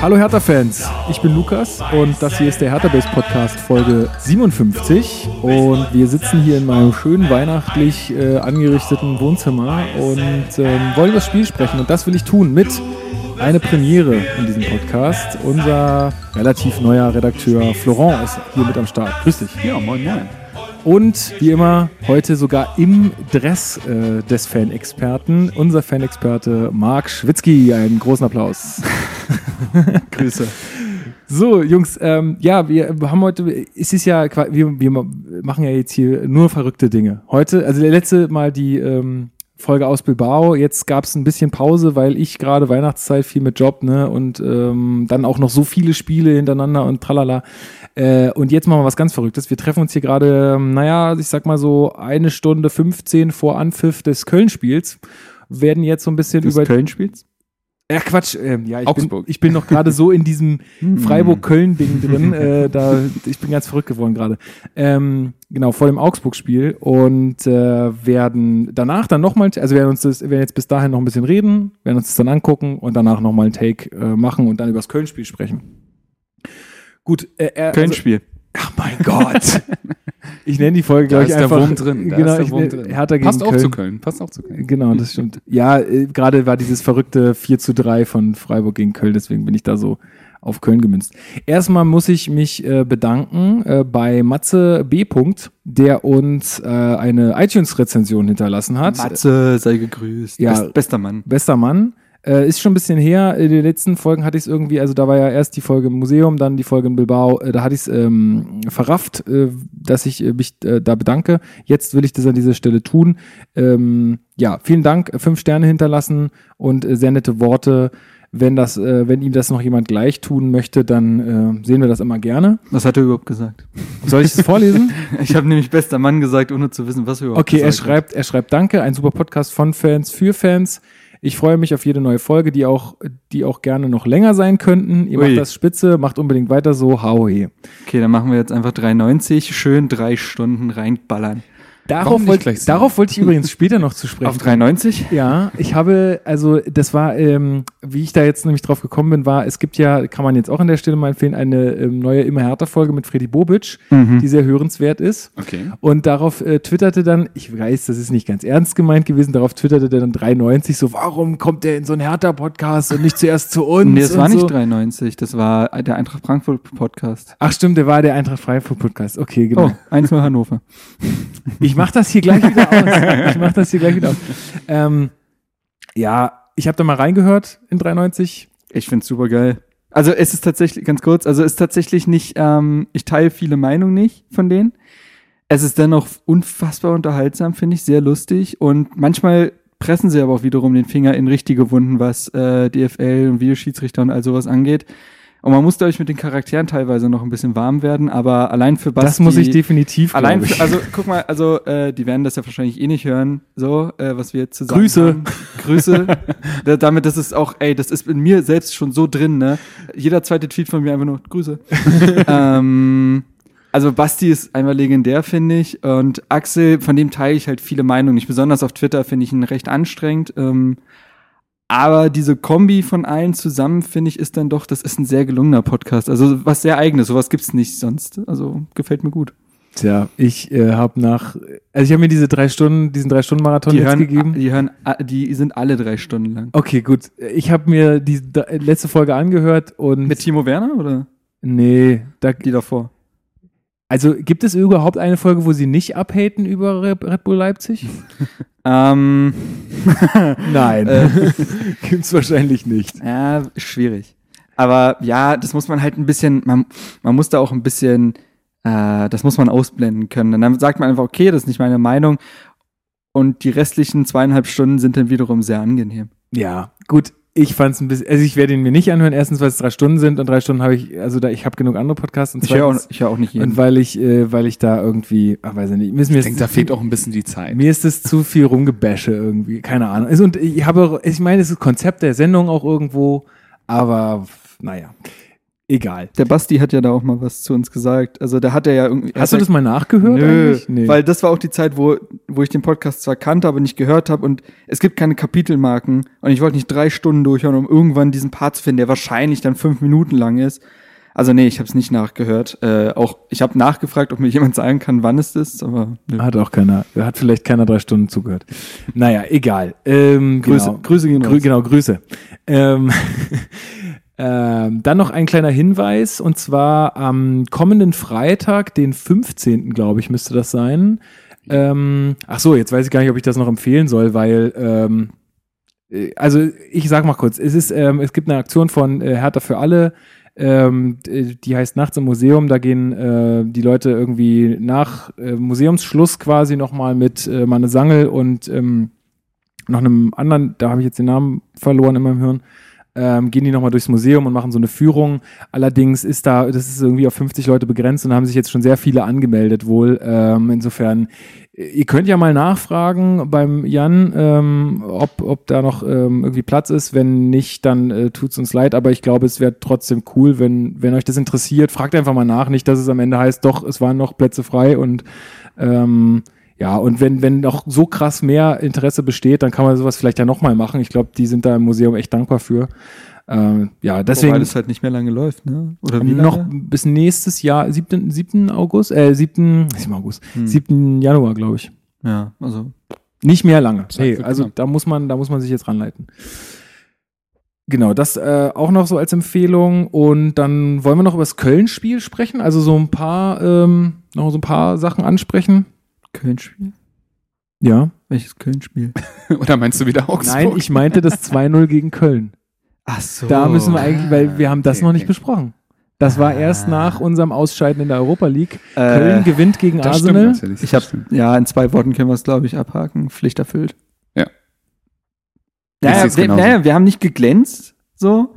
Hallo Hertha-Fans, ich bin Lukas und das hier ist der Hertha-Base-Podcast Folge 57 und wir sitzen hier in meinem schönen weihnachtlich äh, angerichteten Wohnzimmer und ähm, wollen über das Spiel sprechen und das will ich tun mit einer Premiere in diesem Podcast. Unser relativ neuer Redakteur Florent ist hier mit am Start. Grüß dich. Ja, moin moin. Und wie immer heute sogar im Dress äh, des Fanexperten, unser Fanexperte Marc Schwitzky. Einen großen Applaus. Grüße. So, Jungs, ähm, ja, wir haben heute, es ist ja, qua- wir, wir machen ja jetzt hier nur verrückte Dinge. Heute, also der letzte Mal die ähm, Folge aus Bilbao, jetzt gab es ein bisschen Pause, weil ich gerade Weihnachtszeit viel mit Job, ne, und ähm, dann auch noch so viele Spiele hintereinander und tralala. Äh, und jetzt machen wir was ganz Verrücktes. Wir treffen uns hier gerade, ähm, naja, ich sag mal so eine Stunde 15 vor Anpfiff des Köln-Spiels, werden jetzt so ein bisschen über Köln spielst? ja, Quatsch. Ähm, ja, ich Augsburg. Hm. Bin, ich bin noch gerade so in diesem Freiburg-Köln-Ding drin. Äh, da, ich bin ganz verrückt geworden gerade. Ähm, genau, vor dem Augsburg-Spiel. Und äh, werden danach dann nochmal, also werden uns das, werden jetzt bis dahin noch ein bisschen reden, werden uns das dann angucken und danach nochmal einen Take äh, machen und dann über das Köln-Spiel sprechen. Gut, äh, äh, also- Köln-Spiel. Ach mein Gott. ich nenne die Folge, glaube Da ich, ist der einfach. Wurm drin, da genau, ist der ich Wurm nenn- drin. Hertha gegen Passt auch Köln. zu Köln. Passt auch zu Köln. Genau, das stimmt. Ja, äh, gerade war dieses verrückte 4 zu 3 von Freiburg gegen Köln, deswegen bin ich da so auf Köln gemünzt. Erstmal muss ich mich äh, bedanken äh, bei Matze B. Punkt, der uns äh, eine iTunes-Rezension hinterlassen hat. Matze, sei gegrüßt. Ja. Best, bester Mann. Bester Mann. Äh, ist schon ein bisschen her. In den letzten Folgen hatte ich es irgendwie, also da war ja erst die Folge im Museum, dann die Folge in Bilbao, äh, da hatte ich es ähm, verrafft, äh, dass ich äh, mich äh, da bedanke. Jetzt will ich das an dieser Stelle tun. Ähm, ja, vielen Dank, fünf Sterne hinterlassen und äh, sehr nette Worte. Wenn, das, äh, wenn ihm das noch jemand gleich tun möchte, dann äh, sehen wir das immer gerne. Was hat er überhaupt gesagt? Soll ich es vorlesen? Ich habe nämlich bester Mann gesagt, ohne zu wissen, was er überhaupt Okay, er gesagt hat. schreibt, er schreibt Danke, ein super Podcast von Fans für Fans. Ich freue mich auf jede neue Folge, die auch, die auch gerne noch länger sein könnten. Ihr Ui. macht das spitze, macht unbedingt weiter so, hau he. Okay, dann machen wir jetzt einfach 3,90. Schön drei Stunden reinballern. Warum Darauf nicht wollte gleich so? darauf wollte ich übrigens später noch zu Auf sprechen. 3,90? Ja, ich habe, also das war, ähm, wie ich da jetzt nämlich drauf gekommen bin, war, es gibt ja, kann man jetzt auch an der Stelle mal empfehlen, eine ähm, neue Immer härter Folge mit Freddy Bobic, Mhm. die sehr hörenswert ist. Okay. Und darauf äh, twitterte dann, ich weiß, das ist nicht ganz ernst gemeint gewesen, darauf twitterte der dann 93 so, warum kommt der in so einen Hertha-Podcast und nicht zuerst zu uns? Nee, das und war so. nicht 3,90. Das war der Eintracht Frankfurt Podcast. Ach stimmt, der war der Eintracht Freiburg-Podcast. Okay, genau. Oh, 1-0 Hannover. Ich mach das hier gleich wieder aus. Ich mach das hier gleich wieder aus. Ähm, ja, ich habe da mal reingehört in 93. Ich find's super geil. Also es ist tatsächlich, ganz kurz, also es ist tatsächlich nicht, ähm, ich teile viele Meinungen nicht von denen. Es ist dennoch unfassbar unterhaltsam, finde ich, sehr lustig. Und manchmal pressen sie aber auch wiederum den Finger in richtige Wunden, was äh, DFL und Videoschiedsrichter und all sowas angeht. Und man muss, glaube ich, mit den Charakteren teilweise noch ein bisschen warm werden, aber allein für Basti... das muss ich definitiv glaub Allein, ich. für, also guck mal, also äh, die werden das ja wahrscheinlich eh nicht hören, so, äh, was wir jetzt zusammen Grüße. Haben. Grüße. da, damit, das ist auch, ey, das ist in mir selbst schon so drin, ne? Jeder zweite Tweet von mir einfach nur Grüße. ähm, also Basti ist einmal legendär, finde ich. Und Axel, von dem teile ich halt viele Meinungen. Nicht besonders auf Twitter finde ich ihn recht anstrengend. Ähm, aber diese Kombi von allen zusammen, finde ich, ist dann doch, das ist ein sehr gelungener Podcast. Also was sehr eigenes, sowas gibt's nicht sonst. Also gefällt mir gut. Tja, ich äh, habe nach, also ich habe mir diese drei Stunden, diesen drei Stunden Marathon Die jetzt hören, gegeben. die hören, die sind alle drei Stunden lang. Okay, gut. Ich habe mir die d- letzte Folge angehört und Mit Timo Werner oder nee, da, die davor? also gibt es überhaupt eine Folge, wo sie nicht abhaten über Re- Red Bull Leipzig? Ähm, Nein, gibt's wahrscheinlich nicht. ja, schwierig. Aber ja, das muss man halt ein bisschen, man, man muss da auch ein bisschen, äh, das muss man ausblenden können. Und dann sagt man einfach, okay, das ist nicht meine Meinung. Und die restlichen zweieinhalb Stunden sind dann wiederum sehr angenehm. Ja, gut. Ich fand's ein bisschen, also ich werde ihn mir nicht anhören. Erstens, weil es drei Stunden sind und drei Stunden habe ich, also da ich habe genug andere Podcasts und Ich höre auch, zweitens ich hör auch nicht jeden. und weil ich, äh, weil ich da irgendwie, ach, weiß ich nicht, mir ist mir Ich denke, da fehlt auch ein bisschen die Zeit. Mir ist es zu viel rumgebäsche irgendwie, keine Ahnung. Ist- Und ich habe, auch- ich meine, es ist Konzept der Sendung auch irgendwo, aber naja. Egal. Der Basti hat ja da auch mal was zu uns gesagt. Also da hat er ja irgendwie. Hast du das mal nachgehört Nö, eigentlich? Nee. weil das war auch die Zeit, wo, wo ich den Podcast zwar kannte, aber nicht gehört habe und es gibt keine Kapitelmarken und ich wollte nicht drei Stunden durchhören, um irgendwann diesen Part zu finden, der wahrscheinlich dann fünf Minuten lang ist. Also nee, ich habe es nicht nachgehört. Äh, auch ich habe nachgefragt, ob mir jemand sagen kann, wann es ist, aber nö. hat auch keiner, hat vielleicht keiner drei Stunden zugehört. Naja, egal. Ähm, Grüße, genau. Grüße gehen Grü raus. genau, Grüße. Ähm, ähm, dann noch ein kleiner Hinweis und zwar am kommenden Freitag, den 15. glaube ich, müsste das sein. Ähm, ach so, jetzt weiß ich gar nicht, ob ich das noch empfehlen soll, weil ähm, äh, also ich sag mal kurz, es ist ähm, es gibt eine Aktion von äh, Hertha für alle. Ähm, d- die heißt Nachts im Museum. Da gehen äh, die Leute irgendwie nach äh, Museumsschluss quasi nochmal mit äh, Manne Sangel und ähm, noch einem anderen, da habe ich jetzt den Namen verloren in meinem Hirn, ähm, gehen die nochmal durchs Museum und machen so eine Führung. Allerdings ist da, das ist irgendwie auf 50 Leute begrenzt und da haben sich jetzt schon sehr viele angemeldet wohl. Ähm, insofern, äh, ihr könnt ja mal nachfragen beim Jan, ähm, ob, ob da noch ähm, irgendwie Platz ist. Wenn nicht, dann äh, tut's uns leid, aber ich glaube, es wäre trotzdem cool, wenn, wenn euch das interessiert, fragt einfach mal nach. Nicht, dass es am Ende heißt, doch, es waren noch Plätze frei und ähm, ja, und wenn, wenn noch so krass mehr Interesse besteht, dann kann man sowas vielleicht ja nochmal machen. Ich glaube, die sind da im Museum echt dankbar für. Ähm, ja, Wobei deswegen das halt nicht mehr lange läuft, ne? Oder wie lange? noch bis nächstes Jahr, 7. 7. August, äh, 7. 7. August, Hm. 7. Januar, glaube ich. Ja, also Nicht mehr lange. Zeit Hey, wird also genau. knapp. da muss man, da muss man sich jetzt ranleiten. Genau, das äh, auch noch so als Empfehlung. Und dann wollen wir noch über das Köln-Spiel sprechen, also so ein paar, ähm, noch so ein paar Sachen ansprechen. Köln-Spiel? Ja. Welches Köln-Spiel? Oder meinst du wieder Augsburg? Nein, ich meinte das 2-0 gegen Köln. Ach so. Da müssen wir eigentlich, weil wir haben das Okay, noch nicht okay. besprochen. Das war erst Oh. Ah. nach unserem Ausscheiden in der Europa League. äh, Köln gewinnt gegen das stimmt Arsenal. natürlich. Ich habe Das stimmt. ja in zwei Worten können wir es glaube ich abhaken. Pflicht erfüllt. Ja. Ich Naja, seh's wir, genauso. naja, wir haben nicht geglänzt. So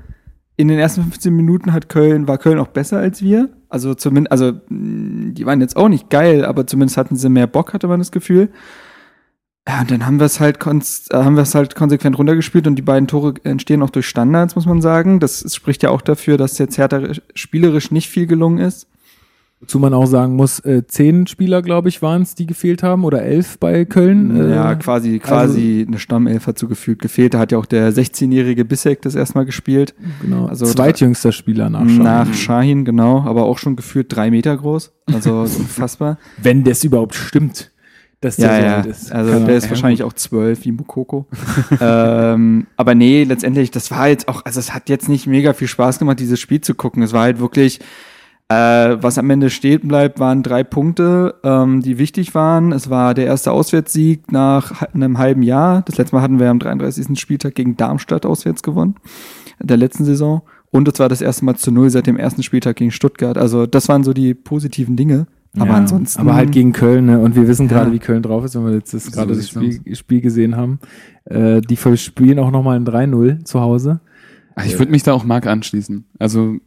in den ersten 15 Minuten hat Köln war Köln auch besser als wir. Also zumindest, also mh, die waren jetzt auch nicht geil, aber zumindest hatten sie mehr Bock, hatte man das Gefühl. Ja, und dann haben wir es halt konst, äh, haben wir es halt konsequent runtergespielt und die beiden Tore entstehen auch durch Standards, muss man sagen. Das ist- spricht ja auch dafür, dass jetzt Hertha spielerisch nicht viel gelungen ist. Wozu man auch sagen muss, äh, zehn Spieler, glaube ich, waren es, die gefehlt haben oder elf bei Köln. Äh, Mm, Ja, quasi, quasi eine Stammelf hat zugefügt. Gefehlt, da hat ja auch der 16-jährige Bissek das erstmal gespielt. genau. also zweitjüngster Spieler nach Schalke. Nach Shahin, genau, aber auch schon gefühlt drei Meter groß. Also ist unfassbar. Wenn das überhaupt stimmt, dass der ja, so ja. alt ist. Also Keine der Ahnung. ist wahrscheinlich auch zwölf wie Mukoko. ähm, aber nee, letztendlich, das war jetzt auch, also es hat jetzt nicht mega viel Spaß gemacht, dieses Spiel zu gucken. Es war halt wirklich, äh, was am Ende stehen bleibt, waren drei Punkte, ähm, die wichtig waren. Es war der erste Auswärtssieg nach ha- einem halben Jahr. Das letzte Mal hatten wir am 33. Spieltag gegen Darmstadt auswärts gewonnen, der letzten Saison. Und es war das erste Mal zu Null seit dem ersten Spieltag gegen Stuttgart. Also das waren so die positiven Dinge. Aber Ja, ansonsten. Aber halt gegen Köln, ne? Und wir wissen Ja. gerade, wie Köln drauf ist, wenn wir jetzt das, So gerade das sieht's aus. Spiel, Spiel gesehen haben. Äh, die verspielen auch nochmal ein 3-0 zu Hause. Ach, Ich würde mich da auch Marc anschließen. Also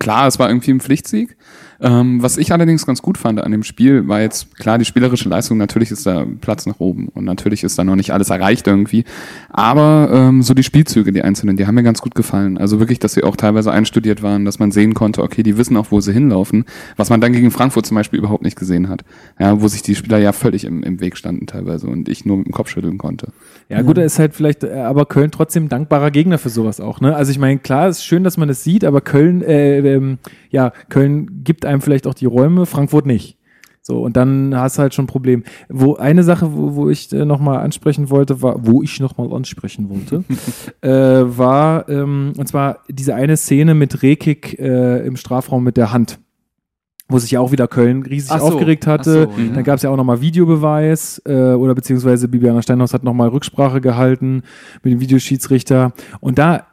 klar, es war irgendwie ein Pflichtsieg. Ähm, was ich allerdings ganz gut fand an dem Spiel, war jetzt klar die spielerische Leistung, natürlich ist da Platz nach oben und natürlich ist da noch nicht alles erreicht irgendwie. Aber ähm, so die Spielzüge, die einzelnen, die haben mir ganz gut gefallen. Also wirklich, dass sie auch teilweise einstudiert waren, dass man sehen konnte, okay, die wissen auch, wo sie hinlaufen, was man dann gegen Frankfurt zum Beispiel überhaupt nicht gesehen hat. Ja, wo sich die Spieler ja völlig im, im Weg standen teilweise und ich nur mit dem Kopf schütteln konnte. Ja, gut, da ist halt vielleicht, äh, aber Köln trotzdem dankbarer Gegner für sowas auch, ne? Also ich meine, klar, es ist schön, dass man das sieht, aber Köln, äh, ähm, ja, Köln gibt einem vielleicht auch die Räume, Frankfurt nicht. So, und dann hast du halt schon ein Problem. Wo eine Sache, wo, wo ich äh, nochmal ansprechen wollte, war, wo ich nochmal ansprechen wollte, äh, war, ähm, und zwar diese eine Szene mit Rekik äh, im Strafraum mit der Hand, wo sich ja auch wieder Köln riesig aufgeregt hatte. ja. Dann gab es ja auch nochmal Videobeweis äh, oder beziehungsweise Bibiana Steinhaus hat nochmal Rücksprache gehalten mit dem Videoschiedsrichter. Und da,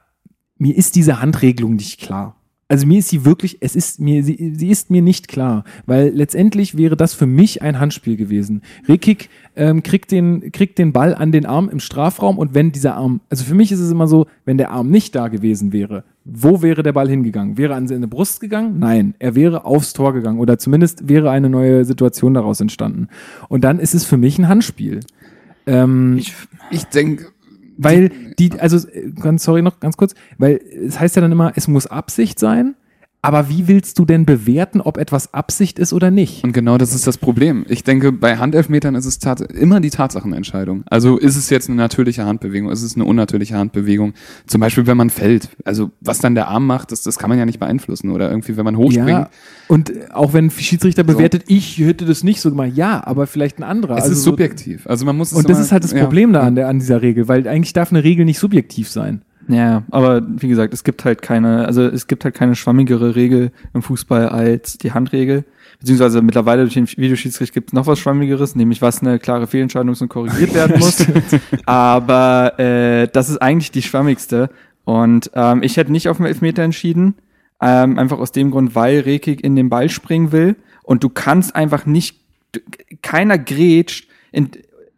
mir ist diese Handregelung nicht klar. Also mir ist sie wirklich, es ist mir, sie, sie ist mir nicht klar, weil letztendlich wäre das für mich ein Handspiel gewesen. Rekik ähm, kriegt, den, kriegt den Ball an den Arm im Strafraum und wenn dieser Arm, also für mich ist es immer so, wenn der Arm nicht da gewesen wäre, wo wäre der Ball hingegangen? Wäre an seine Brust gegangen? Nein, er wäre aufs Tor gegangen oder zumindest wäre eine neue Situation daraus entstanden. Und dann ist es für mich ein Handspiel. Ähm, Ich denke, weil die, also äh, ganz sorry noch ganz kurz, weil es heißt ja dann immer, es muss Absicht sein, Aber wie willst du denn bewerten, ob etwas Absicht ist oder nicht? Und genau das ist das Problem. Ich denke, bei Handelfmetern ist es tats immer die Tatsachenentscheidung. Also ist es jetzt eine natürliche Handbewegung, ist es eine unnatürliche Handbewegung? Zum Beispiel, wenn man fällt. Also was dann der Arm macht, das, das kann man ja nicht beeinflussen. Oder irgendwie, wenn man hochspringt. und äh, auch wenn ein Schiedsrichter bewertet, ich hätte das nicht so gemacht, ja, aber vielleicht ein anderer. es Also ist so- subjektiv. Also man muss es Und das immer- ist halt das ja. Problem da an, der, an dieser Regel, weil eigentlich darf eine Regel nicht subjektiv sein. Ja, aber wie gesagt, es gibt halt keine, also es gibt halt keine schwammigere Regel im Fußball als die Handregel. Beziehungsweise mittlerweile durch den Videoschiedsricht gibt es noch was Schwammigeres, nämlich was eine klare Fehlentscheidung ist und korrigiert werden muss. aber äh, das ist eigentlich die schwammigste. Und ähm, ich hätte nicht auf den Elfmeter entschieden. Ähm, einfach aus dem Grund, weil Rekik in den Ball springen will. Und du kannst einfach nicht, du, keiner grätscht, in,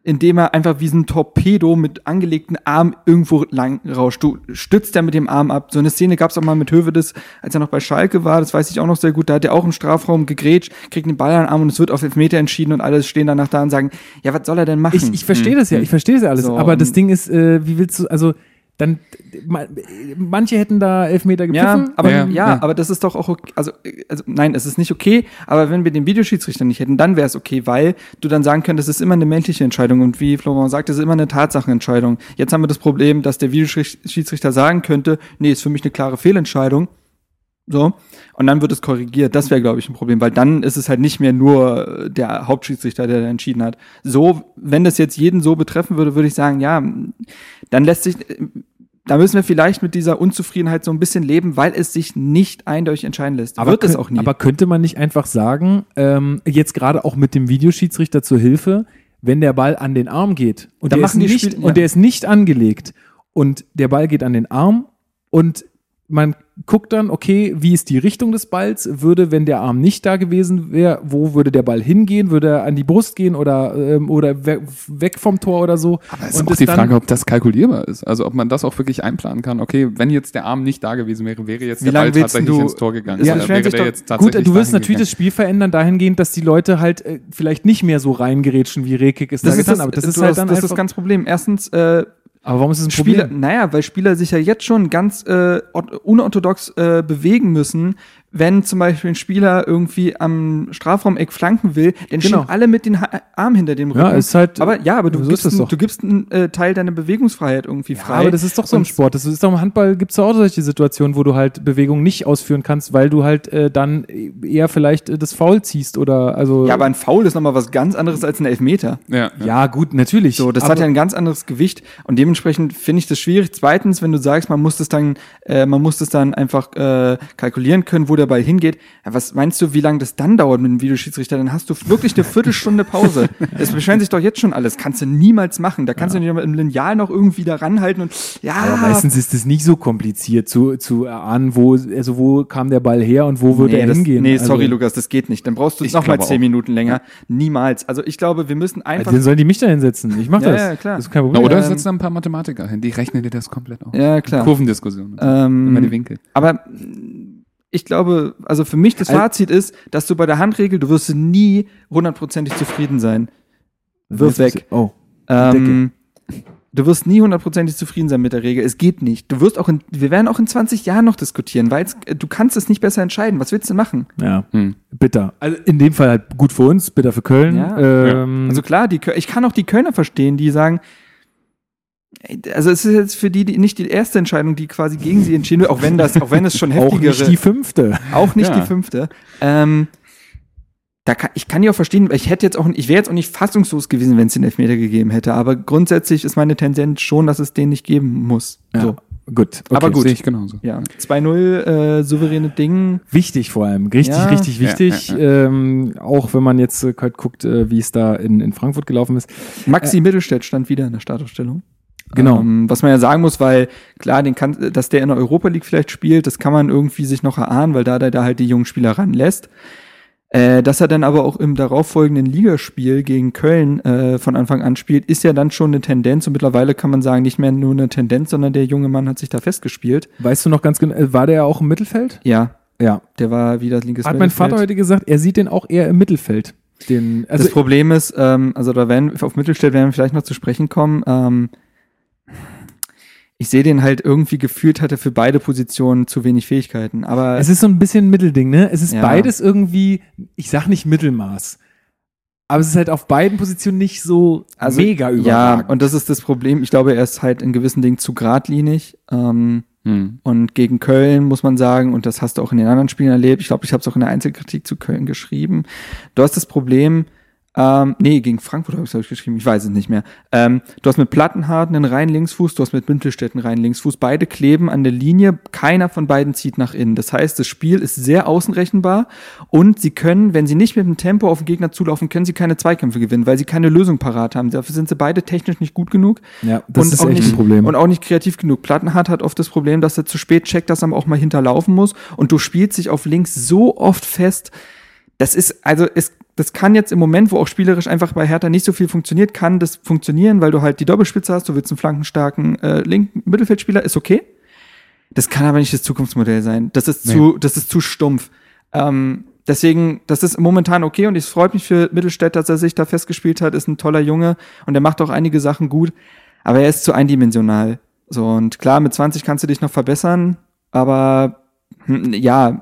indem er einfach wie so ein Torpedo mit angelegten Arm irgendwo lang rauscht. Du stützt ja mit dem Arm ab. So eine Szene gab es auch mal mit Hövedes, als er noch bei Schalke war, das weiß ich auch noch sehr gut. Da hat er auch im Strafraum gegrätscht, kriegt den Ball an den Arm und es wird auf Elfmeter entschieden und alle stehen danach da und sagen, ja, was soll er denn machen? Hm, Ich, ich verstehe das ja, ich verstehe das ja alles. So, aber das ähm, und- Ding ist, äh, wie willst du, also dann, ma- manche hätten da Elfmeter gepfiffen. Ja, aber Ja, ja, ja. aber das ist doch auch okay. Also, äh, also nein, es ist nicht okay, aber wenn wir den Videoschiedsrichter nicht hätten, dann wäre es okay, weil du dann sagen könntest, es ist immer eine menschliche Entscheidung und wie Florian sagt, es ist immer eine Tatsachenentscheidung. Jetzt haben wir das Problem, dass der Videoschiedsrichter sagen könnte, nee, ist für mich eine klare Fehlentscheidung. So, und dann wird es korrigiert. Das wäre, glaube ich, ein Problem, weil dann ist es halt nicht mehr nur äh, der Hauptschiedsrichter, der da entschieden hat. So, wenn das jetzt jeden so betreffen würde, würde ich sagen, ja, dann lässt sich, da müssen wir vielleicht mit dieser Unzufriedenheit so ein bisschen leben, weil es sich nicht eindeutig entscheiden lässt. wird es könnt- auch nie. Aber könnte man nicht einfach sagen, ähm, jetzt gerade auch mit dem Videoschiedsrichter zur Hilfe, wenn der Ball an den Arm geht und, Dann der ist, machen die nicht, Spiel- ja. und der ist nicht angelegt und der Ball geht an den Arm und man guckt dann, okay, wie ist die Richtung des Balls? Würde, wenn der Arm nicht da gewesen wäre, wo würde der Ball hingehen? Würde er an die Brust gehen oder, ähm, oder we weg vom Tor oder so? Aber es ist Und auch das die dann- Frage, ob das kalkulierbar ist. Also ob man das auch wirklich einplanen kann. Okay, wenn jetzt der Arm nicht da gewesen wäre, wäre jetzt Wie der Ball lange willst tatsächlich du- ins Tor gegangen. Es Oder beschweren sich doch- Gut, du dahin wirst natürlich das Spiel verändern dahingehend, dass die Leute halt äh, vielleicht nicht mehr so reingerätschen, wie Rekik es da getan hat. Aber das ist du halt hast- dann das ist einfach, das ganze Problem. Erstens, äh, Aber warum ist es ein Spieler, Problem? naja, weil Spieler sich ja jetzt schon ganz äh, ort- unorthodox äh, bewegen müssen, wenn zum Beispiel ein Spieler irgendwie am Strafraumeck flanken will, dann Genau. stehen alle mit den ha Arm hinter dem Rücken. Ja, ist halt- aber ja, aber du so ist gibst, das einen- doch. du gibst einen äh, Teil deiner Bewegungsfreiheit irgendwie frei. aber das ist doch so im Und- Sport. Das ist doch im Handball gibt es auch solche Situationen, wo du halt Bewegungen nicht ausführen kannst, weil du halt äh, dann eher vielleicht äh, das Foul ziehst oder also. Ja, aber ein Foul ist nochmal was ganz anderes als ein Elfmeter. Ja, ja. ja gut, natürlich. So, das aber, hat ja ein ganz anderes Gewicht und dementsprechend finde ich das schwierig. Zweitens, wenn du sagst, man muss das dann, äh, man muss das dann einfach äh, kalkulieren können, wo der Ball hingeht. Ja, was meinst du, wie lange das dann dauert mit dem Videoschiedsrichter? Dann hast du wirklich eine Viertelstunde Pause. Es beschweren sich doch jetzt schon alles. Kannst du niemals machen. Da kannst du nicht mal im Lineal noch irgendwie da ranhalten und ja. aber meistens ist es nicht so kompliziert zu, zu erahnen, wo, also wo kam der Ball her und wo würde nee, er das, hingehen. nee, sorry, also, Lukas, das geht nicht. Dann brauchst du Ich noch mal glaube auch. zehn Minuten länger. Niemals. Also ich glaube, wir müssen einfach. Dann sollen die mich da hinsetzen. Ich mach Ja, das. ja, klar. Das ist kein Na, Problem. oder ähm, setzen da ein paar Mathematiker hin, die rechnen dir das komplett auf. Ja, klar. Kurvendiskussion. Ähm, Immer die Winkel. Aber mh, ich glaube, also für mich das Also- Fazit ist, dass du bei der Handregel, du wirst nie hundertprozentig zufrieden sein. Wirf weg. Oh. Ähm, du wirst nie hundertprozentig zufrieden sein mit der Regel. Es geht nicht. Du wirst auch in, wir werden auch in 20 Jahren noch diskutieren, weil es, äh, du kannst es nicht besser entscheiden. Was willst du machen? Ja, Hm. bitter. Also in dem Fall halt gut für uns, bitter für Köln. Ja. Ähm, Also klar, die, Kö- ich kann auch die Kölner verstehen, die sagen, ey, also es ist jetzt für die, die nicht die erste Entscheidung, die quasi gegen sie entschieden wird, auch wenn das, auch wenn es schon heftigere auch nicht die fünfte. Auch nicht Ja. die fünfte. Ähm, da kann, ich kann ja auch verstehen, weil ich hätte jetzt auch, ich wäre jetzt auch nicht fassungslos gewesen, wenn es den Elfmeter gegeben hätte. Aber grundsätzlich ist meine Tendenz schon, dass es den nicht geben muss. So, Gut. Okay. Aber gut. Sehe ich genauso. ja. 2-0, äh, souveräne Ding. Wichtig vor allem, richtig, Ja. richtig Ja, wichtig. ja, Ähm, auch wenn man jetzt äh, halt guckt, äh, wie es da in, in Frankfurt gelaufen ist. Maxi Mittelstädt stand wieder in der Startaufstellung. Genau. Ähm, was man ja sagen muss, weil klar, den kann, dass der in der Europa League vielleicht spielt, das kann man irgendwie sich noch erahnen, weil da der da halt die jungen Spieler ranlässt. Äh, dass er dann aber auch im darauffolgenden Ligaspiel gegen Köln äh, von Anfang an spielt, ist ja dann schon eine Tendenz und mittlerweile kann man sagen, nicht mehr nur eine Tendenz, sondern der junge Mann hat sich da festgespielt. Weißt du noch ganz genau, äh, war der auch im Mittelfeld? Ja, Ja. der war wieder linkes Hat mein Mittelfeld. Vater heute gesagt, er sieht den auch eher im Mittelfeld. Den, also das Problem ist, ähm, also da werden auf Mittelstädt werden wir vielleicht noch zu sprechen kommen. Ähm, ich sehe den halt irgendwie gefühlt hatte für beide Positionen zu wenig Fähigkeiten. Aber Es ist so ein bisschen ein Mittelding, ne? Es ist Ja. beides irgendwie, ich sag nicht Mittelmaß, aber es ist halt auf beiden Positionen nicht so Also, mega ja, überragend. und das ist das Problem. Ich glaube, er ist halt in gewissen Dingen zu geradlinig. Ähm, Hm. und gegen Köln muss man sagen, und das hast du auch in den anderen Spielen erlebt, ich glaube, ich habe es auch in der Einzelkritik zu Köln geschrieben. Du hast das Problem, ähm, nee, gegen Frankfurt habe ich es ich geschrieben, ich weiß es nicht mehr. Ähm, du hast mit Plattenhardt einen reinen Linksfuß, du hast mit Mittelstädt einen reinen Linksfuß, beide kleben an der Linie, keiner von beiden zieht nach innen. Das heißt, das Spiel ist sehr außenrechenbar und sie können, wenn sie nicht mit dem Tempo auf den Gegner zulaufen, können sie keine Zweikämpfe gewinnen, weil sie keine Lösung parat haben. Dafür sind sie beide technisch nicht gut genug ja, das und ist auch echt nicht, ein Problem. Und auch nicht kreativ genug. Plattenhardt hat oft das Problem, dass er zu spät checkt, dass er auch mal hinterlaufen muss. Und du spielst dich auf links so oft fest. Das ist, also, es, das kann jetzt im Moment, wo auch spielerisch einfach bei Hertha nicht so viel funktioniert, kann das funktionieren, weil du halt die Doppelspitze hast, du willst einen flankenstarken äh, linken Mittelfeldspieler, ist okay. Das kann aber nicht das Zukunftsmodell sein. Das ist Nee. zu, das ist zu stumpf. Ähm, deswegen, das ist momentan okay und es freut mich für Mittelstädt, dass er sich da festgespielt hat. Ist ein toller Junge und er macht auch einige Sachen gut, aber er ist zu eindimensional. So und klar, mit 20 kannst du dich noch verbessern, aber hm, ja,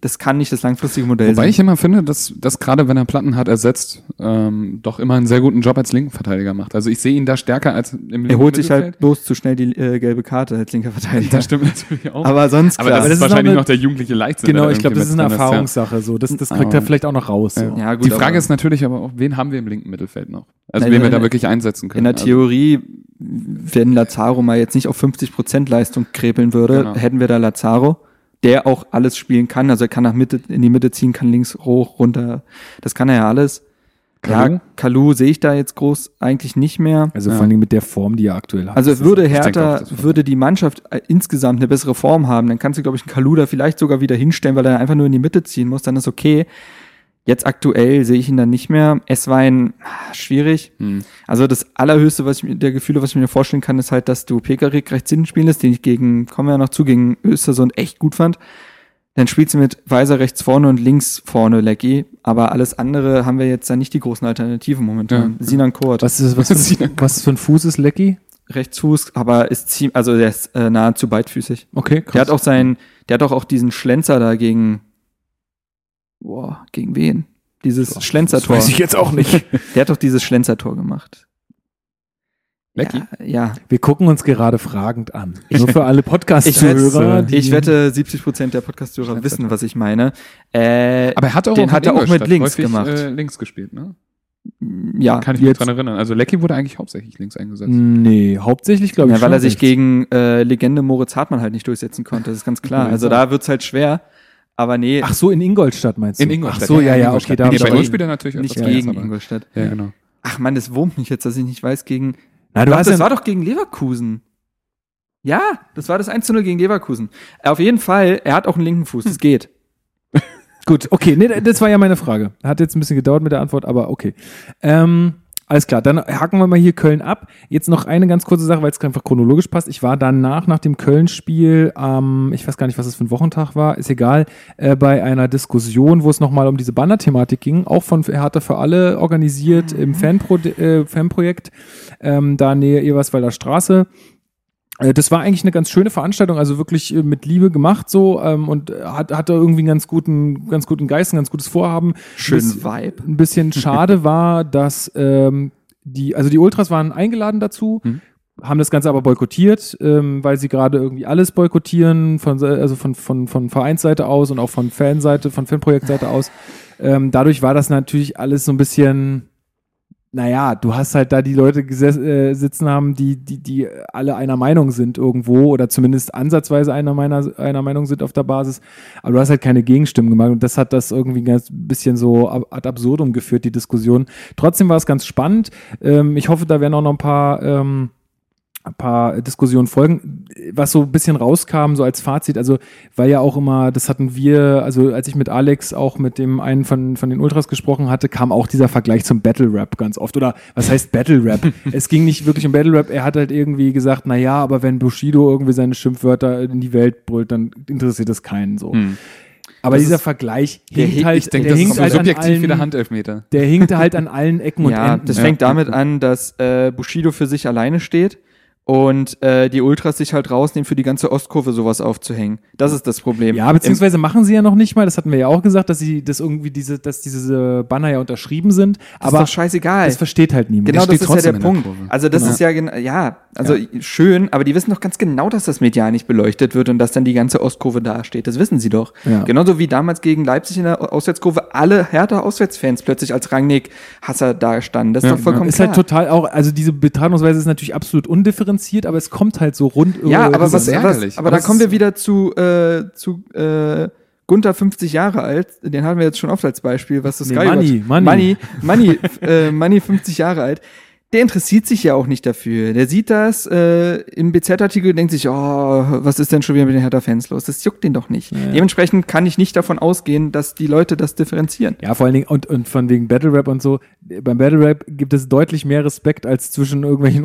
das kann nicht das langfristige Modell Wobei sein. ich immer finde, dass, dass gerade wenn er Platten hat ersetzt, ähm, doch immer einen sehr guten Job als linken Verteidiger macht. Also ich sehe ihn da stärker als im er holt sich Mittelfeld. halt bloß zu schnell die äh, gelbe Karte als linker Verteidiger. Das stimmt natürlich auch. Aber sonst Aber das, Aber klar. das ist ist wahrscheinlich noch eine- noch der jugendliche Leichtsinn. genau, der ich glaube, irgendwie das ist eine mit drin ja. Erfahrungssache. So. Das, das kriegt Ah. er vielleicht auch noch raus. So. ja, gut, Die Frage aber- ist natürlich aber auch, wen haben wir im linken Mittelfeld noch? Also Nein, wen wir in- da wirklich einsetzen können. also In der Theorie, wenn Lazaro mal jetzt nicht auf 50% Leistung krepeln würde, Genau. hätten wir da Lazaro, der auch alles spielen kann. Also er kann nach Mitte, in die Mitte ziehen, kann links hoch, runter. Das kann er ja alles. Kalou? Ja, Kalu sehe ich da jetzt groß eigentlich nicht mehr. Also Ja. vor allem mit der Form, die er aktuell hat. Also würde denke auch, Hertha, das wird- würde die Mannschaft äh, insgesamt eine bessere Form haben, dann kannst du, glaube ich, einen Kalu da vielleicht sogar wieder hinstellen, weil er einfach nur in die Mitte ziehen muss, dann ist okay. Jetzt aktuell sehe ich ihn dann nicht mehr. Esswein, ah, schwierig. Hm. Also das allerhöchste, was ich mir, der Gefühle, was ich mir vorstellen kann, ist halt, dass du Pekarik rechts hinten spielen lässt, den ich gegen, kommen wir ja noch zu, gegen Östersund echt gut fand. Dann spielst du mit Weiser rechts vorne und links vorne Lecky, aber alles andere haben wir jetzt dann nicht die großen Alternativen momentan. Ja. Sinan Kurt, was, ist, was, Sieht für, was für ein Fuß ist Lecky? Rechtsfuß, aber ist ziemlich, also der ist äh, nahezu beidfüßig. Okay, krass. Der hat auch seinen, der hat auch, auch diesen Schlenzer da gegen, boah, gegen wen? Dieses Schlenzertor. jetzt auch nicht. Der hat doch dieses Schlenzertor gemacht. Lecky? Ja, ja, Wir gucken uns gerade fragend an. Nur für alle Podcast-Hörer. die- Ich wette, 70 Prozent der Podcast-Hörer wissen, was ich meine. Äh, Aber er hat auch Den in hat er auch mit Ingolstadt links häufig, gemacht. Äh, links gespielt, ne? ja, Kann ich mich jetzt- Hm. dran erinnern. Also Lecky wurde eigentlich hauptsächlich links eingesetzt. Nee, hauptsächlich glaube ich. ja weil schon er sich rechts. gegen äh, Legende Moritz Hartmann halt nicht durchsetzen konnte. Das ist ganz klar. Also da wird's halt schwer. Aber nee, Ach so, in Ingolstadt meinst du? Ach so, ja, in ja, okay. Ingolstadt. Da nee, hab ich bei auch- uns spielt er natürlich nicht etwas gegen rechts, aber- Ingolstadt. Ja, genau. Ach man, das wurmt mich jetzt, dass ich nicht weiß, gegen. Nein, du Doch, hast das ja, war doch gegen Leverkusen. Ja, das war das 1-0 gegen Leverkusen. Auf jeden Fall, er hat auch einen linken Fuß, Hm. das geht. Gut, okay, nee, das war ja meine Frage. Hat jetzt ein bisschen gedauert mit der Antwort, aber okay. Ähm, alles klar, dann haken wir mal hier Köln ab. Jetzt noch eine ganz kurze Sache, weil es einfach chronologisch passt. Ich war danach, nach dem Köln-Spiel, ähm, ich weiß gar nicht, was es für ein Wochentag war, ist egal, äh, bei einer Diskussion, wo es nochmal um diese Banner-Thematik ging, auch von Hertha für alle organisiert im Fanpro äh, Fanprojekt, ähm, da nähe Eberswalder Straße. Äh, Das war eigentlich eine ganz schöne Veranstaltung, also wirklich äh, mit Liebe gemacht so ähm, und äh, hat, hatte irgendwie einen ganz guten, ganz guten Geist, ein ganz gutes Vorhaben. Schönen Bis- Vibe. Ein bisschen schade war, dass ähm, die, also die Ultras waren eingeladen dazu, Mhm. haben das Ganze aber boykottiert, ähm, weil sie gerade irgendwie alles boykottieren, von, se- also von, von, von Vereinsseite aus und auch von Fanseite, von Fanprojektseite aus. Ähm, dadurch war das natürlich alles so ein bisschen, naja, du hast halt da die Leute geses- äh, sitzen haben, die, die, die alle einer Meinung sind irgendwo oder zumindest ansatzweise einer, meiner, einer Meinung sind auf der Basis. Aber du hast halt keine Gegenstimmen gemacht und das hat das irgendwie ein ganz bisschen so ab- ad absurdum geführt, die Diskussion. Trotzdem war es ganz spannend. Ähm, ich hoffe, da werden auch noch ein paar. Ähm, ein paar Diskussionen folgen, was so ein bisschen rauskam, so als Fazit, also weil ja auch immer, das hatten wir, also als ich mit Alex auch mit dem einen von, von den Ultras gesprochen hatte, kam auch dieser Vergleich zum Battle Rap ganz oft. Oder was heißt Battle Rap? es ging nicht wirklich um Battle Rap, er hat halt irgendwie gesagt, na ja, aber wenn Bushido irgendwie seine Schimpfwörter in die Welt brüllt, dann interessiert das keinen so. Hm. Aber Das dieser ist- Vergleich der hinkt hinkt- halt, Ich denke, der das hinkt ist so halt an subjektiv wie der allen- Handelfmeter. Der hinkte halt an allen Ecken und ja, Enden. das Ja. fängt damit an, dass äh, Bushido für sich alleine steht und äh, die Ultras sich halt rausnehmen, für die ganze Ostkurve sowas aufzuhängen. Das ist das Problem. Ja, beziehungsweise machen sie ja noch nicht mal, das hatten wir ja auch gesagt, dass sie das irgendwie diese, dass diese Banner ja unterschrieben sind, das aber ist doch scheißegal. das versteht halt niemand. Genau, Der das steht ist ja trotzdem der in der Punkt. Kurve. also das ist ja genau, ja, also schön, aber die wissen doch ganz genau, dass das medial nicht beleuchtet wird und dass dann die ganze Ostkurve dasteht. Das wissen sie doch. Ja. Genauso wie damals gegen Leipzig in der Auswärtskurve alle härter Auswärtsfans plötzlich als Rangnick-Hasser dastanden. Das ist Ja, doch vollkommen ist klar. halt total auch, also diese Betrachtungsweise ist natürlich absolut undifferenziert, aber es kommt halt so rund irgendwie. ja, aber rüber, was, ne? was ärgerlich. aber Aber da das kommen ist- wir wieder zu äh, zu äh, Gunther 50 Jahre alt, den hatten wir jetzt schon oft als Beispiel, was das Nee, Sky Manni, Manni, Manni, Manni. Manni, äh, Manni 50 Jahre alt. Der interessiert sich ja auch nicht dafür. Der sieht das äh, im BZ-Artikel und denkt sich, oh, was ist denn schon wieder mit den Hertha-Fans los? Das juckt den doch nicht. Dementsprechend kann ich nicht davon ausgehen, dass die Leute das differenzieren. Ja, vor allen Dingen, und, und von wegen Battle Rap und so. Beim Battle Rap gibt es deutlich mehr Respekt als zwischen irgendwelchen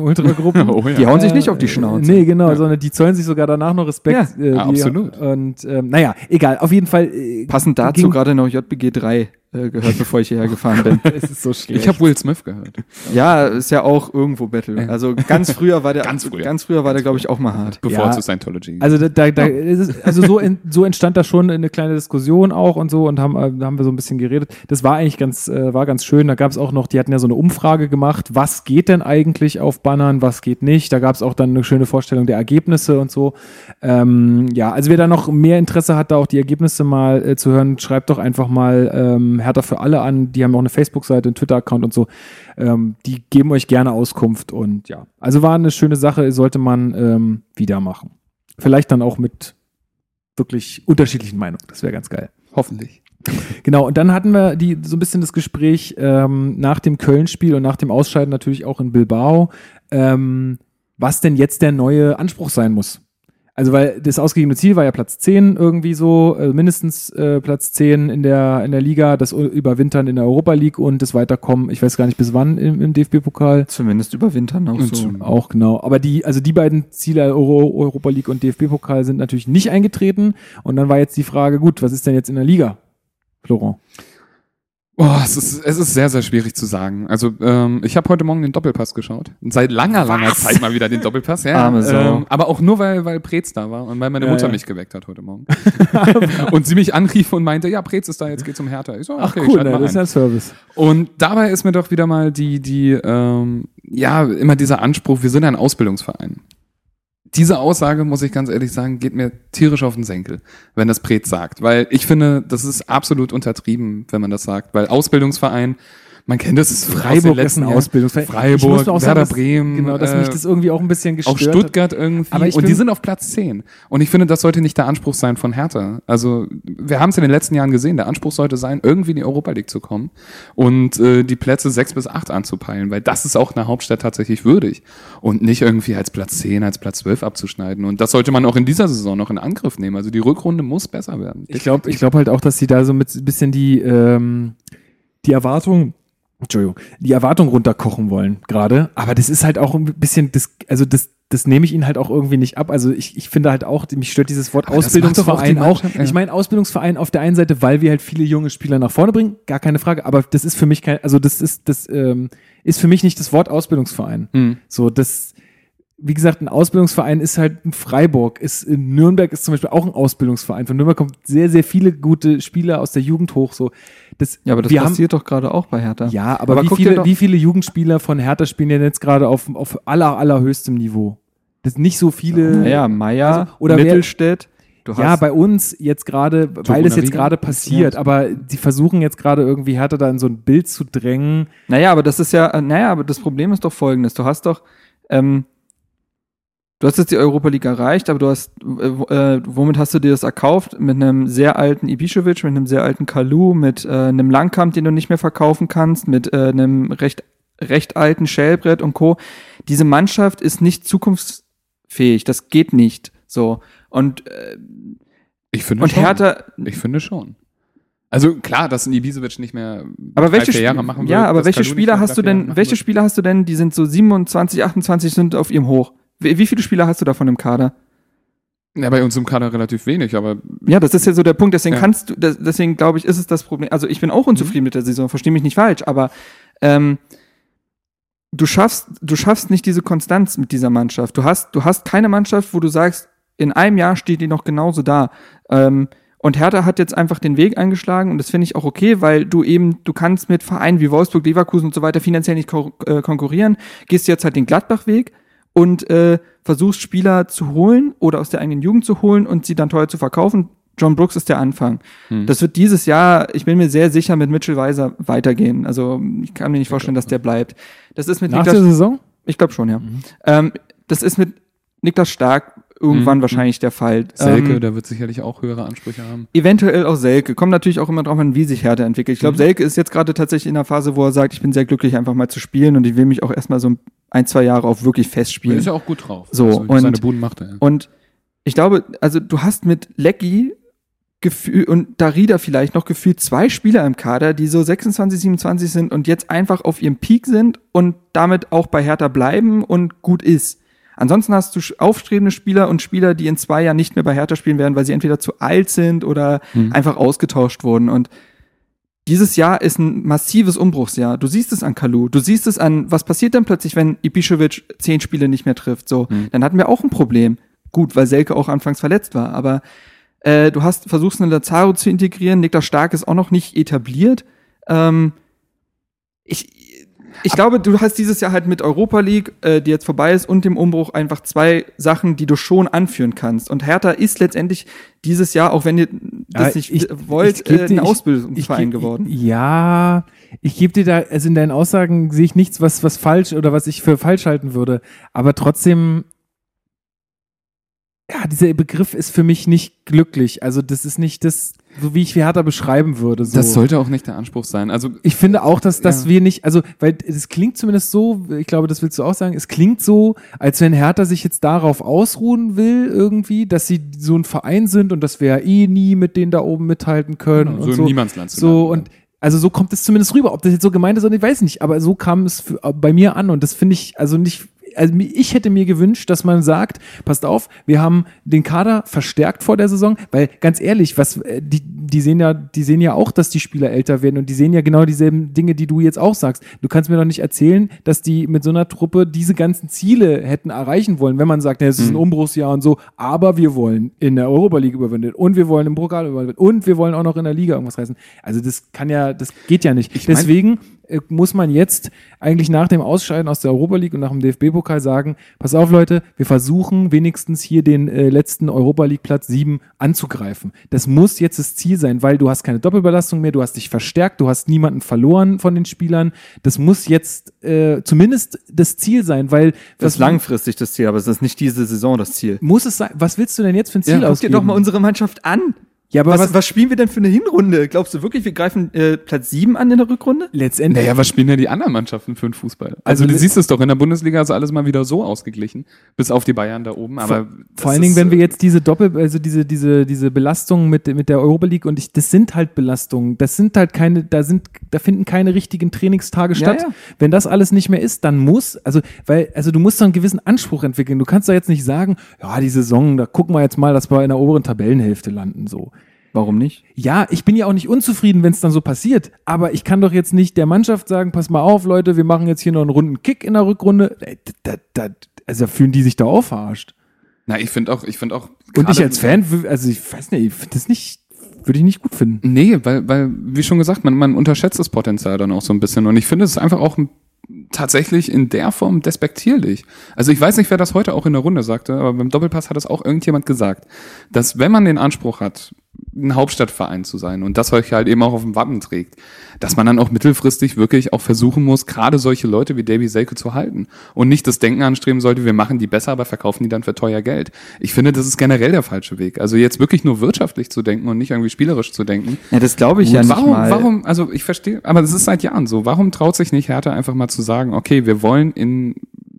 Ultragruppen. Oh ja. Die hauen sich Äh, nicht auf die Schnauze. Nee, genau, sondern die zollen sich sogar danach noch Respekt. Ja, äh, ah, die- absolut. Und ähm, naja, egal, auf jeden Fall. Äh, Passend dazu ging- gerade noch JBG 3 äh, gehört, bevor ich hierher gefahren bin. Es ist so schlecht. Ich habe Will Smith gehört. Ja, ist ja auch irgendwo Battle. Also ganz früher war der, Ganz früher. ganz früher war der, glaube ich, auch mal hart. Bevor Ja. zu Scientology. ging. Also da, da, da es ist, also so, in, so entstand da schon eine kleine Diskussion auch und so und haben, äh, da haben wir so ein bisschen geredet. Das war eigentlich ganz, äh, war ganz schön. Da gab es auch noch, die hatten ja so eine Umfrage gemacht, was geht denn eigentlich auf Bannern, was geht nicht. Da gab es auch dann eine schöne Vorstellung der Ergebnisse und so. Ähm, ja, also wer da noch mehr Interesse hat, da auch die Ergebnisse mal äh, zu hören, schreibt doch einfach mal ähm, Hertha für alle an. Die haben auch eine Facebook-Seite, einen Twitter-Account und so. Ähm, die geben euch gerne Auskunft und ja. Also war eine schöne Sache, sollte man ähm, wieder machen. Vielleicht dann auch mit wirklich unterschiedlichen Meinungen. Das wäre ganz geil. hoffentlich. Genau, und dann hatten wir die, so ein bisschen das Gespräch ähm, nach dem Köln-Spiel und nach dem Ausscheiden natürlich auch in Bilbao, ähm, was denn jetzt der neue Anspruch sein muss. Also, weil das ausgegebene Ziel war ja Platz 10 irgendwie so, äh, mindestens äh, Platz 10 in der, in der Liga, das U- Überwintern in der Europa League und das Weiterkommen, ich weiß gar nicht bis wann im, im DFB-Pokal. Zumindest überwintern auch Und so. zum- Auch genau. Aber die, also die beiden Ziele Euro, Europa League und DFB-Pokal sind natürlich nicht eingetreten. Und dann war jetzt die Frage, gut, was ist denn jetzt in der Liga, Florent? Oh, es ist, es ist sehr, sehr schwierig zu sagen. Also, ähm, ich habe heute Morgen den Doppelpass geschaut. Und seit langer, langer Zeit mal wieder den Doppelpass. Ja, Arme Sau. Ähm, aber auch nur, weil, weil Prez da war und weil meine Ja, Mutter ja. mich geweckt hat heute Morgen. und sie mich anrief und meinte, ja, Prez ist da, jetzt geht's um Hertha. Ich so, okay, ich schalte ne? mal das ist ja ein. ein Service. Und dabei ist mir doch wieder mal die, die, ähm, ja, immer dieser Anspruch, wir sind ein Ausbildungsverein. Diese Aussage, muss ich ganz ehrlich sagen, geht mir tierisch auf den Senkel, wenn das Prez sagt. Weil ich finde, das ist absolut untertrieben, wenn man das sagt. Weil Ausbildungsverein, man kennt es Freiburg ist ein Ausbildungsverein. Ausbildungsverein. Ich Freiburg, musste auch Werder sagen, dass, Bremen, Genau, dass äh, mich das irgendwie auch ein bisschen gestört Auch Stuttgart irgendwie. Aber ich und die bin- sind auf Platz 10. Und ich finde, das sollte nicht der Anspruch sein von Hertha. Also, wir haben es in den letzten Jahren gesehen. Der Anspruch sollte sein, irgendwie in die Europa League zu kommen und äh, die Plätze 6 bis 8 anzupeilen, weil das ist auch einer Hauptstadt tatsächlich würdig. Und nicht irgendwie als Platz 10, als Platz 12 abzuschneiden. Und das sollte man auch in dieser Saison noch in Angriff nehmen. Also, die Rückrunde muss besser werden. Ich glaube ich glaub halt auch, dass sie da so mit ein bisschen die, ähm, die Erwartung, Entschuldigung, die Erwartung runterkochen wollen gerade. Aber das ist halt auch ein bisschen, das, also das, das nehme ich ihnen halt auch irgendwie nicht ab. Also ich, ich finde halt auch, mich stört dieses Wort Aber das Ausbildungsverein macht doch auch auch. die Mannschaft, ja. Ich meine Ausbildungsverein auf der einen Seite, weil wir halt viele junge Spieler nach vorne bringen, gar keine Frage. Aber das ist für mich kein, also das ist, das ähm, ist für mich nicht das Wort Ausbildungsverein. Hm. So, das, wie gesagt, ein Ausbildungsverein ist halt ein Freiburg. Ist, in Nürnberg ist zum Beispiel auch ein Ausbildungsverein. Von Nürnberg kommen sehr, sehr viele gute Spieler aus der Jugend hoch. So. Das, Ja, aber das wir passiert doch gerade auch bei Hertha. Haben, ja, aber, Aber wie, guck dir viele, doch- wie viele Jugendspieler von Hertha spielen denn jetzt gerade auf, auf aller, allerhöchstem Niveau? Das sind nicht so viele. Naja, Meier, Also, oder wer- Mittelstädt. Du Ja, bei uns jetzt gerade, weil es jetzt Riga? gerade passiert, aber die versuchen jetzt gerade irgendwie Hertha da in so ein Bild zu drängen. naja, aber das ist ja, äh, naja, aber das Problem ist doch folgendes. Du hast doch, ähm, du hast jetzt die Europa League erreicht, aber du hast, äh, wo- äh, womit hast du dir das erkauft? Mit einem sehr alten Ibišević, mit einem sehr alten Kalu, mit äh, einem Langkamp, den du nicht mehr verkaufen kannst, mit äh, einem recht, recht alten Schellbrett und Co. Diese Mannschaft ist nicht zukunftsfähig. Das geht nicht. So. Und, äh, Ich finde und schon. Hertha, Ich finde schon. Also klar, dass ein Ibisevic nicht mehr Aber drei, welche, vier Sp- Jahre machen ja, wird, aber dass welche Kalou nicht Spieler mehr hast drei, du vier Jahre denn, machen welche wird? Spieler hast du denn, die sind so 27, 28 sind auf ihrem Hoch? Wie, wie viele Spieler hast du davon im Kader? Ja, bei uns im Kader relativ wenig, aber Ja, das ist ja so der Punkt, deswegen Ja. Mhm. kannst du, das- deswegen glaube ich, ist es das Problem. Also ich bin auch unzufrieden mit der Saison, verstehe mich nicht falsch, aber ähm, du schaffst, du schaffst nicht diese Konstanz mit dieser Mannschaft. Du hast, du hast keine Mannschaft, wo du sagst, in einem Jahr steht die noch genauso da. Ähm, und Hertha hat jetzt einfach den Weg eingeschlagen und das finde ich auch okay, weil du eben, du kannst mit Vereinen wie Wolfsburg, Leverkusen und so weiter finanziell nicht ko äh, konkurrieren, gehst jetzt halt den Gladbach-Weg und äh, versuchst Spieler zu holen oder aus der eigenen Jugend zu holen und sie dann teuer zu verkaufen. John Brooks ist der Anfang. Hm. Das wird dieses Jahr, ich bin mir sehr sicher, mit Mitchell Weiser weitergehen. Also ich kann mir nicht vorstellen, dass der bleibt. Das ist mit Nach der Saison? ich glaube schon, ja. Mhm. Ähm, das ist mit Niklas Stark irgendwann Mhm. wahrscheinlich der Fall. Selke, ähm, der wird sicherlich auch höhere Ansprüche haben. eventuell auch Selke. Kommt natürlich auch immer drauf an, wie sich Hertha entwickelt. Ich glaube, Mhm. Selke ist jetzt gerade tatsächlich in der Phase, wo er sagt, ich bin sehr glücklich, einfach mal zu spielen und ich will mich auch erstmal so ein, zwei Jahre auf wirklich festspielen. ja auch gut drauf. So, also, und- seine Buden macht er. Ja. Und ich glaube, also du hast mit Lecky Gefühl und Darida vielleicht noch gefühlt zwei Spieler im Kader, die so 26, 27 sind und jetzt einfach auf ihrem Peak sind und damit auch bei Hertha bleiben und gut ist. Ansonsten hast du sch- aufstrebende Spieler und Spieler, die in zwei Jahren nicht mehr bei Hertha spielen werden, weil sie entweder zu alt sind oder Mhm. einfach ausgetauscht wurden. Und dieses Jahr ist ein massives Umbruchsjahr. Du siehst es an Kalu, du siehst es an, was passiert dann plötzlich, wenn Ibišević zehn Spiele nicht mehr trifft. So, Mhm. dann hatten wir auch ein Problem. Gut, weil Selke auch anfangs verletzt war, aber äh, du hast versuchst, einen Lazaro zu integrieren. Niklas Stark ist auch noch nicht etabliert. Ähm, ich ich glaube, du hast dieses Jahr halt mit Europa League, äh, die jetzt vorbei ist, und dem Umbruch einfach zwei Sachen, die du schon anführen kannst. Und Hertha ist letztendlich dieses Jahr, auch wenn ihr das Ja, nicht ich- ich wollt, geb äh, dir- ein ich- Ausbildungsverein geb- geworden. Ja, ich gebe dir da, also in deinen Aussagen sehe ich nichts, was, was falsch oder was ich für falsch halten würde. Aber trotzdem, ja, dieser Begriff ist für mich nicht glücklich. Also das ist nicht das, so wie ich Hertha beschreiben würde. So. Das sollte auch nicht der Anspruch sein. Also Ich finde auch, dass, dass Ja. wir nicht, also, weil es klingt zumindest so, ich glaube, das willst du auch sagen, es klingt so, als wenn Hertha sich jetzt darauf ausruhen will, irgendwie, dass sie so ein Verein sind und dass wir ja eh nie mit denen da oben mithalten können. Genau, so und im so. Niemandsland zu So landen, und also so kommt es zumindest rüber. Ob das jetzt so gemeint ist oder nicht, weiß ich nicht. Aber so kam es für, äh, bei mir an und das finde ich also nicht. Also mi- ich hätte mir gewünscht, dass man sagt, passt auf, wir haben den Kader verstärkt vor der Saison, weil ganz ehrlich, was äh, die die sehen ja, die sehen ja auch, dass die Spieler älter werden und die sehen ja genau dieselben Dinge, die du jetzt auch sagst. Du kannst mir doch nicht erzählen, dass die mit so einer Truppe diese ganzen Ziele hätten erreichen wollen, wenn man sagt, ne, es ist ein Umbruchsjahr und so, aber wir wollen in der Europa League überwinden und wir wollen im Pokal überwinden und wir wollen auch noch in der Liga irgendwas reißen. Also das kann ja, das geht ja nicht. mein- Deswegen äh, muss man jetzt eigentlich nach dem Ausscheiden aus der Europa League und nach dem DFB-Pokal sagen, pass auf Leute, wir versuchen wenigstens hier den äh, letzten Europa League Platz 7 anzugreifen. Das muss jetzt das Ziel sein, weil du hast keine Doppelbelastung mehr, du hast dich verstärkt, du hast niemanden verloren von den Spielern. Das muss jetzt äh, zumindest das Ziel sein, weil Das was- ist langfristig das Ziel, aber es ist nicht diese Saison das Ziel. muss es sein. Was willst du denn jetzt für ein Ziel Ja, guck dir ausgeben? doch mal unsere Mannschaft an. ja, aber Was, was, was, spielen wir denn für eine Hinrunde? Glaubst du wirklich, wir greifen äh, Platz 7 an in der Rückrunde? letztendlich Naja, was spielen denn die anderen Mannschaften für einen Fußball? Also, Also du le- siehst es doch, in der Bundesliga ist alles mal wieder so ausgeglichen, bis auf die Bayern da oben. Aber das Vor allen ist, Dingen, wenn wir äh, jetzt diese Doppel, also diese, diese, diese Belastungen mit, mit der Europa League und ich, das sind halt Belastungen. Das sind halt keine, da sind, da finden keine richtigen Trainingstage statt. ja. Wenn das alles nicht mehr ist, dann muss, also, weil, also du musst doch einen gewissen Anspruch entwickeln. Du kannst doch jetzt nicht sagen, ja, die Saison, da gucken wir jetzt mal, dass wir in der oberen Tabellenhälfte landen, so. Warum nicht? Ja, ich bin ja auch nicht unzufrieden, wenn es dann so passiert. Aber ich kann doch jetzt nicht der Mannschaft sagen, pass mal auf, Leute, wir machen jetzt hier noch einen runden Kick in der Rückrunde. Ey, Da, da, da, also fühlen die sich da auch verarscht. Na, ich finde auch, ich finde auch. Und gerade- ich als Fan, wü- also ich weiß nicht, ich find das nicht, würde ich nicht gut finden. Nee, weil, weil, wie schon gesagt, man, man unterschätzt das Potenzial dann auch so ein bisschen. Und ich finde es ist einfach auch ein- tatsächlich in der Form despektierlich. Also ich weiß nicht, wer das heute auch in der Runde sagte, aber beim Doppelpass hat das auch irgendjemand gesagt, dass wenn man den Anspruch hat, ein Hauptstadtverein zu sein und das euch halt eben auch auf dem Wappen trägt, dass man dann auch mittelfristig wirklich auch versuchen muss, gerade solche Leute wie Davy Selke zu halten und nicht das Denken anstreben sollte, wir machen die besser, aber verkaufen die dann für teuer Geld. Ich finde, das ist generell der falsche Weg. Also jetzt wirklich nur wirtschaftlich zu denken und nicht irgendwie spielerisch zu denken, Ja, das glaube ich ja und nicht warum, mal. warum, also ich verstehe, aber das ist seit Jahren so. Warum traut sich nicht Hertha einfach mal zu sagen, okay, wir wollen in.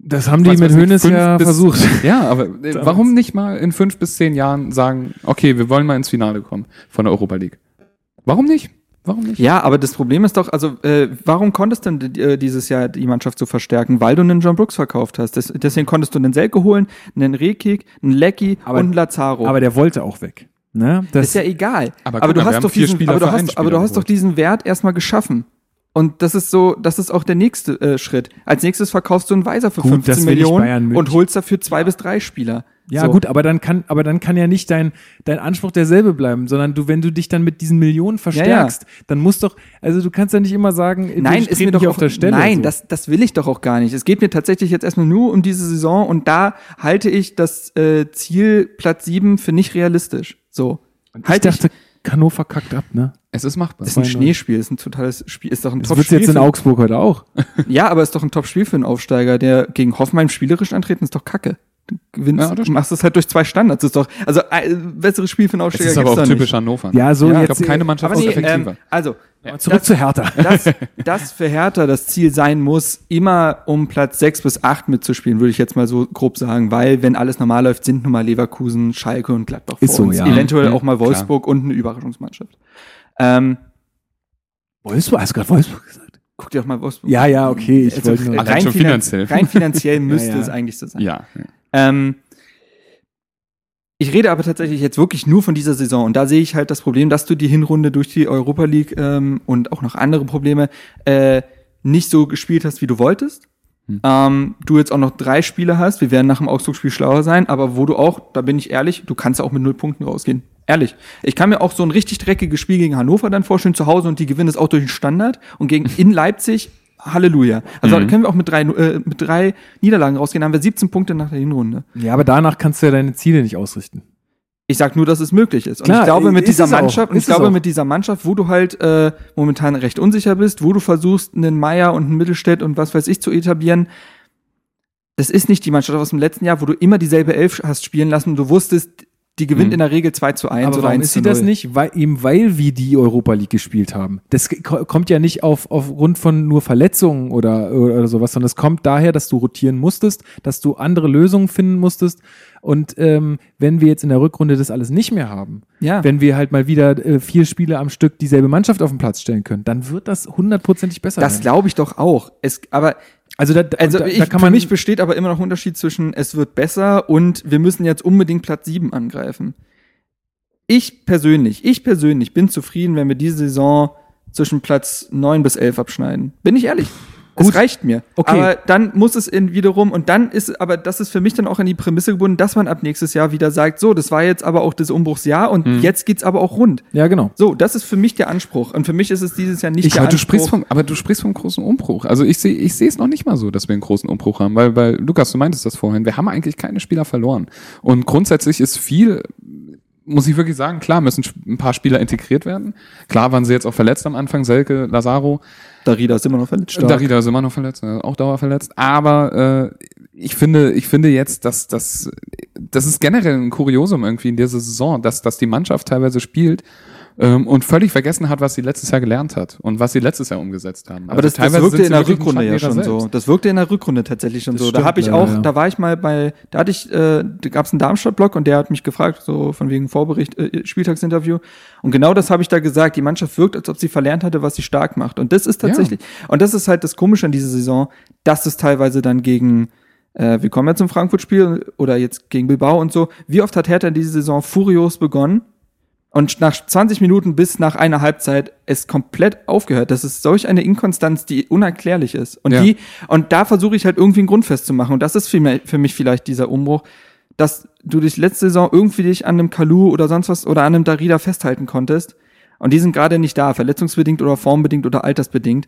Das weiß- haben die mit weiß nicht, Hönes fünf ja bis- versucht. Ja, aber äh, warum nicht mal in fünf bis zehn Jahren sagen, okay, wir wollen mal ins Finale kommen von der Europa League? Warum nicht? Warum nicht? Ja, aber das Problem ist doch, also äh, warum konntest du denn äh, dieses Jahr die Mannschaft so verstärken? Weil du einen John Brooks verkauft hast. Das, deswegen konntest du einen Selke holen, einen Rekik, einen Lecky und Aber- einen Lazaro. Aber der wollte auch weg. Ne? Das, ist ja eh egal. Aber guck mal, wir haben vier diesen, Spieler aber du für einen hast, aber du Spieler hast doch geholt. diesen Wert erstmal geschaffen. Und das ist so, das ist auch der nächste äh, Schritt. Als nächstes verkaufst du einen Weiser für Gut, 15 das will ich Bayern Millionen München. und holst dafür zwei bis drei Spieler. Ja, so. gut, aber dann kann, aber dann kann ja nicht dein, dein Anspruch derselbe bleiben, sondern du, wenn du dich dann mit diesen Millionen verstärkst, dann muss doch, also du kannst ja nicht immer sagen, wir Nein, ist treten mir doch hier auch, auf der Stelle. Nein, so. das, das will ich doch auch gar nicht. Es geht mir tatsächlich jetzt erstmal nur um diese Saison und da halte ich das äh, Ziel Platz 7 für nicht realistisch. So. ich Halt ich dachte, Hannover kackt ab, ne? Es ist machbar. das ist ein 92. Schneespiel, ist ein totales Spiel, ist doch ein Das wird's jetzt Top-Spiel. in für- Augsburg heute auch. Ja, aber ist doch ein Top-Spiel für einen Aufsteiger, der gegen Hoffenheim spielerisch antreten, ist doch Kacke. Du gewinnst, Ja, das stimmt. machst es halt durch zwei Standards, ist doch, also äh, besseres Spiel für einen Es Aufsteiger ist aber gibt's auch doch typisch Hannover. Ja, so Ja, jetzt. ich glaube, keine Mannschaft Aber ist nee, effektiver. ähm, also, Aber Zurück zu Hertha. dass, dass für Hertha das Ziel sein muss, immer um Platz 6 bis 8 mitzuspielen, würde ich jetzt mal so grob sagen, weil wenn alles normal läuft, sind nun mal Leverkusen, Schalke und Gladbach vor Ist so, uns. ja. Eventuell Mhm, auch mal klar. Wolfsburg und eine Überraschungsmannschaft. Ähm, Wolfsburg, hast du gerade Wolfsburg gesagt? guck dir doch mal Wolfsburg Ja, ja, okay, ich Also, wollte nur. Allein schon finan- finanziell. Rein finanziell müsste ja. es eigentlich so sein. Ja. Ähm, ich rede aber tatsächlich jetzt wirklich nur von dieser Saison und da sehe ich halt das Problem, dass du die Hinrunde durch die Europa League ähm, und auch noch andere Probleme äh, nicht so gespielt hast, wie du wolltest. Hm. Ähm, du jetzt auch noch drei Spiele hast, wir werden nach dem Augsburg-Spiel schlauer sein, aber wo du auch, da bin ich ehrlich, du kannst ja auch mit null Punkten rausgehen. Ehrlich. Ich kann mir auch so ein richtig dreckiges Spiel gegen Hannover dann vorstellen zu Hause und die gewinnen es auch durch den Standard und gegen in Leipzig, Halleluja. Also Mhm. können wir auch mit drei, äh, mit drei Niederlagen rausgehen, dann haben wir 17 Punkte nach der Hinrunde. Ja, aber danach kannst du ja deine Ziele nicht ausrichten. Ich sag nur, dass es möglich ist. Und Klar, ich glaube, mit ist dieser es auch. Mannschaft, und Ist ich glaube, es auch. mit dieser Mannschaft, wo du halt äh, momentan recht unsicher bist, wo du versuchst, einen Meier und einen Mittelstädt und was weiß ich zu etablieren, das ist nicht die Mannschaft aus dem letzten Jahr, wo du immer dieselbe Elf hast spielen lassen und du wusstest, die gewinnt Mhm. in der Regel 2 zu 1 Hm. Aber oder warum 1 ist sie zu 0. das nicht? Weil, eben weil wir die Europa League gespielt haben. Das ge- ko- kommt ja nicht auf, aufgrund von nur Verletzungen oder, oder sowas, sondern es kommt daher, dass du rotieren musstest, dass du andere Lösungen finden musstest. Und ähm, wenn wir jetzt in der Rückrunde das alles nicht mehr haben, Ja. wenn wir halt mal wieder äh, vier Spiele am Stück dieselbe Mannschaft auf den Platz stellen können, dann wird das hundertprozentig besser. Das werden. glaube ich doch auch. Es, aber Also da, da, also da, ich, da kann für man mich besteht aber immer noch ein Unterschied zwischen es wird besser und wir müssen jetzt unbedingt Platz 7 angreifen. Ich persönlich, ich persönlich bin zufrieden, wenn wir diese Saison zwischen Platz 9 bis 11 abschneiden. Bin ich ehrlich. Gut. Es reicht mir. Okay. Aber dann muss es in wiederum und dann ist aber das ist für mich dann auch an die Prämisse gebunden, dass man ab nächstes Jahr wieder sagt, so, das war jetzt aber auch das Umbruchsjahr und Hm. jetzt geht's aber auch rund. ja genau. So, das ist für mich der Anspruch und für mich ist es dieses Jahr nicht Ich, der aber, du Anspruch. sprichst vom, aber du sprichst vom großen Umbruch. Also ich sehe ich sehe es noch nicht mal so, dass wir einen großen Umbruch haben, weil, weil Lukas, du meintest das vorhin, wir haben eigentlich keine Spieler verloren. Und grundsätzlich ist viel, muss ich wirklich sagen, klar müssen sch- ein paar Spieler integriert werden. Klar waren sie jetzt auch verletzt am Anfang, Selke, Lazaro, Darida ist immer noch verletzt. Stark. Darida ist immer noch verletzt, äh, auch dauerverletzt. Aber äh, ich finde, ich finde jetzt, dass dass das ist generell ein Kuriosum irgendwie in dieser Saison, dass, dass die Mannschaft teilweise spielt ähm, und völlig vergessen hat, was sie letztes Jahr gelernt hat und was sie letztes Jahr umgesetzt haben. Also Aber das, das wirkte sind in sie der wirklich ein Rückrunde ja schon Schatten ihrer so. selbst. Das wirkte in der Rückrunde tatsächlich schon Das so. Da stimmt, habe ich ja, auch, ja. da war ich mal bei, da hatte ich, äh, da gab es einen Darmstadt-Blog und der hat mich gefragt, so von wegen Vorbericht, äh, Spieltagsinterview. Und genau das habe ich da gesagt. Die Mannschaft wirkt, als ob sie verlernt hatte, was sie stark macht. Und das ist Ja. tatsächlich, und das ist halt das Komische an dieser Saison, dass es teilweise dann gegen äh, wir kommen ja zum Frankfurt-Spiel oder jetzt gegen Bilbao und so. Wie oft hat Hertha diese Saison furios begonnen und nach 20 Minuten bis nach einer Halbzeit es komplett aufgehört. Das ist solch eine Inkonstanz, die unerklärlich ist. Und Ja. die, und da versuche ich halt irgendwie ein Grundfest zu machen. Und das ist für mich, für mich vielleicht dieser Umbruch, dass du dich letzte Saison irgendwie dich an einem Kalu oder sonst was oder an einem Darida festhalten konntest. Und die sind gerade nicht da, verletzungsbedingt oder formbedingt oder altersbedingt.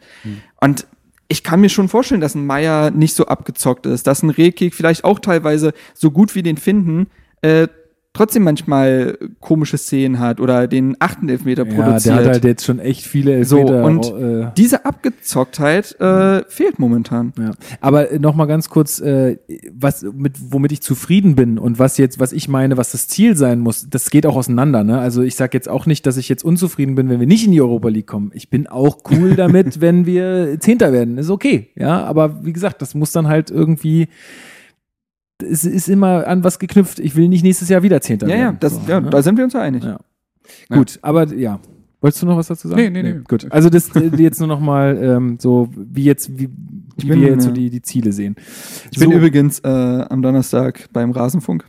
Und ich kann mir schon vorstellen, dass ein Meier nicht so abgezockt ist, dass ein Rehkick vielleicht auch teilweise so gut wie den finden, äh, trotzdem manchmal komische Szenen hat oder den achten Elfmeter Ja, produziert. der hat halt jetzt schon echt viele Elfmeter. So, und äh, Diese Abgezocktheit äh, fehlt momentan. Ja. Aber noch mal ganz kurz, äh, was mit, womit ich zufrieden bin und was jetzt, was ich meine, was das Ziel sein muss, das geht auch auseinander. Ne? Also ich sage jetzt auch nicht, dass ich jetzt unzufrieden bin, wenn wir nicht in die Europa League kommen. Ich bin auch cool damit, wenn wir Zehnter werden. Ist okay, ja. Aber wie gesagt, das muss dann halt irgendwie. Es ist immer an was geknüpft. Ich will nicht nächstes Jahr wieder Zehnter Ja, ja, werden. das, So, ja, ne? da sind wir uns ja einig. Ja. Gut, aber ja. Wolltest du noch was dazu sagen? Nee, nee, nee. Gut. Also das äh, jetzt nur noch mal ähm, so, wie jetzt, wie, wie bin, wir jetzt so ja. die, die Ziele sehen. Ich bin so, übrigens äh, am Donnerstag beim Rasenfunk.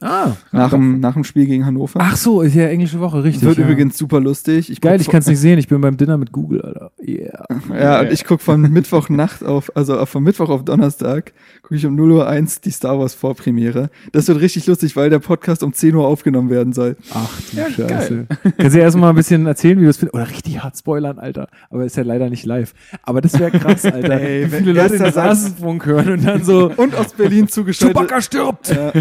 Ah. Nach dem, nach dem Spiel gegen Hannover. Ach so, ist ja englische Woche, richtig. Wird ja. übrigens super lustig. Ich Geil, guck ich vor- kann es nicht sehen. Ich bin beim Dinner mit Google, Alter. Yeah. Ja, und ich gucke von Mittwochnacht auf, also von Mittwoch auf Donnerstag, gucke ich um 0.01 Uhr die Star Wars Vorpremiere. Das wird richtig lustig, weil der Podcast um 10 Uhr aufgenommen werden soll. Ach du Scheiße. Kannst du ja erstmal ein bisschen erzählen, wie du es findest? Oder richtig hart spoilern, Alter. Aber ist ja leider nicht live. Aber das wäre krass, Alter. Ey, wie wenn viele Leute erster den Satz- Rasenfunk hören und dann so. Und aus Berlin zugeschaltet. stirbt! ja.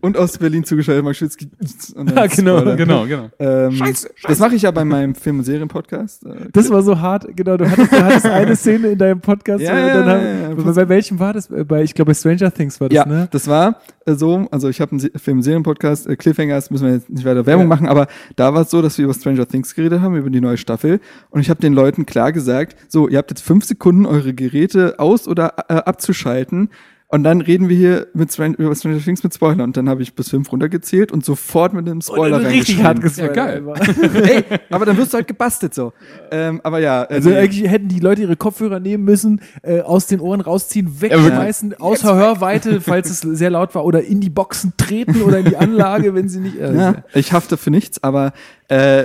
Und aus Berlin zugeschaltet, Mark Schwitzky. Und dann Ja, genau, Spoiler. Genau, genau. Ähm, Scheiße, Das mache ich ja bei meinem Film- und Serien-Podcast. Äh, Das war so hart, genau. Du hattest, du hattest eine Szene in deinem Podcast. Ja, und ja, dann ja, haben, ja, ja. bei, bei welchem war das? Äh, Bei, ich glaube, bei Stranger Things war das, ja, ne? das war äh, so, also ich habe einen Se- Film- und Serien-Podcast, äh, Cliffhangers, müssen wir jetzt nicht weiter Werbung Ja. machen, aber da war es so, dass wir über Stranger Things geredet haben, über die neue Staffel und ich habe den Leuten klar gesagt, so, ihr habt jetzt fünf Sekunden, eure Geräte aus- oder äh, abzuschalten und dann reden wir hier mit Stran über Stranger Things mit Spoiler und dann habe ich bis fünf runtergezählt und sofort mit einem Spoiler Und richtig hart reingeschrieben. gespoilert. Ja, geil. einfach. Ey, aber dann wirst du halt gebastelt so. Ähm, aber ja, äh, Also nee. eigentlich hätten die Leute ihre Kopfhörer nehmen müssen, äh, aus den Ohren rausziehen, wirklich. wegschmeißen, außer Hörweite, falls es sehr laut war, oder in die Boxen treten oder in die Anlage, wenn sie nicht. Äh, Ja, ich hafte für nichts, aber äh,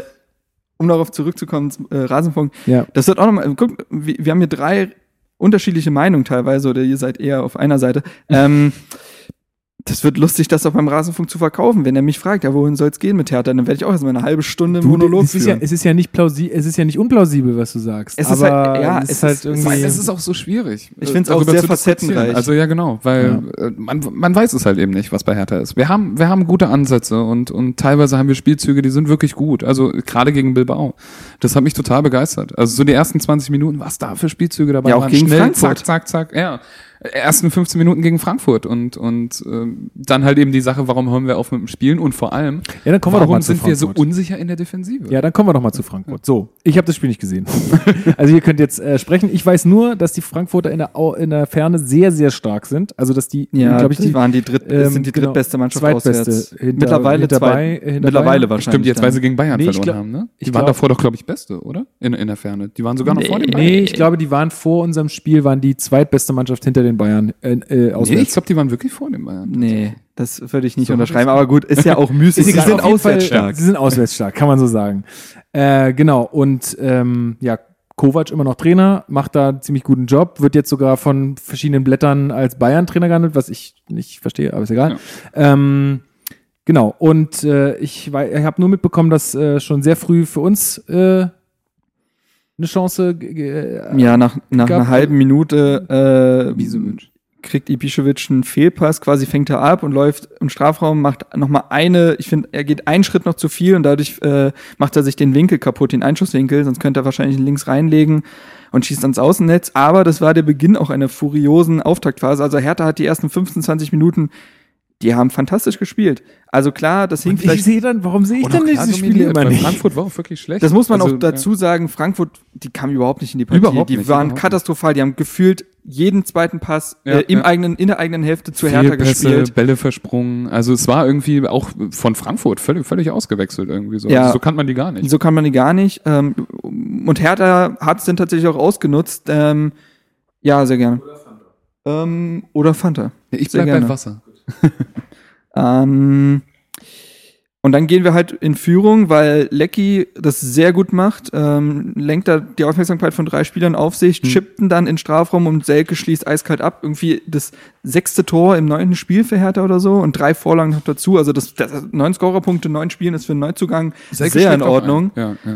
um darauf zurückzukommen, zum, äh, Rasenfunk, Ja. das wird auch nochmal, guck, wir, wir haben hier drei unterschiedliche Meinungen teilweise, oder ihr seid eher auf einer Seite. Ähm, das wird lustig, das auch beim Rasenfunk zu verkaufen. Wenn er mich fragt, ja, wohin soll es gehen mit Hertha, dann werde ich auch erstmal eine halbe Stunde Du, Monolog es, ist ja, führen. es ist ja nicht plausi es ist ja nicht unplausibel, was du sagst. Es ist aber halt- ja, es es ist halt ist- es irgendwie. Weil das ist auch so schwierig. Ich find's auch darüber sehr zu diskutieren. facettenreich. Also ja, genau, weil äh, man, man weiß es halt eben nicht, was bei Hertha ist. Wir haben, wir haben gute Ansätze und, und teilweise haben wir Spielzüge, die sind wirklich gut. Also gerade gegen Bilbao. Das hat mich total begeistert. Also so die ersten 20 Minuten, was da für Spielzüge dabei Ja, auch waren. gegen Schnell, Frankfurt. zack, zack, zack. Ja. Ersten 15 Minuten gegen Frankfurt und, und ähm, dann halt eben die Sache, warum hören wir auf mit dem Spielen und vor allem, ja, dann kommen wir doch mal warum zu sind wir so Frankfurt. unsicher in der Defensive? Ja, dann kommen wir doch mal zu Frankfurt. So, ich habe das Spiel nicht gesehen. also ihr könnt jetzt äh, sprechen. Ich weiß nur, dass die Frankfurter in der, Au- in der Ferne sehr, sehr stark sind. Also dass die, glaub die waren die dritt, ähm, sind die genau, drittbeste Mannschaft zweitbeste auswärts. hinter- mittlerweile hinter zweit- Bay- hinter mittlerweile Bayern. wahrscheinlich. Stimmt, jetzt dann. weil sie gegen Bayern Nee, ich verloren glaub- haben, ne? Die ich waren glaub- davor doch, glaube ich, Beste, oder? In, in der Ferne. Die waren sogar noch vor den Bayern. Nee, ich glaube, die waren vor unserem Spiel, waren die zweitbeste Mannschaft hinter den Bayern äh, äh, Nee, ich auswärts. glaube, die waren wirklich vor den Bayern. Nee, das würde ich nicht So, unterschreiben, aber gut, ist ja auch müßig. Ist egal, sie sind auf jeden auswärts Fall, stark. Sie sind auswärts stark, kann man so sagen. Äh, genau, und ähm, ja, Kovac immer noch Trainer, macht da einen ziemlich guten Job, wird jetzt sogar von verschiedenen Blättern als Bayern-Trainer gehandelt, was ich nicht verstehe, aber ist egal. Ähm, genau, und äh, ich, wei- ich habe nur mitbekommen, dass äh, schon sehr früh für uns äh, eine Chance ge- ge- äh, Ja, nach, nach gab- einer halben Minute äh, Ibisevic. kriegt Ibišević einen Fehlpass, quasi fängt er ab und läuft im Strafraum, macht nochmal eine, ich finde, er geht einen Schritt noch zu viel und dadurch äh, macht er sich den Winkel kaputt, den Einschusswinkel, sonst könnte er wahrscheinlich links reinlegen und schießt ans Außennetz. Aber das war der Beginn auch einer furiosen Auftaktphase. Also Hertha hat die ersten 15, 20 Minuten, die haben fantastisch gespielt. Also klar, das hing Und ich vielleicht Oh, sehe dann, warum sehe ich denn diese Spiele immer weil nicht? Frankfurt war auch wirklich schlecht. Das muss man Also, auch dazu sagen, Frankfurt, die kamen überhaupt nicht in die Partie. Überhaupt die nicht, waren überhaupt katastrophal, die haben gefühlt jeden zweiten Pass Ja, äh, im ja. eigenen, in der eigenen Hälfte zu Äh, Hertha Fehlpässe, gespielt. Bälle versprungen. Also es war irgendwie auch von Frankfurt völlig, völlig ausgewechselt irgendwie so. Ja. Also so kann man die gar nicht. So kann man die gar nicht. Ähm, und Hertha hat es dann tatsächlich auch ausgenutzt. Ähm, ja, sehr gerne. Oder Fanta. Ähm, oder Fanta. Ich Sehr bleib beim gerne. Wasser. Ähm, und dann gehen wir halt in Führung, weil Lecky das sehr gut macht, ähm, lenkt da die Aufmerksamkeit von drei Spielern auf sich, chippten dann in Strafraum und Selke schließt eiskalt ab. Irgendwie das sechste Tor im neunten Spiel für Hertha oder so und drei Vorlagen noch dazu. Also das, das neun Scorerpunkte, neun Spielen ist für einen Neuzugang sehr in Ordnung. Ja, ja.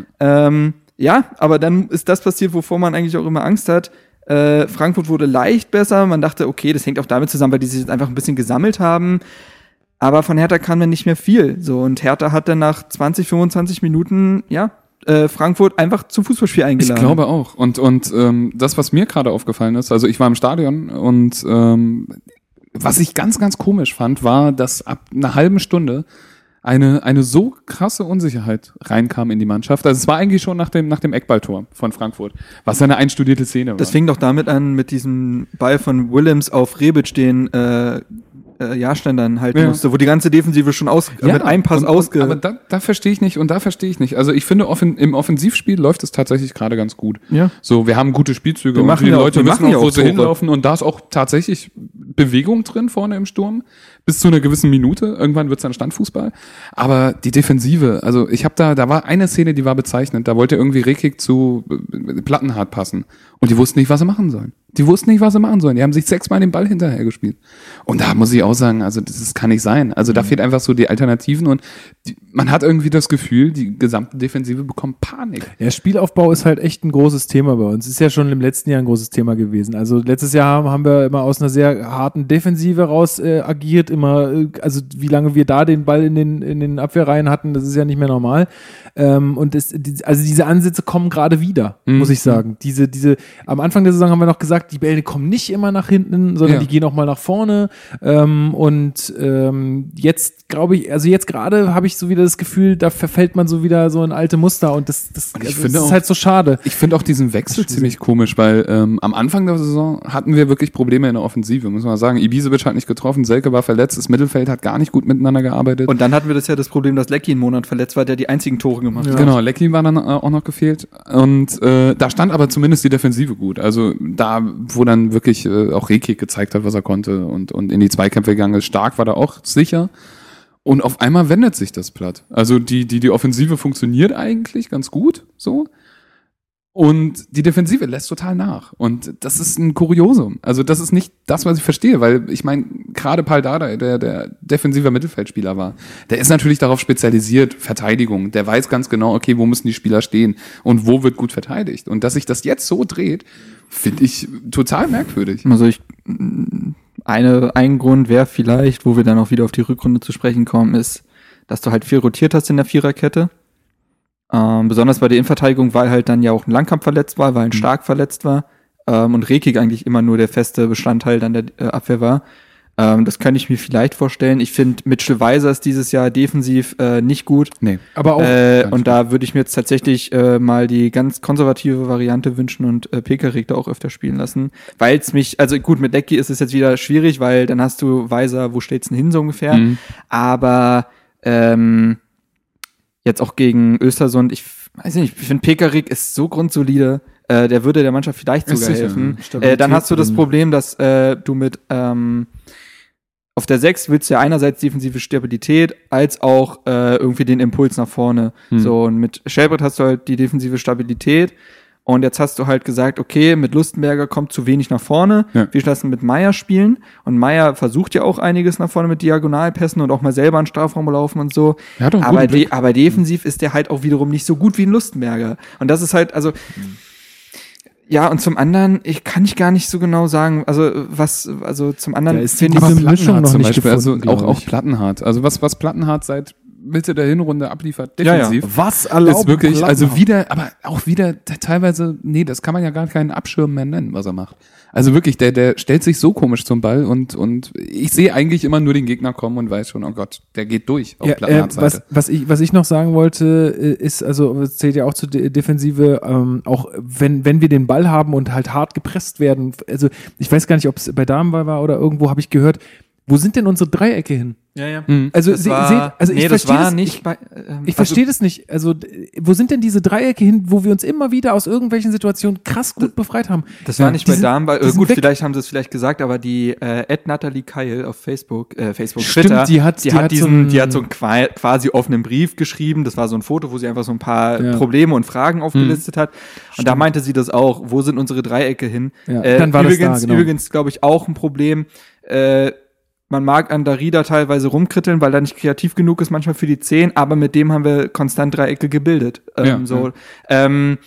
Ähm, ja, aber dann ist das passiert, wovor man eigentlich auch immer Angst hat. Äh, Frankfurt wurde leicht besser. Man dachte, okay, das hängt auch damit zusammen, weil die sich jetzt einfach ein bisschen gesammelt haben. Aber von Hertha kann man nicht mehr viel. So, und Hertha hat dann nach 20, 25 Minuten, ja, äh, Frankfurt einfach zum Fußballspiel eingeladen. Ich glaube auch. Und, und ähm, das, was mir gerade aufgefallen ist, also ich war im Stadion und ähm, was ich ganz, ganz komisch fand, war, dass ab einer halben Stunde eine, eine so krasse Unsicherheit reinkam in die Mannschaft. Also es war eigentlich schon nach dem, nach dem Eckballtor von Frankfurt, was ja eine einstudierte Szene war. Das fing doch damit an, mit diesem Ball von Willems auf Rebic, den äh, äh, Jahrstein dann halten Ja. musste, wo die ganze Defensive schon aus, mit einem Pass und, ausge... Aber da, da verstehe ich nicht und da verstehe ich nicht. Also ich finde, offen, im Offensivspiel läuft es tatsächlich gerade ganz gut. Ja. So, wir haben gute Spielzüge Wir machen die ja auch- Leute wir wissen machen ja auch, wo auch sie Tore. hinlaufen und da ist auch tatsächlich Bewegung drin vorne im Sturm. Bis zu einer gewissen Minute. Irgendwann wird es dann Standfußball. Aber die Defensive, also ich habe da, da war eine Szene, die war bezeichnend. Da wollte irgendwie Rekik zu äh, Plattenhardt passen. Und die wussten nicht, was sie machen sollen. Die wussten nicht, was sie machen sollen. Die haben sich sechsmal den Ball hinterher gespielt. Und da muss ich auch sagen, also das, das kann nicht sein. Also Mhm. da fehlt einfach so die Alternativen und die, man hat irgendwie das Gefühl, die gesamte Defensive bekommt Panik. Ja, Spielaufbau ist halt echt ein großes Thema bei uns. Ist ja schon im letzten Jahr ein großes Thema gewesen. Also letztes Jahr haben, haben wir immer aus einer sehr harten Defensive raus äh, agiert. Immer, äh, also wie lange wir da den Ball in den, in den Abwehrreihen hatten, das ist ja nicht mehr normal. Ähm, und es, die, also diese Ansätze kommen gerade wieder, muss ich sagen. Diese, diese, am Anfang der Saison haben wir noch gesagt, die Bälle kommen nicht immer nach hinten, sondern Ja. die gehen auch mal nach vorne. Ähm, und ähm, jetzt glaube ich, also jetzt gerade habe ich so wieder das Gefühl, da verfällt man so wieder so in alte Muster und das, das Und ich also finde es ist auch- halt so schade. Ich finde auch diesen Wechsel ziemlich komisch, weil ähm, am Anfang der Saison hatten wir wirklich Probleme in der Offensive, muss man sagen. Ibisevic hat nicht getroffen, Selke war verletzt, das Mittelfeld hat gar nicht gut miteinander gearbeitet. Und dann hatten wir das ja das Problem, dass Lecky einen Monat verletzt war, der die einzigen Tore gemacht hat. Genau, Lecky war dann äh, auch noch gefehlt. Und äh, da stand aber zumindest die Defensive gut. Also da, wo dann wirklich äh, auch Rekik gezeigt hat, was er konnte und, und in die Zweikämpfe gegangen ist. Stark war da auch sicher. Und auf einmal wendet sich das Blatt. Also die, die, die Offensive funktioniert eigentlich ganz gut so. Und die Defensive lässt total nach. Und das ist ein Kuriosum. Also das ist nicht das, was ich verstehe, weil ich meine, gerade Paul Dardai, der, der defensiver Mittelfeldspieler war, der ist natürlich darauf spezialisiert, Verteidigung. Der weiß ganz genau, okay, wo müssen die Spieler stehen und wo wird gut verteidigt. Und dass sich das jetzt so dreht, finde ich total merkwürdig. Also ich, mh, eine, ein Grund wäre vielleicht, wo wir dann auch wieder auf die Rückrunde zu sprechen kommen, ist, dass du halt viel rotiert hast in der Viererkette. Ähm, besonders bei der Innenverteidigung, weil halt dann ja auch ein Langkamp verletzt war, weil ein Stark verletzt war ähm, und Rekik eigentlich immer nur der feste Bestandteil dann der äh, Abwehr war. Ähm, das könnte ich mir vielleicht vorstellen. Ich finde, Mitchell Weiser ist dieses Jahr defensiv äh, nicht gut. Nee. Aber auch, Äh, ganz und da würde ich mir jetzt tatsächlich äh, mal die ganz konservative Variante wünschen und äh, Pekarik da auch öfter spielen lassen. Weil es mich, also gut, mit Lecky ist es jetzt wieder schwierig, weil dann hast du Weiser, wo steht's denn hin so ungefähr. Mhm. Aber ähm, jetzt auch gegen Östersund, ich f- weiß nicht, ich finde Pekarik ist so grundsolide, äh, der würde der Mannschaft vielleicht Ist sogar sicher, helfen. ja. Äh, dann hast du das Stabilität. Problem, dass äh, du mit ähm, auf der 6 willst du ja einerseits defensive Stabilität, als auch äh, irgendwie den Impuls nach vorne. Hm. So, und mit Shelbert hast du halt die defensive Stabilität. Und jetzt hast du halt gesagt, okay, mit Lustenberger kommt zu wenig nach vorne. Ja. Wir lassen mit Meier spielen. Und Meier versucht ja auch einiges nach vorne mit Diagonalpässen und auch mal selber in den Strafraum laufen und so. Er hat auch einen aber, guten Blick. de aber defensiv ist der halt auch wiederum nicht so gut wie ein Lustenberger. Und das ist halt, also, ja, und zum anderen, ich kann ich gar nicht so genau sagen, also äh, was, also zum anderen Da ist finde diese ich, Aber Mischung Plattenhardt noch zum nicht Beispiel, gefunden, also auch, glaub auch ich. Plattenhardt. Also was, was Plattenhardt seit Mitte der Hinrunde abliefert, Ja, ja. defensiv. was ist wirklich, also wie wieder, aber auch wieder te- teilweise, nee, das kann man ja gar keinen Abschirm mehr nennen, was er macht. Also wirklich, der, der stellt sich so komisch zum Ball und, und ich sehe eigentlich immer nur den Gegner kommen und weiß schon, oh Gott, der geht durch auf ja, äh, Plattenhardts was, Seite. was, ich, was ich noch sagen wollte, äh, ist, also es zählt ja auch zur De Defensive, ähm, auch wenn, wenn wir den Ball haben und halt hart gepresst werden, also ich weiß gar nicht, ob es bei Damenwahl war oder irgendwo, habe ich gehört, wo sind denn unsere Dreiecke hin? ja, ja. Also, Hm, Das se- war, seht, also nee, ich das verstehe war das, nicht ich, bei, ähm, ich verstehe das nicht. Also, d- wo sind denn diese Dreiecke hin, wo wir uns immer wieder aus irgendwelchen Situationen krass gut befreit haben? Das war nicht Die bei sind- Damen, weil, die äh, sind gut, weg. vielleicht haben sie es vielleicht gesagt, aber die äh, Ed Natalie Keil auf Facebook, äh, Facebook Stimmt, Twitter, die hat- die, die hat, hat so diesen, ein- die hat so einen qua- quasi offenen Brief geschrieben. Das war so ein Foto, wo sie einfach so ein paar Ja. Hm. Probleme und Fragen aufgelistet hat. Und da meinte sie das auch. Wo sind unsere Dreiecke hin? Äh, Ja, dann war das da, übrigens, genau. übrigens, glaube ich, auch ein Problem. Äh, man mag an Darida teilweise rumkritteln, weil er nicht kreativ genug ist, manchmal für die Zehn, aber mit dem haben wir konstant Dreiecke gebildet. Ähm, Ja, so. Ähm,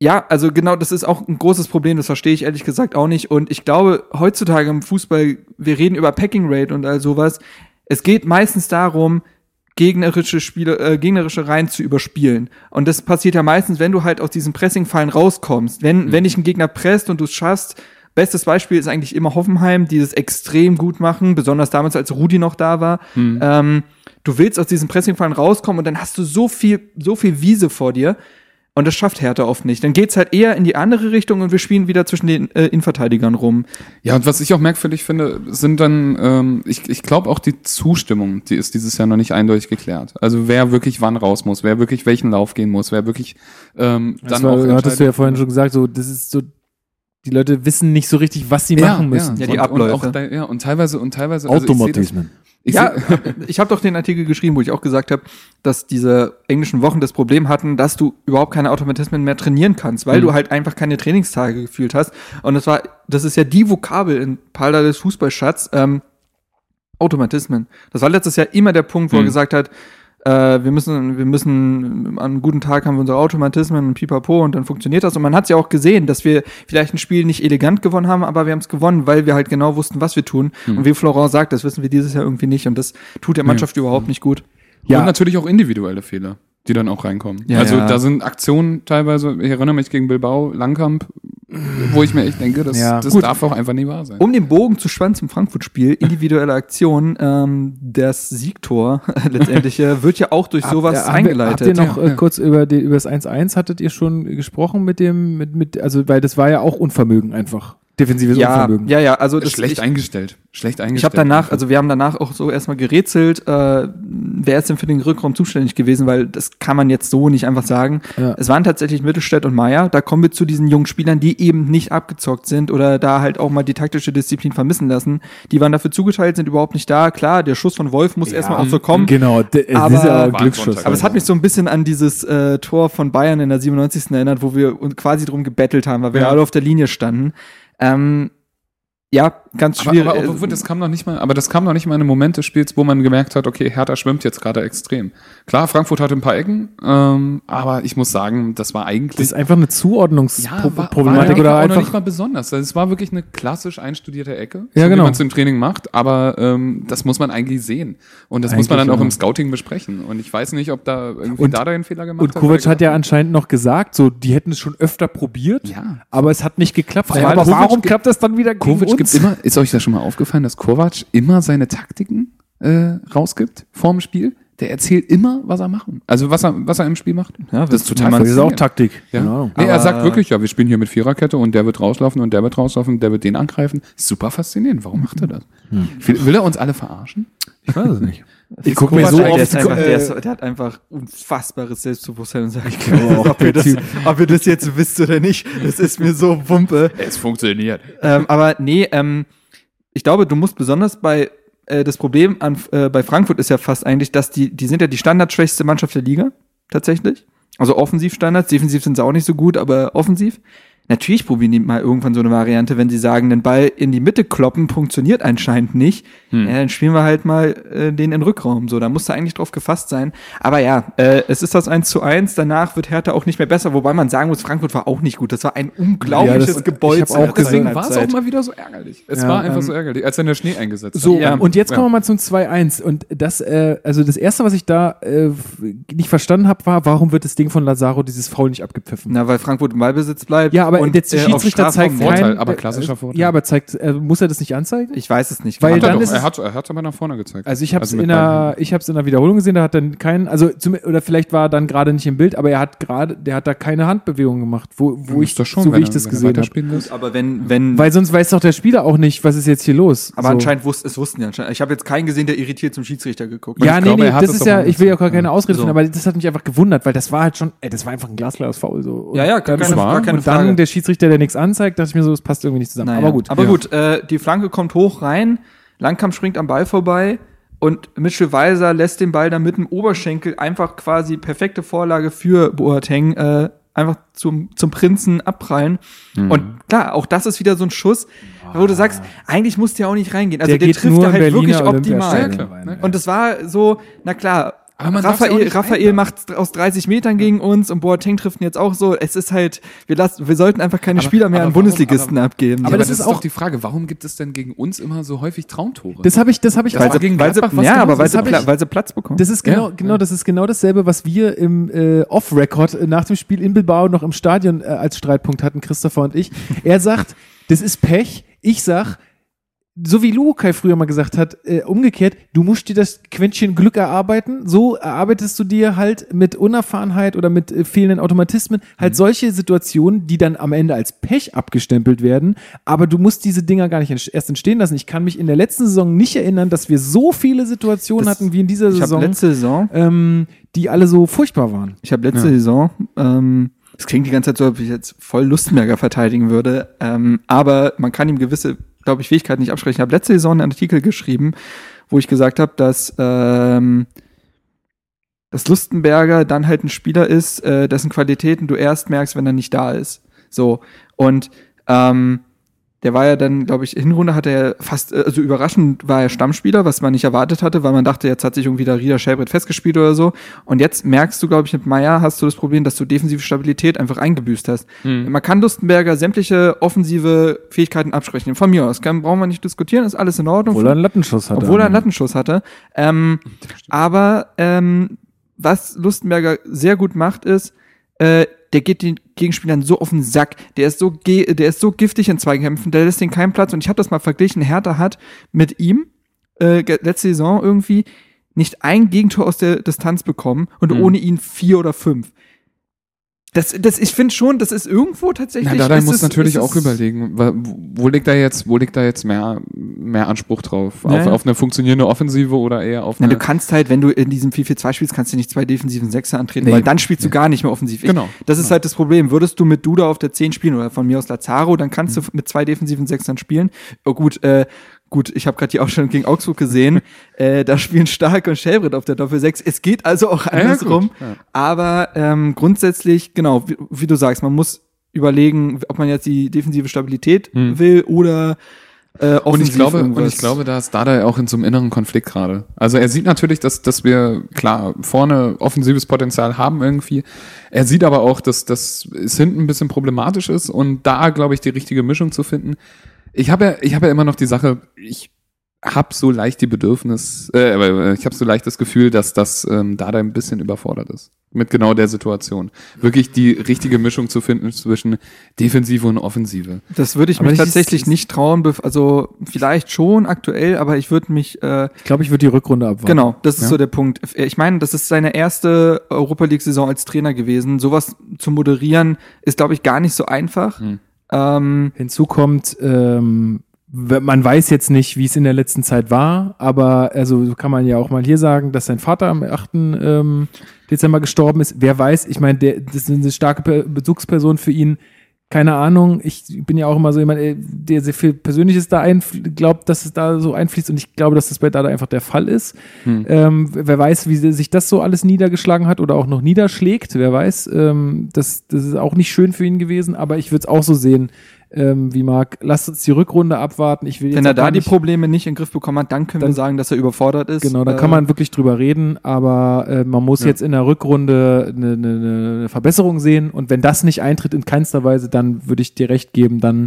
ja, also genau, das ist auch ein großes Problem, das verstehe ich ehrlich gesagt auch nicht. Und ich glaube, heutzutage im Fußball, wir reden über Packing Rate und all sowas. Es geht meistens darum, gegnerische Spiele, äh, gegnerische Reihen zu überspielen. Und das passiert ja meistens, wenn du halt aus diesen Pressing-Fallen rauskommst. Wenn, wenn dich ein Gegner presst und du es schaffst, bestes Beispiel ist eigentlich immer Hoffenheim, die das extrem gut machen, besonders damals, als Rudi noch da war. Ähm, du willst aus diesen Pressing-Fallen rauskommen und dann hast du so viel, so viel Wiese vor dir. Und das schafft Hertha oft nicht. Dann geht's halt eher in die andere Richtung und wir spielen wieder zwischen den äh, Innenverteidigern rum. Ja, und was ich auch merkwürdig finde, sind dann, ähm, ich, ich glaube auch die Zustimmung, die ist dieses Jahr noch nicht eindeutig geklärt. Also wer wirklich wann raus muss, wer wirklich welchen Lauf gehen muss, wer wirklich ähm, dann Das war, auch hattest du ja entscheidet- vorhin schon gesagt, so, das ist so, die Leute wissen nicht so richtig, was sie machen müssen. Ja, die Und- Und, Abläufe. auch, de- ja, und teilweise, und teilweise. also ich seh das- Automatismen. ich ja, seh- ich habe doch den Artikel geschrieben, wo ich auch gesagt habe, dass diese englischen Wochen das Problem hatten, dass du überhaupt keine Automatismen mehr trainieren kannst, weil du halt einfach keine Trainingstage gefühlt hast. Und das war, das ist ja die Vokabel in Palda des Fußballschatz, ähm, Automatismen. Das war letztes Jahr immer der Punkt, wo er Mhm. gesagt hat, äh, wir müssen, wir müssen, an einem guten Tag haben wir unsere Automatismen und pipapo und dann funktioniert das. Und man hat ja auch gesehen, dass wir vielleicht ein Spiel nicht elegant gewonnen haben, aber wir haben es gewonnen, weil wir halt genau wussten, was wir tun. Und wie Florent sagt, das wissen wir dieses Jahr irgendwie nicht und das tut der Mannschaft überhaupt nicht gut. Ja. Und natürlich auch individuelle Fehler, die dann auch reinkommen. Ja, also ja. da sind Aktionen teilweise, ich erinnere mich gegen Bilbao, Langkamp, wo ich mir echt denke, das, Ja. das Gut. darf auch einfach nie wahr sein. Um den Bogen zu spannen zum Frankfurt-Spiel, individuelle Aktion, ähm, das Siegtor letztendlich äh, wird ja auch durch sowas Habt- Habt eingeleitet. ihr noch Ja, äh, ja. kurz über, die, über das 1-1 hattet ihr schon gesprochen mit dem, mit, mit, also weil das war ja auch Unvermögen einfach. Defensives ja, Unvermögen. ja, ja, also das Schlecht ich- eingestellt. Schlecht eingestellt. Ich habe danach, also wir haben danach auch so erstmal gerätselt, äh, wer ist denn für den Rückraum zuständig gewesen, weil das kann man jetzt so nicht einfach sagen. Ja. Es waren tatsächlich Mittelstädt und Meier. Da kommen wir zu diesen jungen Spielern, die eben nicht abgezockt sind oder da halt auch mal die taktische Disziplin vermissen lassen. Die waren dafür zugeteilt, sind überhaupt nicht da. Klar, der Schuss von Wolf muss erstmal auch so kommen. Genau, d- es Aber- ist ja ein War ein Glücksschuss. Sonntag. Aber es hat mich so ein bisschen an dieses äh, Tor von Bayern in der 97. erinnert, wo wir uns quasi drum gebettelt haben, weil wir Ja. alle auf der Linie standen. Ähm, ja, ganz schwierig. Äh, aber, aber, obwohl, das kam noch nicht mal, aber das kam noch nicht mal in einem Moment des Spiels, wo man gemerkt hat, okay, Hertha schwimmt jetzt gerade extrem. Klar, Frankfurt hatte ein paar Ecken, ähm, aber ich muss sagen, das war das eigentlich ist einfach eine war- war Zuordnungsproblematik eigentlich oder auch noch nicht einfach. mal besonders. Also Es war wirklich eine klassisch einstudierte Ecke, Ja, wie genau. man es im Training macht, aber ähm, das muss man eigentlich sehen. Und das muss man Eigentlich, dann auch ja. im Scouting besprechen. Und ich weiß nicht, ob da irgendwie Und- da einen Fehler gemacht Und Kovac hat ja anscheinend noch gesagt, so, die hätten es schon öfter probiert, Ja. aber es hat nicht geklappt. allem Kovac gibt- klappt das dann wieder gegen Kovac gibt immer, ist euch das schon mal aufgefallen, dass Kovac immer seine Taktiken äh, rausgibt vorm Spiel? Der erzählt immer, was er machen. Also was er, was er im Spiel macht. Ja, das ist wenn total man- Das ist auch faszinierend. Taktik. Ja. Keine Ahnung. Nee, er Aber- sagt wirklich, ja, wir spielen hier mit Viererkette und der wird rauslaufen und der wird rauslaufen und der wird den angreifen. Super faszinierend. Warum macht er das? Hm. Will, will er uns alle verarschen? Ich weiß es nicht. Ich guck Guck mir mal, so der, oft. ist einfach, der, äh, ist, der hat einfach unfassbares Selbstbewusstsein und sagt, ich glaube auch, ob, der ihr das, Typ. ob ihr das jetzt wisst oder nicht, das ist mir so Wumpe. Es funktioniert. Ähm, aber nee, ähm, ich glaube, du musst besonders bei äh, das Problem an, äh, bei Frankfurt ist ja fast eigentlich, dass die, die sind ja die standardschwächste Mannschaft der Liga, tatsächlich. Also Offensivstandards, defensiv sind sie auch nicht so gut, aber offensiv. Natürlich probieren die mal irgendwann so eine Variante, wenn sie sagen, den Ball in die Mitte kloppen, funktioniert anscheinend nicht. Ja, dann spielen wir halt mal äh, den in den Rückraum. So, da musst du eigentlich drauf gefasst sein. Aber ja, äh, es ist das 1 zu 1, danach wird Hertha auch nicht mehr besser, wobei man sagen muss, Frankfurt war auch nicht gut. Das war ein unglaubliches Ja, das- Gebolze. ich hab auch in der gesehen, Deswegen zweiten war es Halbzeit. auch mal wieder so ärgerlich. Es Ja, war einfach ähm, so ärgerlich, als wenn der Schnee eingesetzt So, ähm, hat. Ja. und jetzt Ja. kommen wir mal zum 2-1. Und das, äh, also das Erste, was ich da äh, f- nicht verstanden habe, war, warum wird das Ding von Lazaro dieses Foul nicht abgepfiffen? Na, weil Frankfurt im Ballbesitz bleibt. ja, aber und, der äh, auf Schiedsrichter Strafraum zeigt Vorteil, keinen, aber der- klassischer Vorteil. Ja, aber zeigt, äh, muss er das nicht anzeigen? Ich weiß es nicht. Weil Hat er dann doch. ist es- er, hat, er hat aber nach vorne gezeigt. Also ich habe es mit in beiden Händen. der, ich hab's in der Wiederholung gesehen, da hat dann keinen, also zum, oder vielleicht war er dann gerade nicht im Bild, aber er hat gerade, der hat da keine Handbewegung gemacht, wo, wo ich, Hm, Ist doch schon, so wie wenn ich er- das wenn er gesehen habe. weiterspielen lässt. aber wenn, wenn, Weil sonst weiß doch der Spieler auch nicht, was ist jetzt hier los. aber so. anscheinend wussten, es wussten die anscheinend. Ich habe jetzt keinen gesehen, der irritiert zum Schiedsrichter geguckt Ja, ich nee, glaube, nee, er hat das es ist doch ja, mal ich will ja gar keine Ausrede So. finden, aber das hat mich einfach gewundert, weil das war halt schon, ey, das war einfach ein glasklares Foul so. Und Ja, ja, dann, keine- gar keine und dann Frage. der Schiedsrichter, der nichts anzeigt, dachte ich mir so, das passt irgendwie nicht zusammen. Naja. Aber gut. Aber Ja. gut, äh, die Flanke kommt hoch rein, Langkamp springt am Ball vorbei und Mitchell Weiser lässt den Ball dann mit dem Oberschenkel einfach quasi perfekte Vorlage für Boateng äh, einfach zum, zum Prinzen abprallen. Und klar, auch das ist wieder so ein Schuss, wo du sagst, eigentlich musst du ja auch nicht reingehen. Also der, trifft er im halt wirklich Berliner optimal. Olympiastadion Ja, rein, klar. ja. Und es war so, na klar, Aber man darf's ja auch Raphael, nicht Raphael macht aus 30 Metern gegen uns und Boateng trifft ihn jetzt auch so. Es ist halt, wir, lassen, wir sollten einfach keine Spieler mehr aber an warum- Bundesligisten aber- abgeben. Aber, das das, ist ist auch- auch die Frage, warum gibt es denn gegen uns immer so häufig Traumtore? Das habe ich, das habe ich Das auch war gegen weil sie, Gladbach was ja, genau aber so. weil Das sie, hab Pla ich- weil sie Platz bekommen. Das ist genau, Ja. genau, das ist genau dasselbe, was wir im äh, Off-Record äh, nach dem Spiel in Bilbao noch im Stadion äh, als Streitpunkt hatten, Christopher und ich. Er sagt, das ist Pech. Ich sag, so wie Luokai früher mal gesagt hat, äh, umgekehrt, du musst dir das Quäntchen Glück erarbeiten, so erarbeitest du dir halt mit Unerfahrenheit oder mit äh, fehlenden Automatismen halt solche Situationen, die dann am Ende als Pech abgestempelt werden, aber du musst diese Dinger gar nicht ents- erst entstehen lassen. Ich kann mich in der letzten Saison nicht erinnern, dass wir so viele Situationen Das- hatten wie in dieser Ich habe Saison, letzte Saison, ähm, die alle so furchtbar waren. ich habe letzte Ja. Saison, ähm, es klingt die ganze Zeit so, als ob ich jetzt voll Lustenberger verteidigen würde, ähm, aber man kann ihm gewisse, glaube ich, Fähigkeiten nicht absprechen. Ich habe letzte Saison einen Artikel geschrieben, wo ich gesagt habe, dass ähm, dass Lustenberger dann halt ein Spieler ist, äh, dessen Qualitäten du erst merkst, wenn er nicht da ist. So. Und ähm, der war ja dann, glaube ich, Hinrunde hatte er fast, äh, also überraschend war er Stammspieler, was man nicht erwartet hatte, weil man dachte, jetzt hat sich irgendwie der Rieder Schellbrett festgespielt oder so. Und jetzt merkst du, glaube ich, mit Meier hast du das Problem, dass du defensive Stabilität einfach eingebüßt hast. Man kann Lustenberger sämtliche offensive Fähigkeiten absprechen. Von mir aus, kann, brauchen wir nicht diskutieren, ist alles in Ordnung. Obwohl er einen Lattenschuss hatte. Obwohl er einen Lattenschuss hatte. Ähm, aber ähm, was Lustenberger sehr gut macht, ist, äh, der geht den Gegenspielern so auf den Sack. Der ist so, ge der ist so giftig in Zweikämpfen, der lässt den keinen Platz. Und ich habe das mal verglichen, Hertha hat mit ihm äh, ge- letzte Saison irgendwie nicht ein Gegentor aus der Distanz bekommen und Mhm. ohne ihn vier oder fünf. Das, das, ich finde schon, das ist irgendwo tatsächlich. Na, Dardai ist muss es- natürlich ist auch es- überlegen, wa- wo wo liegt da jetzt, wo liegt da jetzt mehr, mehr Anspruch drauf? Ja, auf, ja. auf eine funktionierende Offensive oder eher auf Na, eine. du kannst halt, wenn du in diesem 4-4-2 spielst, kannst du nicht zwei defensiven Sechser antreten, Nee. weil dann spielst du gar nicht mehr offensiv. Ich- Genau. Das ist halt das Problem. Würdest du mit Duda auf der 10 spielen oder von mir aus Lazaro, dann kannst Mhm. du mit zwei defensiven Sechsern spielen. Oh, gut, äh, gut, ich habe gerade die Aufstellung gegen Augsburg gesehen. äh, da spielen Stark und Schelbrett auf der Doppel-6. Es geht also auch ja, andersrum. gut, ja. Aber ähm, grundsätzlich, genau, wie, wie du sagst, man muss überlegen, ob man jetzt die defensive Stabilität Mhm. will oder äh, offensiv Und ich glaube, und irgendwas. ich glaube, da ist Dada auch in so einem inneren Konflikt gerade. Also er sieht natürlich, dass, dass wir klar vorne offensives Potenzial haben irgendwie. Er sieht aber auch, dass, dass es hinten ein bisschen problematisch ist und da, glaube ich, die richtige Mischung zu finden. Ich habe ja, ich habe ja immer noch die Sache, ich habe so leicht die Bedürfnis, äh, aber ich habe so leicht das Gefühl, dass das ähm, Dada ein bisschen überfordert ist mit genau der Situation. Wirklich die richtige Mischung zu finden zwischen Defensive und Offensive. Das würde ich Aber mich das ist- tatsächlich nicht trauen, bef- also vielleicht schon aktuell, aber ich würde mich, äh, Ich glaube, ich würde die Rückrunde abwarten. genau, das ist Ja. so der Punkt. äh, Ich meine, das ist seine erste Europa League-Saison als Trainer gewesen. Sowas zu moderieren ist, glaube ich, gar nicht so einfach. Hm. Ähm, Hinzu kommt, ähm, wenn- man weiß jetzt nicht, wie es in der letzten Zeit war, aber also so kann man ja auch mal hier sagen, dass sein Vater am 8. Ähm, Dezember gestorben ist. Wer weiß, ich meine, der, das ist eine starke Pe- Bezugsperson für ihn. Keine Ahnung, ich bin ja auch immer so jemand, äh, der sehr viel Persönliches da einfl- glaubt, dass es da so einfließt und ich glaube, dass das bei Dada einfach der Fall ist. Ähm, wer weiß, wie sie- sich das so alles niedergeschlagen hat oder auch noch niederschlägt, wer weiß. Ähm, das, das ist auch nicht schön für ihn gewesen, aber ich würde es auch so sehen, ähm, wie Marc. Lasst uns die Rückrunde abwarten. Ich will wenn jetzt er auch gar da die nicht- Probleme nicht in den Griff bekommen hat, dann können Dann- wir sagen, dass er überfordert ist. Genau, da Äh, kann man wirklich drüber reden, aber äh, man muss jetzt in der Rückrunde eine, eine, eine Verbesserung sehen und wenn das nicht eintritt in keinster Weise, dann würde ich dir recht geben, dann,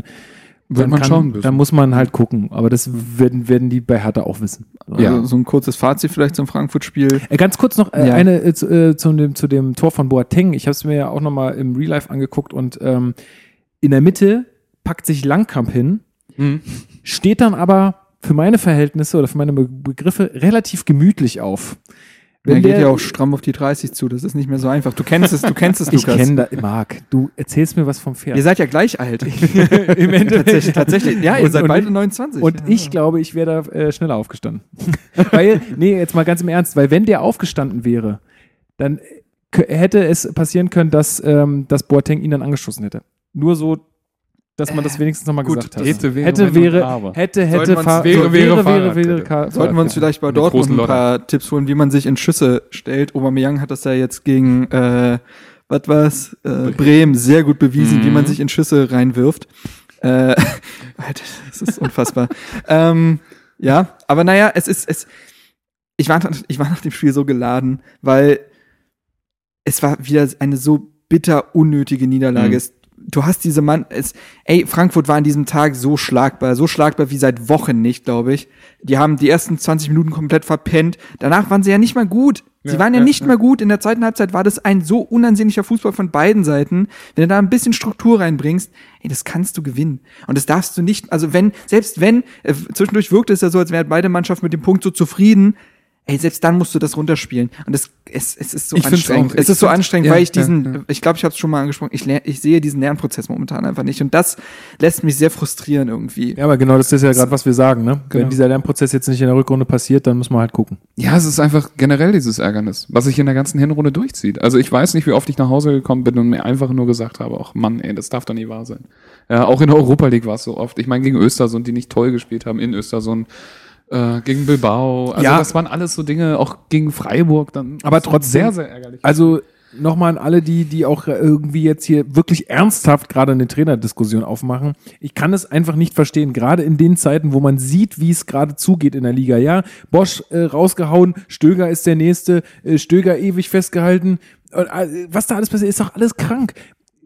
Wird dann, man kann, schauen müssen. dann muss man halt gucken. Aber das werden, werden die bei Hertha auch wissen. also Ja. so ein kurzes Fazit vielleicht zum Frankfurt-Spiel. Äh, Ganz kurz noch äh, Ja. eine äh, zu, äh, zu, dem, zu dem Tor von Boateng. Ich habe es mir ja auch nochmal im Real Life angeguckt und ähm, in der Mitte packt sich Langkamp hin, Mhm. steht dann aber für meine Verhältnisse oder für meine Be Begriffe relativ gemütlich auf. Der Wenn geht der- ja auch stramm auf die 30 zu, das ist nicht mehr so einfach. Du kennst es, du kennst es, Ich Lukas. kenne da, Marc, du erzählst mir was vom Pferd. Ihr seid ja gleich alt. Im tatsächlich, tatsächlich. Ja, ihr Und- seid und beide ich- 29. Und ja. ich glaube, ich wäre da äh, schneller aufgestanden. weil, nee, jetzt mal ganz im Ernst, weil wenn der aufgestanden wäre, dann k- hätte es passieren können, dass, ähm, dass Boateng ihn dann angeschossen hätte. Nur so, dass man das wenigstens nochmal gut, gesagt hat. Äh, hätte, wäre, hätte, wenn und wäre, aber. hätte, hätte, Sollten wir's- Fahr- wäre, wäre, Fahrradkette. Ka- Sollten wir Fahrradkette. uns vielleicht bei Mit großen Dortmund ein Lotter. paar Tipps holen, wie man sich in Schüsse stellt. Aubameyang hat das ja jetzt gegen äh, was war's? Äh, Bremen sehr gut bewiesen, wie Mhm. man sich in Schüsse reinwirft. Äh, Alter, das ist unfassbar. ähm, ja, aber naja, es ist es. Ich war, nach- ich war nach dem Spiel so geladen, weil es war wieder eine so bitter unnötige Niederlage. Mhm. Es du hast diese Mann, es, ey, Frankfurt war an diesem Tag so schlagbar, so schlagbar wie seit Wochen nicht, glaube ich. Die haben die ersten 20 Minuten komplett verpennt. Danach waren sie ja nicht mal gut. Sie Ja, waren ja, ja, nicht mehr gut. In der zweiten Halbzeit war das ein so unansehnlicher Fußball von beiden Seiten. Wenn du da ein bisschen Struktur reinbringst, ey, das kannst du gewinnen. Und das darfst du nicht, also wenn, selbst wenn, äh, zwischendurch wirkt es ja so, als wären beide Mannschaften mit dem Punkt so zufrieden. Ey, selbst dann musst du das runterspielen. Und das, es, es ist so Ich find's anstrengend. auch. Es Ich ist so find's- anstrengend, ja, weil ich ja, diesen, ja. ich glaube, ich habe es schon mal angesprochen, ich, lern, ich sehe diesen Lernprozess momentan einfach nicht. Und das lässt mich sehr frustrieren irgendwie. Ja, aber genau, das ist ja gerade, was wir sagen. Ne? Genau. Wenn dieser Lernprozess jetzt nicht in der Rückrunde passiert, dann muss man halt gucken. Ja, es ist einfach generell dieses Ärgernis, was sich in der ganzen Hinrunde durchzieht. Also ich weiß nicht, wie oft ich nach Hause gekommen bin und mir einfach nur gesagt habe, ach Mann, ey, das darf doch nie wahr sein. Ja, auch in der Europa League war es so oft. Ich meine, gegen Östersund, die nicht toll gespielt haben, in Östersund, äh, gegen Bilbao. Also Ja. das waren alles so Dinge, auch gegen Freiburg dann. Aber Das war trotzdem- Sehr, sehr ärgerlich. Also nochmal an alle, die, die auch irgendwie jetzt hier wirklich ernsthaft gerade eine Trainerdiskussion aufmachen. Ich kann es einfach nicht verstehen, gerade in den Zeiten, wo man sieht, wie es gerade zugeht in der Liga. Ja, Bosch äh, rausgehauen, Stöger ist der Nächste, äh, Stöger ewig festgehalten. Und, äh, was da alles passiert, ist doch alles krank.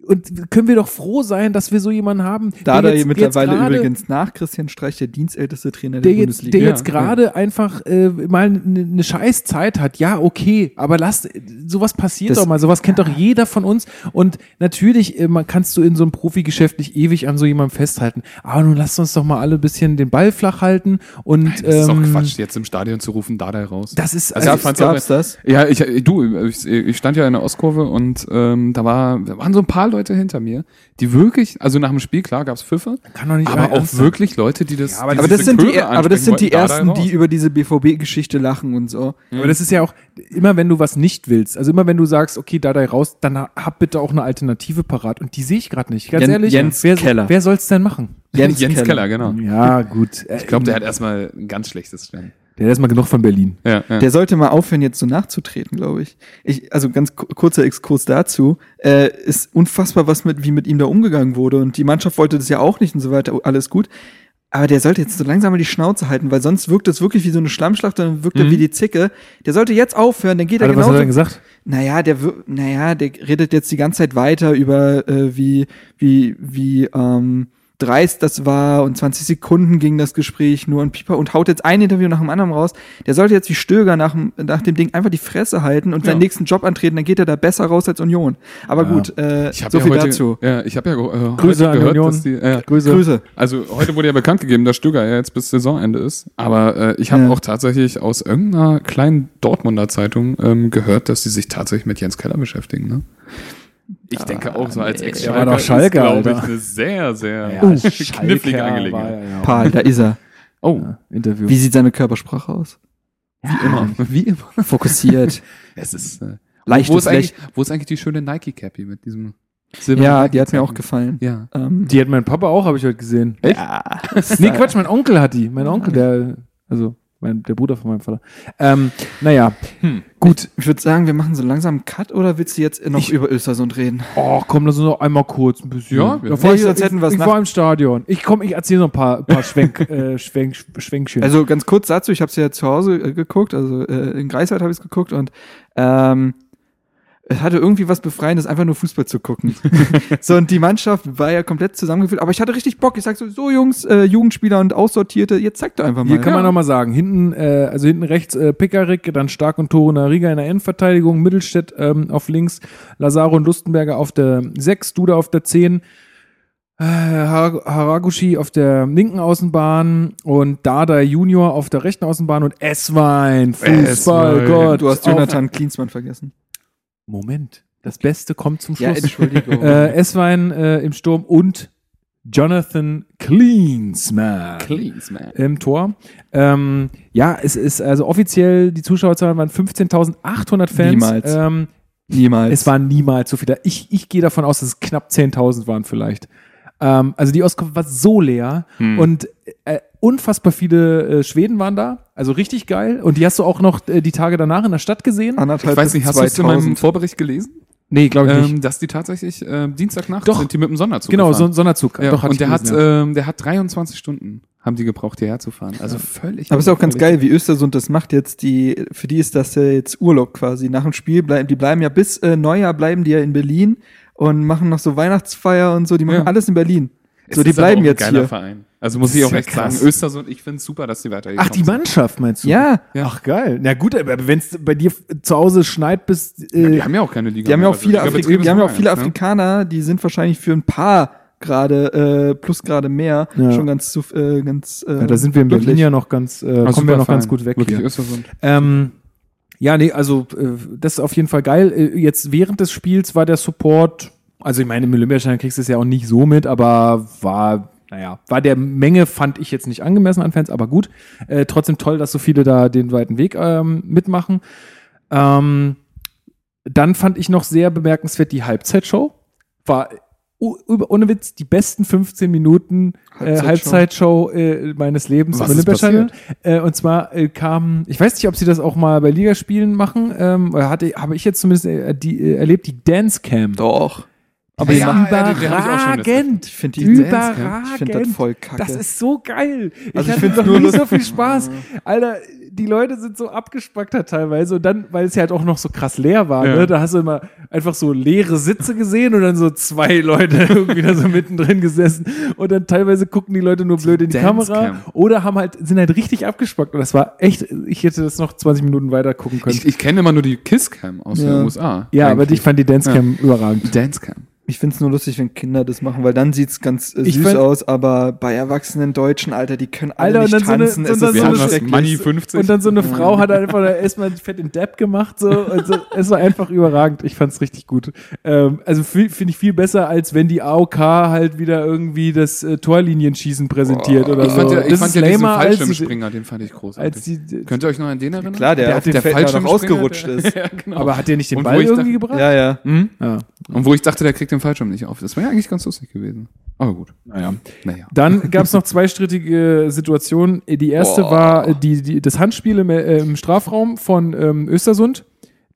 Und können wir doch froh sein, dass wir so jemanden haben, Da jetzt- da hier jetzt mittlerweile gerade- übrigens nach Christian Streich der dienstälteste Trainer der der, jetzt, Bundesliga. der jetzt gerade einfach äh, mal eine ne scheiß Zeit hat. Ja, okay, aber lass, sowas passiert Das- doch mal, sowas kennt doch jeder von uns. Und natürlich äh, man, kannst du in so einem Profigeschäft nicht ewig an so jemandem festhalten. Aber nun lasst uns doch mal alle ein bisschen den Ball flach halten. Und, das ist ähm, doch Quatsch, jetzt im Stadion zu rufen, da da raus. Das ist, Also, also, ja, Also, fand's gab's auch- das? Ja, ich, äh, du, ich, ich stand ja in der Ostkurve und ähm, da, war, da waren so ein paar Leute hinter mir, die wirklich, also nach dem Spiel, klar, gab's Pfiffe, kann doch nicht euer aber auch Ernst sein. wirklich Leute, die das. Ja, aber die aber, das diese sind die, E- Chöre aber das sind die ansprechen wollten, ersten, da, da die über diese BVB-Geschichte lachen und so. Aber das ist ja auch, immer wenn du was nicht willst, also immer wenn du sagst, okay, da da raus, dann hab bitte auch eine Alternative parat. Und die sehe ich gerade nicht. Ganz Jen- ehrlich, Jens wer, Keller. wer soll's denn machen? Jens, Jens Keller. genau. Ja, gut. Äh, Ich glaube, der hat erstmal ein ganz schlechtes Stern. Der hat erstmal genug von Berlin. Ja, ja. Der sollte mal aufhören, jetzt so nachzutreten, glaube ich. ich. Also ganz ku- kurzer Exkurs dazu. Äh, ist unfassbar, was mit, wie mit ihm da umgegangen wurde. Und die Mannschaft wollte das ja auch nicht und so weiter. Alles gut. Aber der sollte jetzt so langsam mal die Schnauze halten, weil sonst wirkt das wirklich wie so eine Schlammschlacht, dann wirkt er wie die Zicke. Der sollte jetzt aufhören, dann geht er Alter, Mhm. was hat er denn genauso. gesagt? Naja, der wir- naja, der redet jetzt die ganze Zeit weiter über äh, wie wie wie ähm, dreist das war und 20 Sekunden ging das Gespräch nur und Pieper und haut jetzt ein Interview nach dem anderen raus. Der sollte jetzt wie Stöger nach dem, nach dem Ding einfach die Fresse halten und Ja. seinen nächsten Job antreten, dann geht er da besser raus als Union. Aber Ja. gut, äh, Ich hab so ja viel heute, dazu. Ja, ich habe ja äh, Grüße heute an Union. dass die, ja, Grüße. Grüße. also heute wurde ja bekannt gegeben, dass Stöger ja jetzt bis Saisonende ist. Aber äh, ich habe Ja. auch tatsächlich aus irgendeiner kleinen Dortmunder Zeitung ähm, gehört, dass sie sich tatsächlich mit Jens Keller beschäftigen. Ne? Ich denke auch so als nee. ex Er war doch Schalke, glaube ich, Alter. eine sehr, sehr Uh, knifflige Schalker Angelegenheit. war ja- Paul, da ist er. Oh, Ja, Interview. Wie sieht seine Körpersprache aus? wie immer. Wie immer. Fokussiert, Es ist, äh, wo, leichtes ist eigentlich, Lächeln. wo ist eigentlich die schöne Nike-Cappy mit diesem Silber? Ja, die hat mir auch gefallen. Ja. Ähm, Die hat mein Papa auch, habe ich heute gesehen. Echt? ja. Nee, Quatsch, mein Onkel hat die. Mein Onkel, der, also mein, der Bruder von meinem Vater. Ähm, naja, Hm. Gut, ich würde sagen, wir machen so langsam einen Cut oder willst du jetzt noch über Östersund reden? oh komm, lass uns noch einmal kurz ein bisschen. Ja, ja. vor Nee, ich, sonst hätten wir's ich, ich nach- war im Stadion. Ich komm, ich erzähle noch ein paar, paar Schwenk, äh, Schwenk, Schwenkchen. Genau. Also ganz kurz dazu, ich habe es ja zu Hause äh, geguckt, also äh, in Greifswald habe ich es geguckt und ähm, es hatte irgendwie was Befreiendes, einfach nur Fußball zu gucken. so, und die Mannschaft war ja komplett zusammengeführt, aber ich hatte richtig Bock. Ich sag so, so Jungs, äh, Jugendspieler und Aussortierte, jetzt zeigt doch einfach mal. Hier kann man nochmal sagen, hinten, äh, also hinten rechts äh, Pickarick, dann Stark und Toruna Riga in der Endverteidigung, Mittelstädt ähm, auf links, Lazaro und Lustenberger auf der 6, Duda auf der 10, äh, Har- Haraguchi auf der linken Außenbahn und Dada Junior auf der rechten Außenbahn und Esswein, Fußballgott. du hast auf- Jonathan Klinsmann vergessen. Moment, das Beste kommt zum Schluss. Entschuldigung. äh, Esswein äh, im Sturm und Jonathan Cleansman Please, man. im Tor. Ähm, ja, es ist also offiziell, die Zuschauerzahlen waren 15.800 Fans. Niemals. Ähm, Niemals. es waren niemals so viele. Ich, ich gehe davon aus, dass es knapp 10.000 waren vielleicht. Ähm, also die Auskunft war so leer Hm. und äh, unfassbar viele äh, Schweden waren da. Also richtig geil. Und die hast du auch noch äh, die Tage danach in der Stadt gesehen? anderthalb Ich weiß nicht, hast du es zu meinem Vorbericht gelesen? Nee, glaube Halt ich nicht. Ähm, dass die tatsächlich äh, Dienstagnacht Doch. sind die mit dem Sonderzug Genau, so gefahren. ein Sonderzug. ja, Doch, hatte Und ich der, gelesen, hat, ja. ähm, der hat 23 Stunden haben die gebraucht, hierher zu fahren. Also völlig. Aber ist auch ganz völlig- geil, wie Östersund das macht jetzt. Die, für die ist das ja jetzt Urlaub quasi. Nach dem Spiel bleiben, die bleiben ja bis äh, Neujahr bleiben die ja in Berlin und machen noch so Weihnachtsfeier und so. Die machen Ja. alles in Berlin. Es so, die ist aber bleiben auch ein jetzt geiler hier. Verein. Also muss ich Das auch ist ja echt sagen, krass. Östersund, ich finde es super, dass die weitergekommen Ach, die sind. Mannschaft meinst du? Ja, Ja. Ach, geil. Na gut, aber wenn es bei dir f- zu Hause schneit, bis. Äh, Die haben ja auch keine Liga. Die haben mehr. ja auch Also viele, Liga Afri Betrieb die ist haben ja auch nur viele eins, ne? Afrikaner, die sind wahrscheinlich für ein paar gerade äh, plus gerade mehr Ja. schon ganz zu, äh, ganz äh, ja, da sind wir in glücklich. Berlin ja noch ganz, äh, Ah, kommen wir super noch ganz Verein. gut weg. Wirklich Hier. Östersund. Ähm, ja, nee, also äh, das ist auf jeden Fall geil. Äh, jetzt während des Spiels war der Support, also ich meine, im Olympiastadion kriegst du es ja auch nicht so mit, aber war, naja, war der Menge, fand ich jetzt nicht angemessen an Fans, aber gut. Äh, trotzdem toll, dass so viele da den weiten Weg ähm, mitmachen. Ähm, dann fand ich noch sehr bemerkenswert die Halbzeitshow. War u- über- ohne Witz die besten 15 Minuten äh, Halbzeitshow Halbzeitshow. äh, meines Lebens Was ist Olympiastadion. Äh, und zwar äh, kam, ich weiß nicht, ob sie das auch mal bei Ligaspielen machen, ähm, oder hatte, habe ich jetzt zumindest äh, die, äh, erlebt, die Dance Cam. Doch. Aber Ja, die ja, die- die hab ich auch schon überragend. Ich finde die Überragend. Ich finde das voll kacke. Das ist so geil. Also ich ich find's hatte noch nur nie so lustig. viel Spaß. Alter, die Leute sind so abgespackter teilweise und dann, weil es ja halt auch noch so krass leer war, Ja. ne? da hast du immer einfach so leere Sitze gesehen und dann so zwei Leute irgendwie da so mittendrin gesessen und dann teilweise gucken die Leute nur blöd in die Dancecam. Kamera oder haben halt, sind halt richtig abgespackt und das war echt, ich hätte das noch 20 Minuten weiter gucken können. Ich, ich kenne immer nur die Kisscam aus äh, Ja. den USA. ja, aber Eigentlich. ich fand die Dancecam überragend. Dancecam. Ich finde es nur lustig, wenn Kinder das machen, weil dann sieht's ganz äh, Ich süß find- aus, aber bei erwachsenen Deutschen, Alter, die können Alter, alle und nicht dann so eine- tanzen. so eine- es Wir ist hatten so das schrecklich. Money 50. Und dann so eine Frau hat einfach da erstmal fett in Depp gemacht. So. Also, es war einfach überragend. Ich fand's richtig gut. Ähm, also viel- finde ich viel besser, als wenn die AOK halt wieder irgendwie das äh, Torlinienschießen präsentiert oder ich so. fand ja, ich das fand ist ja diesen lamer als die- Fallschirmspringer, den fand ich Als großartig. die, Könnt ihr euch noch an den erinnern? Klar, Der der, der hat auf dem den Feld da noch Fallschirmspringer, ausgerutscht der- ist. ja, genau. aber hat der nicht den Und Ball wo ich irgendwie dachte- gebracht? Ah. Ja, ja. Hm? Ja. Und wo ich dachte, der kriegt den Fallschirm nicht auf. Das wäre ja eigentlich ganz lustig gewesen. Aber gut. Naja. Naja. Dann gab's noch zwei strittige äh, Situationen. Die erste Boah. war äh, die, die, das Handspiel im, äh, im Strafraum von ähm, Östersund.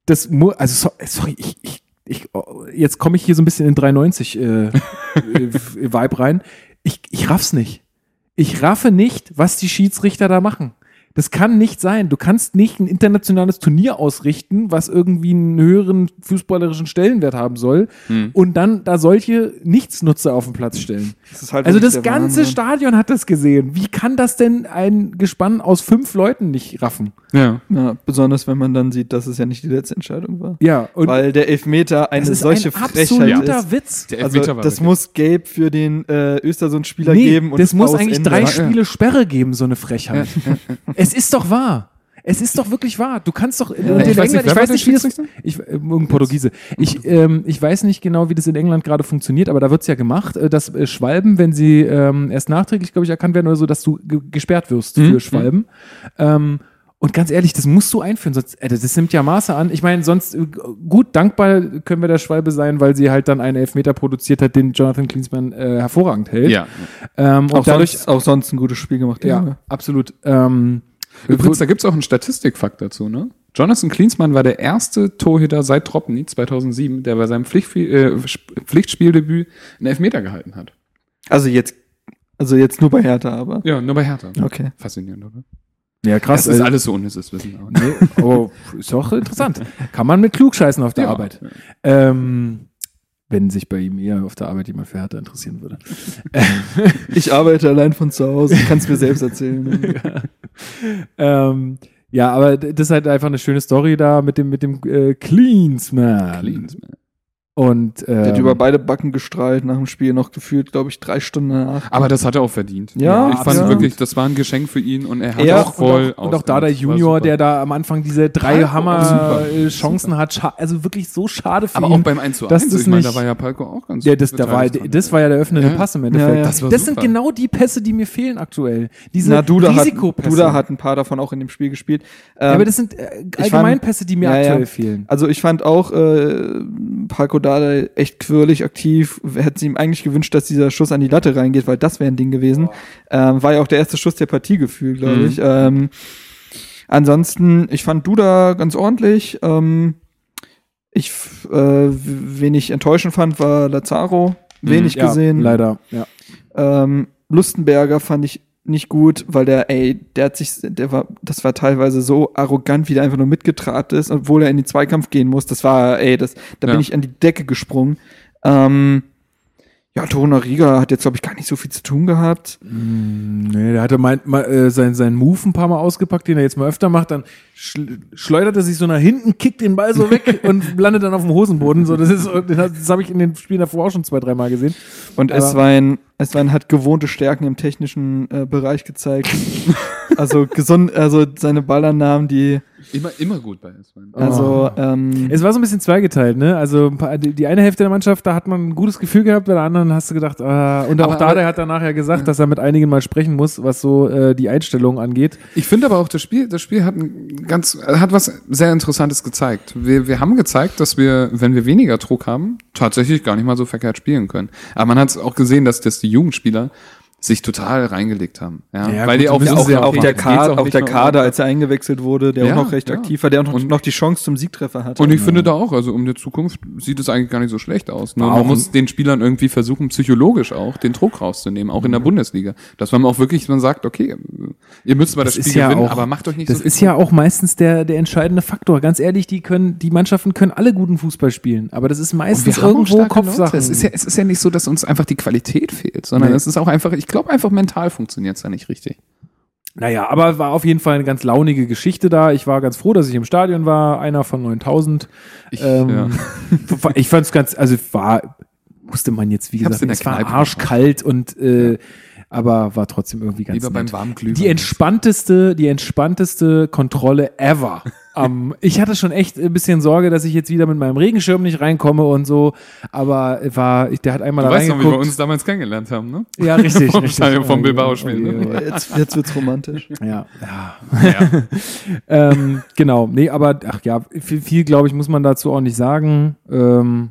Das mu also so sorry, ich, ich, ich oh, jetzt komme ich hier so ein bisschen in 93 äh, äh, F- Vibe rein. Ich, ich raff's nicht. Ich raffe nicht, was die Schiedsrichter da machen. Das kann nicht sein. Du kannst nicht ein internationales Turnier ausrichten, was irgendwie einen höheren fußballerischen Stellenwert haben soll Hm. und dann da solche Nichtsnutzer auf den Platz stellen. Das ist halt Also wirklich das der ganze Wahnsinn. Stadion hat das gesehen. Wie kann das denn ein Gespann aus fünf Leuten nicht raffen? Ja. Ja, besonders wenn man dann sieht, dass es ja nicht die letzte Entscheidung war. Ja, und Weil der Elfmeter eine das ist solche ein Frechheit absoluter ist. Witz. Der Also, Elfmeter war das wirklich- muss gelb für den äh, Östersund-Spieler Nee, geben. Und das muss eigentlich Ende. drei Ja. Spiele Sperre geben, so eine Frechheit. es ist doch wahr. Es ist doch wirklich wahr. Du kannst doch. und ich in weiß nicht, England- wer war der wie das- Schiedsrichter? Ich, äh, irgendein Portugiese. Ich, ähm, ich weiß nicht genau, wie das in England gerade funktioniert, aber da wird's ja gemacht, äh, dass äh, Schwalben, wenn sie ähm, erst nachträglich, glaube ich, erkannt werden oder so, dass du ge gesperrt wirst Mhm. für Schwalben. Ähm, und ganz ehrlich, das musst du einführen, sonst, äh, das nimmt ja Maße an. Ich meine, sonst äh, gut dankbar können wir der Schwalbe sein, weil sie halt dann einen Elfmeter produziert hat, den Jonathan Klinsmann äh, hervorragend hält. Ja. Ähm, und Auch, dadurch, sonst, auch sonst ein gutes Spiel gemacht. der ja, Junge. absolut. Ähm, Übrigens, da gibt's auch einen Statistikfakt dazu, ne? Jonathan Klinsmann war der erste Torhüter seit Tropny 2007, der bei seinem Pflichtfi- äh, Sp- Pflichtspieldebüt einen Elfmeter gehalten hat. Also jetzt, also jetzt nur bei Hertha, aber. Ja, nur bei Hertha. Okay. Faszinierend, oder? ja, krass. äh, Das ist alles so unnützes Wissen. aber- Nee, aber ist auch interessant. Kann man mit klugscheißen auf der Ja. Arbeit. Ähm, wenn sich bei ihm eher auf der Arbeit jemand für Hertha interessieren würde. Ich arbeite allein von zu Hause, ich kann es mir selbst erzählen. Ähm, ja, aber d- das ist halt einfach eine schöne Story da mit dem, mit dem äh, Cleansman. Klinsmann. Und ähm, Der hat über beide Backen gestrahlt nach dem Spiel, noch gefühlt, glaube ich, drei Stunden danach. Aber das hat er auch verdient. Ja, ich fand absolut. wirklich, das war ein Geschenk für ihn und er hat Er auch voll und auch, und auch da der Junior, der da am Anfang diese Total, drei super, Hammer-Chancen hat, scha- also wirklich so schade für aber ihn. auch beim 1 zu 1, das ist ich meine, da nicht- war ja Palko auch ganz Ja, das, da war, beteiligt dran. das war ja der öffnende Ja. Pass im Endeffekt. Ja, ja. Das, Das war sind super. genau die Pässe, die mir fehlen aktuell. Diese Na, Duda hat, Risikopässe. Duda hat ein paar davon auch in dem Spiel gespielt. ja, Ähm, aber das sind äh, fand- Allgemeinpässe, die mir Ja, ja. aktuell fehlen. Also ich fand auch äh, Paco Dada echt quirlig aktiv. Hätte sie ihm eigentlich gewünscht, dass dieser Schuss an die Latte reingeht, weil das wäre ein Ding gewesen. Ähm, war ja auch der erste Schuss der Partie gefühlt, glaube Mhm. ich. Ähm, ansonsten, ich fand Duda ganz ordentlich. Ähm, ich, f- äh, w- wen ich enttäuschend fand, war Lazaro. Wenig Mhm. ja, gesehen. Leider. Ja. Ähm, Lustenberger fand ich nicht gut, weil der, ey, der hat sich, der war, das war teilweise so arrogant, wie der einfach nur mitgetrabt ist, obwohl er in den Zweikampf gehen muss. Das war, ey, das, da Ja. bin ich an die Decke gesprungen. Ähm, ja, Toruna Riga hat jetzt, glaube ich, gar nicht so viel zu tun gehabt. Nee, der hatte mein, mal, äh, sein, seinen Move ein paar Mal ausgepackt, den er jetzt mal öfter macht. Dann schl schleudert er sich so nach hinten, kickt den Ball so weg und landet dann auf dem Hosenboden. So, das ist, das habe ich in den Spielen davor auch schon zwei, dreimal gesehen. Und Aber- Eswein, Eswein hat gewohnte Stärken im technischen äh, Bereich gezeigt. also gesund, also seine Ballannahmen, die, Immer, immer gut bei Eswein. also ähm, Es war so ein bisschen zweigeteilt, ne? Also ein paar, die die eine Hälfte der Mannschaft, da hat man ein gutes Gefühl gehabt, bei der anderen hast du gedacht, ah, und Aber- auch da, aber- der hat danach ja gesagt, dass er mit einigen mal sprechen muss, was so äh, die Einstellung angeht. Ich finde aber auch das Spiel, das Spiel hat ein ganz, hat was sehr Interessantes gezeigt. Wir, wir haben gezeigt, dass wir, wenn wir weniger Druck haben, tatsächlich gar nicht mal so verkehrt spielen können. Aber man hat es auch gesehen, dass, dass die Jugendspieler sich total reingelegt haben. Ja, Ja, weil gut, die auch, müssen auch, sie ja auch auch auf der, geht's Kader, auch auf nicht der nur- Kader, als er eingewechselt wurde, der Ja, auch noch recht ja. aktiv war, der auch noch, Und- noch die Chance zum Siegtreffer hatte. Und ich finde da auch, also um die Zukunft sieht es eigentlich gar nicht so schlecht aus. Nur man Warum? muss den Spielern irgendwie versuchen, psychologisch auch den Druck rauszunehmen, auch in der Bundesliga. Dass man auch wirklich, man sagt, okay, ihr müsst zwar das, Das ist Spiel ja gewinnen, auch- aber macht euch nicht Das so ist ja auch meistens der, der entscheidende Faktor. Ganz ehrlich, die können, die Mannschaften können alle guten Fußball spielen, aber das ist meistens haben auch irgendwo starke Leute. Kopfsache. Es ist, ja, es ist ja nicht so, dass uns einfach die Qualität fehlt, sondern Nee. es ist auch einfach, ich glaube einfach mental funktioniert es da nicht richtig. Naja, aber war auf jeden Fall eine ganz launige Geschichte da. Ich war ganz froh, dass ich im Stadion war, einer von 9000. Ich, Ähm, ja. ich fand es ganz, also war, musste man jetzt, wie Ich hab's gesagt, in der es war Kneipe arschkalt und, äh, aber war trotzdem irgendwie ganz Lieber beim nett. warmen Glühwein. Die entspannteste, die entspannteste Kontrolle ever. Am- ich hatte schon echt ein bisschen Sorge, dass ich jetzt wieder mit meinem Regenschirm nicht reinkomme und so, aber war, der hat einmal du da weißt noch, wie reingeguckt. wir uns damals kennengelernt haben, ne? ja, richtig. vom richtig. Äh, Stadion vom Bilbao-Spiel, Ja, ne? ja, ja. Jetzt, jetzt wird's romantisch. Ja. ähm, genau. Nee, aber ach ja, viel, viel glaube ich, muss man dazu auch nicht sagen. Ähm,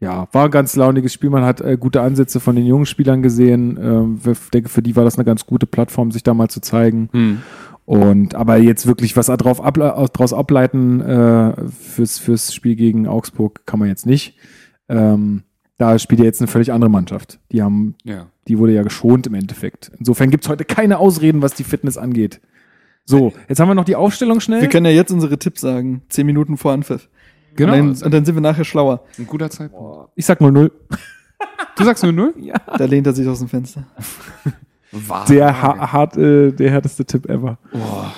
ja, war ein ganz launiges Spiel. Man hat äh, gute Ansätze von den jungen Spielern gesehen. Ähm, wir- ich denke, für die war das eine ganz gute Plattform, sich da mal zu zeigen. Hm. Und aber jetzt wirklich was drauf able aus- draus ableiten äh, fürs, fürs Spiel gegen Augsburg kann man jetzt nicht. Ähm, da spielt ja jetzt eine völlig andere Mannschaft. Die haben Ja. die wurde ja geschont im Endeffekt. Insofern gibt's heute keine Ausreden, was die Fitness angeht. So, jetzt haben wir noch die Aufstellung Wir schnell. können ja jetzt unsere Tipps sagen, zehn Minuten vor Anpfiff. Genau. und, dann, und dann sind wir nachher schlauer. ein guter Zeitpunkt. Ich sag 0-0. Du sagst nur null? Da lehnt er sich aus dem Fenster. Wahr. Der, ha hart, äh, der härteste Tipp ever. Boah.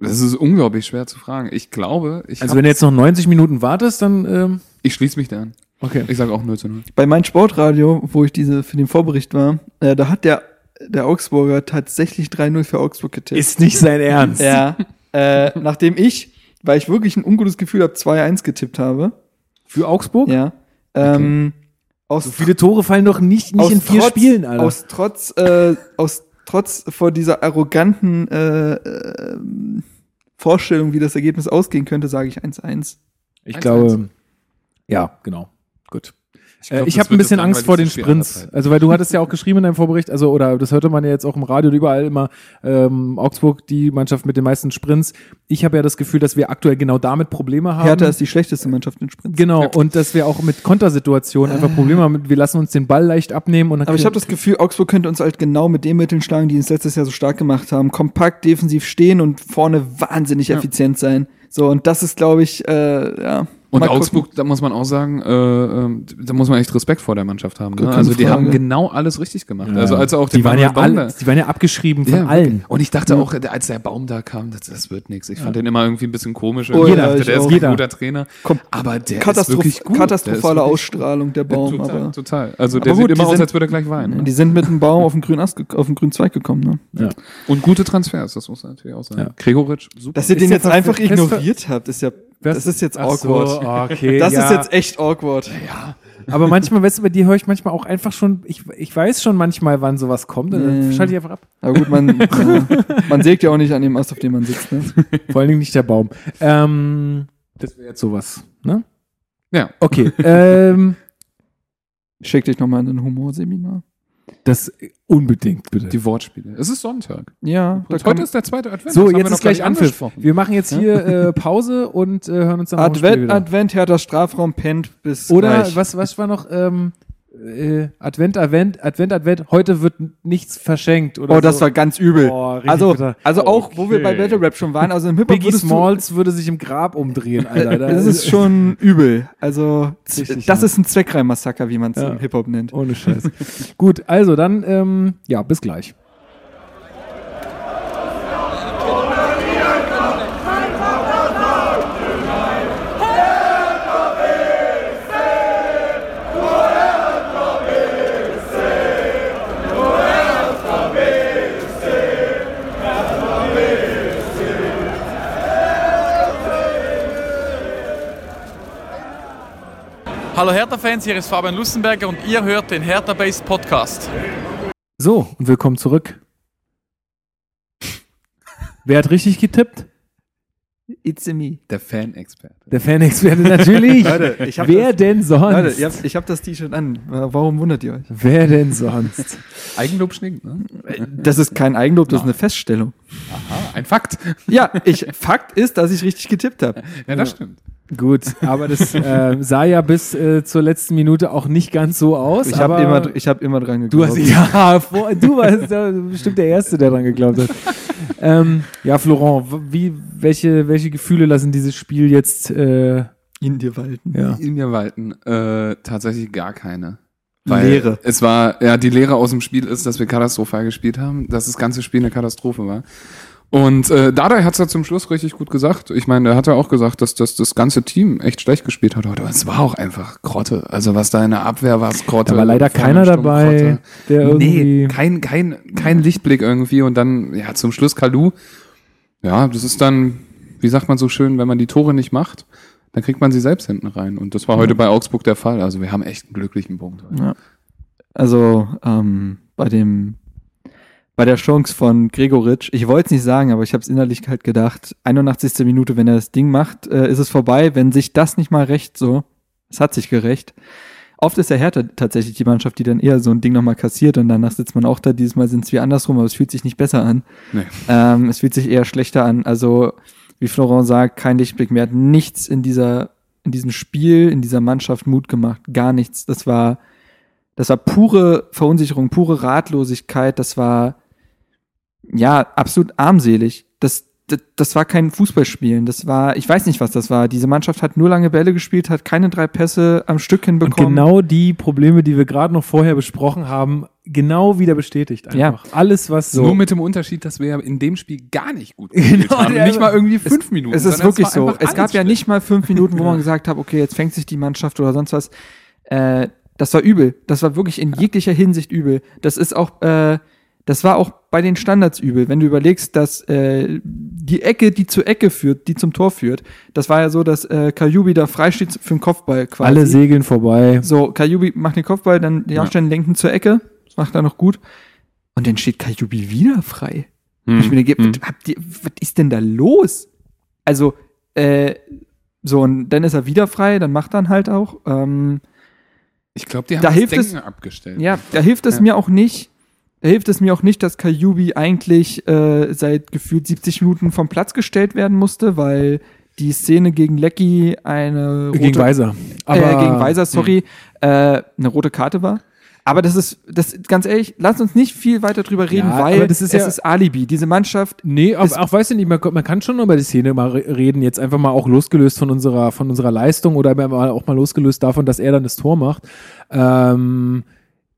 Das ist unglaublich schwer zu fragen. Ich glaube, ich, Also hab- wenn du jetzt noch 90 Minuten wartest, dann ähm, ich schließe mich da an. okay. Ich sage auch 0 zu 0. Bei mein Sportradio, wo ich diese für den Vorbericht war, äh, da hat der, der Augsburger tatsächlich 3-0 für Augsburg getippt. nicht sein Ernst. Ja. äh, nachdem ich, weil ich wirklich ein ungutes Gefühl habe, 2-1 getippt habe. Für Augsburg? Ja. Ähm, aus, So viele Tore fallen doch nicht, nicht aus in vier Trotz, Spielen, Alter. Aus Trotz, äh, aus Trotz vor dieser arroganten äh, äh, Vorstellung, wie das Ergebnis ausgehen könnte, sage ich 1-1. ich 1-1. glaube, ja, genau. Gut. Ich, glaub, äh, ich das habe ein wird das bisschen Angst vor den langweiligste Spiel aller Sprints. Zeiten. Also, weil du hattest ja auch geschrieben in deinem Vorbericht, also, oder das hörte man ja jetzt auch im Radio und überall immer, ähm, Augsburg, die Mannschaft mit den meisten Sprints. Ich habe ja das Gefühl, dass wir aktuell genau damit Probleme haben. Hertha ist die schlechteste Mannschaft in Sprint. genau, Ja. und dass wir auch mit Kontersituationen einfach Probleme haben. Wir lassen uns den Ball leicht abnehmen und dann Aber ich habe das Gefühl, Augsburg könnte uns halt genau mit den Mitteln schlagen, die uns letztes Jahr so stark gemacht haben. Kompakt, defensiv stehen und vorne wahnsinnig effizient sein. So, und das ist, glaube ich, äh, ja. Und Mal gucken. Augsburg, da muss man auch sagen, äh, ähm, da muss man echt Respekt vor der Mannschaft haben. Ne? Keine Also die Frage. haben genau alles richtig gemacht. Also als auch die waren ja Manuel Baum alle, da- die waren ja abgeschrieben von Ja, allen. wirklich. Und ich dachte auch, als der Baum da kam, das, das wird nichts. Ich fand den immer irgendwie ein bisschen komisch. Oh, Ich jeder, dachte, ich der ist auch. kein Jeder. guter Trainer. Kom- aber der Katastroph ist wirklich gut. katastrophale der ist wirklich Ausstrahlung der Baum, Total, aber. total. Also Aber der gut, sieht immer die aus, sind- als würde er gleich weinen. Die sind mit dem Baum auf den grünen, Ast ge- auf den grünen Zweig gekommen, ne? Und gute Transfers, das muss man natürlich auch sagen. Ja. Gregoritsch, super. Dass ihr Ist den der jetzt einfach verfl- ignoriert habt, ist ja, das ist jetzt Ach so, awkward. okay, Das ja. ist jetzt echt awkward. Aber manchmal, weißt du, bei dir höre ich manchmal auch einfach schon, ich, ich weiß schon manchmal, wann sowas kommt, und dann Nee. schalte ich einfach ab. Aber gut, man, äh, man sägt ja auch nicht an dem Ast, auf dem man sitzt, ne? Vor allen Dingen nicht der Baum. Ähm, das wäre jetzt sowas, ne? Ja. Okay, ähm, Ich schick dich nochmal in ein Humorseminar. das unbedingt bitte. die Wortspiele. Es ist Sonntag. Ja, da Heute kommt ist der zweite Advent. so, das haben wir jetzt noch ist gleich gar nicht Anpfiff. angesprochen. Wir machen jetzt hier äh, Pause und äh, hören uns dann nach dem Spiel Advent, Advent, Hertha Strafraum pennt bis Oder gleich. was, was war noch? Ähm, äh, äh, Advent, Advent, Advent, Advent, heute wird n- nichts verschenkt. Oder Oh, das so. war ganz übel. Boah, also- richtig also, bitter. also auch, wo wir bei Okay. Battle Rap schon waren, also im Hip-Hop Biggie würdest du- Smalls würde sich im Grab umdrehen, Alter. Äh, Das ist schon übel. Also, z- Richtig, das ja. ist ein Zweckreim-Massaker, wie man es Ja. im Hip-Hop nennt. Ohne Scheiß. Gut, also dann, ähm, ja, bis gleich. Hallo Hertha-Fans, hier ist Fabian Lussenberger und ihr hört den Hertha-Based Podcast. So, und willkommen zurück. Wer hat richtig getippt? It's a me. Der Fan-Experte. Der Fan-Experte natürlich. Leute, ich hab Wer das- denn sonst? Leute, ihr habt, ich habe das T-Shirt an. Äh, Warum wundert ihr euch? Wer denn sonst? Eigenlob schlägt, ne? Das ist kein Eigenlob, das ist eine Feststellung. Ah, ein Fakt. Ja, ich, Fakt ist, dass ich richtig getippt habe. Ja, das stimmt. Gut, aber das äh, sah ja bis äh, zur letzten Minute auch nicht ganz so aus. Ich habe aber immer, ich hab immer dran Du geglaubt. hast, ja, vor, du warst da bestimmt der Erste, der dran geglaubt hat. ähm, ja, Florent, w- wie, welche, welche Gefühle lassen dieses Spiel jetzt? Äh, in dir walten. ja. In mir walten äh, tatsächlich gar keine. Weil Lehre. Es war, ja, die Lehre aus dem Spiel ist, dass wir katastrophal gespielt haben, dass das ganze Spiel eine Katastrophe war. Und äh, Dardai hat es ja zum Schluss richtig gut gesagt. Ich meine, er hat ja auch gesagt, dass, dass das ganze Team echt schlecht gespielt hat heute. Aber es war auch einfach Grotte. Also was da in der Abwehr war, ist Grotte. Da war leider Vorne keiner im Sturm dabei, der irgendwie. Nee, kein, kein, kein Lichtblick irgendwie. Und dann, ja, zum Schluss Kalu. Ja, das ist dann, wie sagt man so schön, wenn man die Tore nicht macht, dann kriegt man sie selbst hinten rein. Und das war heute bei Augsburg der Fall. Also wir haben echt einen glücklichen Punkt. Also ähm, bei dem bei der Chance von Gregoritsch, ich wollte es nicht sagen, aber ich habe es innerlich halt gedacht, 81. Minute, wenn er das Ding macht, äh, ist es vorbei, wenn sich das nicht mal recht so, es hat sich gerecht. Oft ist der Hertha tatsächlich die Mannschaft, die dann eher so ein Ding nochmal kassiert und danach sitzt man auch da, dieses Mal sind es wir andersrum, aber es fühlt sich nicht besser an. Nee. Ähm, es fühlt sich eher schlechter an. Also, wie Florent sagt, kein Lichtblick mehr, hat nichts in dieser, in diesem Spiel, in dieser Mannschaft Mut gemacht, gar nichts. Das war das war pure Verunsicherung, pure Ratlosigkeit. Das war, ja, absolut armselig. Das, das, das war kein Fußballspielen. Das war, ich weiß nicht, was das war. Diese Mannschaft hat nur lange Bälle gespielt, hat keine drei Pässe am Stück Und hinbekommen. genau die Probleme, die wir gerade noch vorher besprochen haben, genau wieder bestätigt einfach. Alles, was so. Nur mit dem Unterschied, dass wir ja in dem Spiel gar nicht gut gespielt Genau, haben. der- Nicht mal irgendwie fünf Minuten. Es ist sondern wirklich war so. einfach Es gab alles ja schlecht. nicht mal fünf Minuten, wo man gesagt hat, okay, jetzt fängt sich die Mannschaft oder sonst was. Äh, das war übel. Das war wirklich in jeglicher Hinsicht übel. Das ist auch, äh, das war auch bei den Standards übel. Wenn du überlegst, dass äh, die Ecke, die zur Ecke führt, die zum Tor führt, das war ja so, dass äh, Kajubi da frei steht für den Kopfball quasi. alle segeln vorbei. So, Kajubi macht den Kopfball, dann die Jahrstein lenken zur Ecke. Das macht er noch gut. Und dann steht Kajubi wieder frei. Ich bin ge- Hm. was, habt ihr, was ist denn da los? Also, äh, so, und dann ist er wieder frei, dann macht er ihn halt auch. Ähm, Ich glaube, die haben Da das hilft es- Denken abgestellt. ja, da hilft es Ja. mir auch nicht. Da hilft es mir auch nicht, dass Kajubi eigentlich äh, seit gefühlt 70 Minuten vom Platz gestellt werden musste, weil die Szene gegen Lecky eine rote, Gegen Weiser. äh, gegen hm. Weiser, sorry, äh, eine rote Karte war. Aber das ist, das ganz ehrlich, lasst uns nicht viel weiter drüber reden, Ja, weil aber das ist es ja- ist Alibi. Diese Mannschaft Nee, Es- aber auch weiß ich nicht, man, man kann schon über die Szene mal re- reden, jetzt einfach mal auch losgelöst von unserer, von unserer Leistung oder mal- auch mal losgelöst davon, dass er dann das Tor macht. Ähm,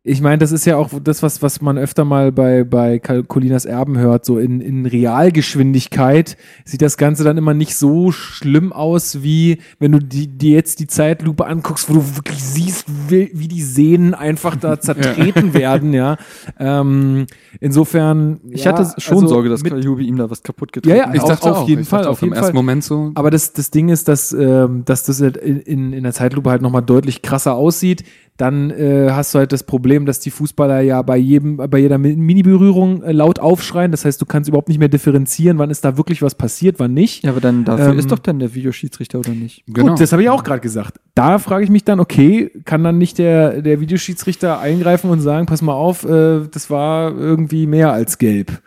ich meine, das ist ja auch das, was, was man öfter mal bei, bei Kal- Colinas Erben hört, so in, in Realgeschwindigkeit sieht das Ganze dann immer nicht so schlimm aus, wie wenn du die, dir jetzt die Zeitlupe anguckst, wo du wirklich siehst, wie, wie die Sehnen einfach da zertreten werden, ja. Ähm, insofern. Ich ja, hatte schon also Sorge, dass mit- Kajubi ihm da was kaputt getreten Ja, ja, hat. Ich Auf- dachte auf auch, jeden ich dachte Fall, auch auf jeden im ersten Fall. Moment so. Aber das, das Ding ist, dass, ähm, dass das halt in, in, in der Zeitlupe halt nochmal deutlich krasser aussieht. Dann äh, hast du halt das Problem, dass die Fußballer ja bei jedem, bei jeder Mi- Mini-Berührung äh, laut aufschreien. Das heißt, du kannst überhaupt nicht mehr differenzieren, wann ist da wirklich was passiert, wann nicht. Ja, aber dann dafür Ähm, ist doch dann der Videoschiedsrichter oder nicht? genau. Gut, das habe ich auch gerade gesagt. Da frage ich mich dann, okay, kann dann nicht der, der Videoschiedsrichter eingreifen und sagen, pass mal auf, äh, das war irgendwie mehr als gelb.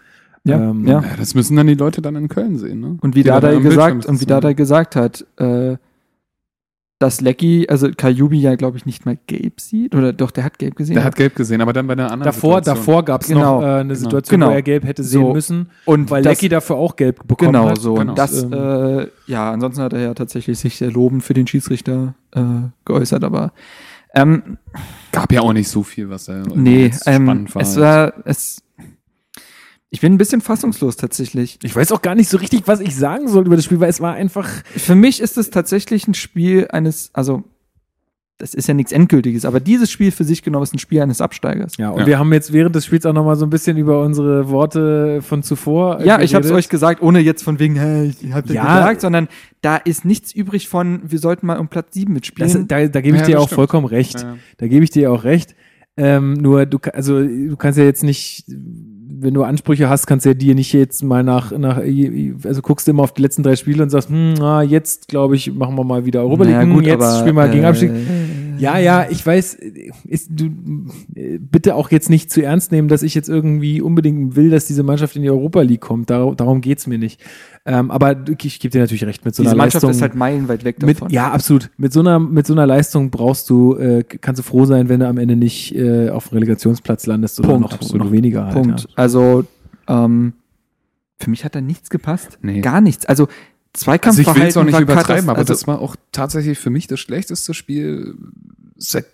Ähm, ja. Ja, das müssen dann die Leute dann in Köln sehen, ne? Und wie Die dann Dada am Bildschirm gesagt und wie sitzen. Dada gesagt hat, äh, dass Lecky, also Kajubi ja, glaube ich, nicht mal gelb sieht. Oder doch, der hat gelb gesehen. Der hat gelb gesehen, aber dann bei einer anderen Davor, Situation. davor gab es Genau. noch äh, eine Situation, Genau. wo er gelb hätte sehen So. müssen, und weil das- Lecky dafür auch gelb bekommen Genau hat. so. Genau. Und das, Ähm, äh, ja, ansonsten hat er ja tatsächlich sich sehr lobend für den Schiedsrichter äh, geäußert, aber ähm, Gab ja auch nicht so viel, was da irgendwie nee, jetzt ähm, es jetzt. war, es, ich bin ein bisschen fassungslos tatsächlich. Ich weiß auch gar nicht so richtig, was ich sagen soll über das Spiel, weil es war einfach. Für mich ist es tatsächlich ein Spiel eines, also das ist ja nichts Endgültiges, aber dieses Spiel für sich genommen ist ein Spiel eines Absteigers. Ja, und Ja. wir haben jetzt während des Spiels auch nochmal so ein bisschen über unsere Worte von zuvor. äh, Ja, ich habe es geredet. euch gesagt, ohne jetzt von wegen, hey, ich hab's ja. Ja. gesagt, sondern da ist nichts übrig von, wir sollten mal um Platz 7 mitspielen. Das, da da gebe ich Ja, dir das auch stimmt. vollkommen recht. Ja. Da gebe ich dir auch recht. Ähm, nur du, ka- also du kannst ja jetzt nicht, wenn du Ansprüche hast, kannst du ja dir nicht jetzt mal nach, nach also guckst du immer auf die letzten drei Spiele und sagst, hm, na, jetzt glaube ich, machen wir mal wieder Europa League, Naja, hm, jetzt aber, spielen wir gegen äh, Abstieg. Ja, ja, ich weiß, ist, du, äh, bitte auch jetzt nicht zu ernst nehmen, dass ich jetzt irgendwie unbedingt will, dass diese Mannschaft in die Europa League kommt. Dar darum geht's mir nicht. Ähm, aber ich gebe dir natürlich recht mit so Diese einer Mannschaft Leistung. ist halt meilenweit weg davon. Mit, ja, absolut. Mit so einer, mit so einer Leistung brauchst du, äh, kannst du froh sein, wenn du am Ende nicht äh, auf dem Relegationsplatz landest oder Punkt. noch, noch weniger. Halt, Punkt. Ja. Also, ähm, für mich hat da nichts gepasst. Nee. Gar nichts. Also, Also ich Zweikampfverhalten will es auch nicht war übertreiben, katas- aber also, das war auch tatsächlich für mich das schlechteste Spiel seit,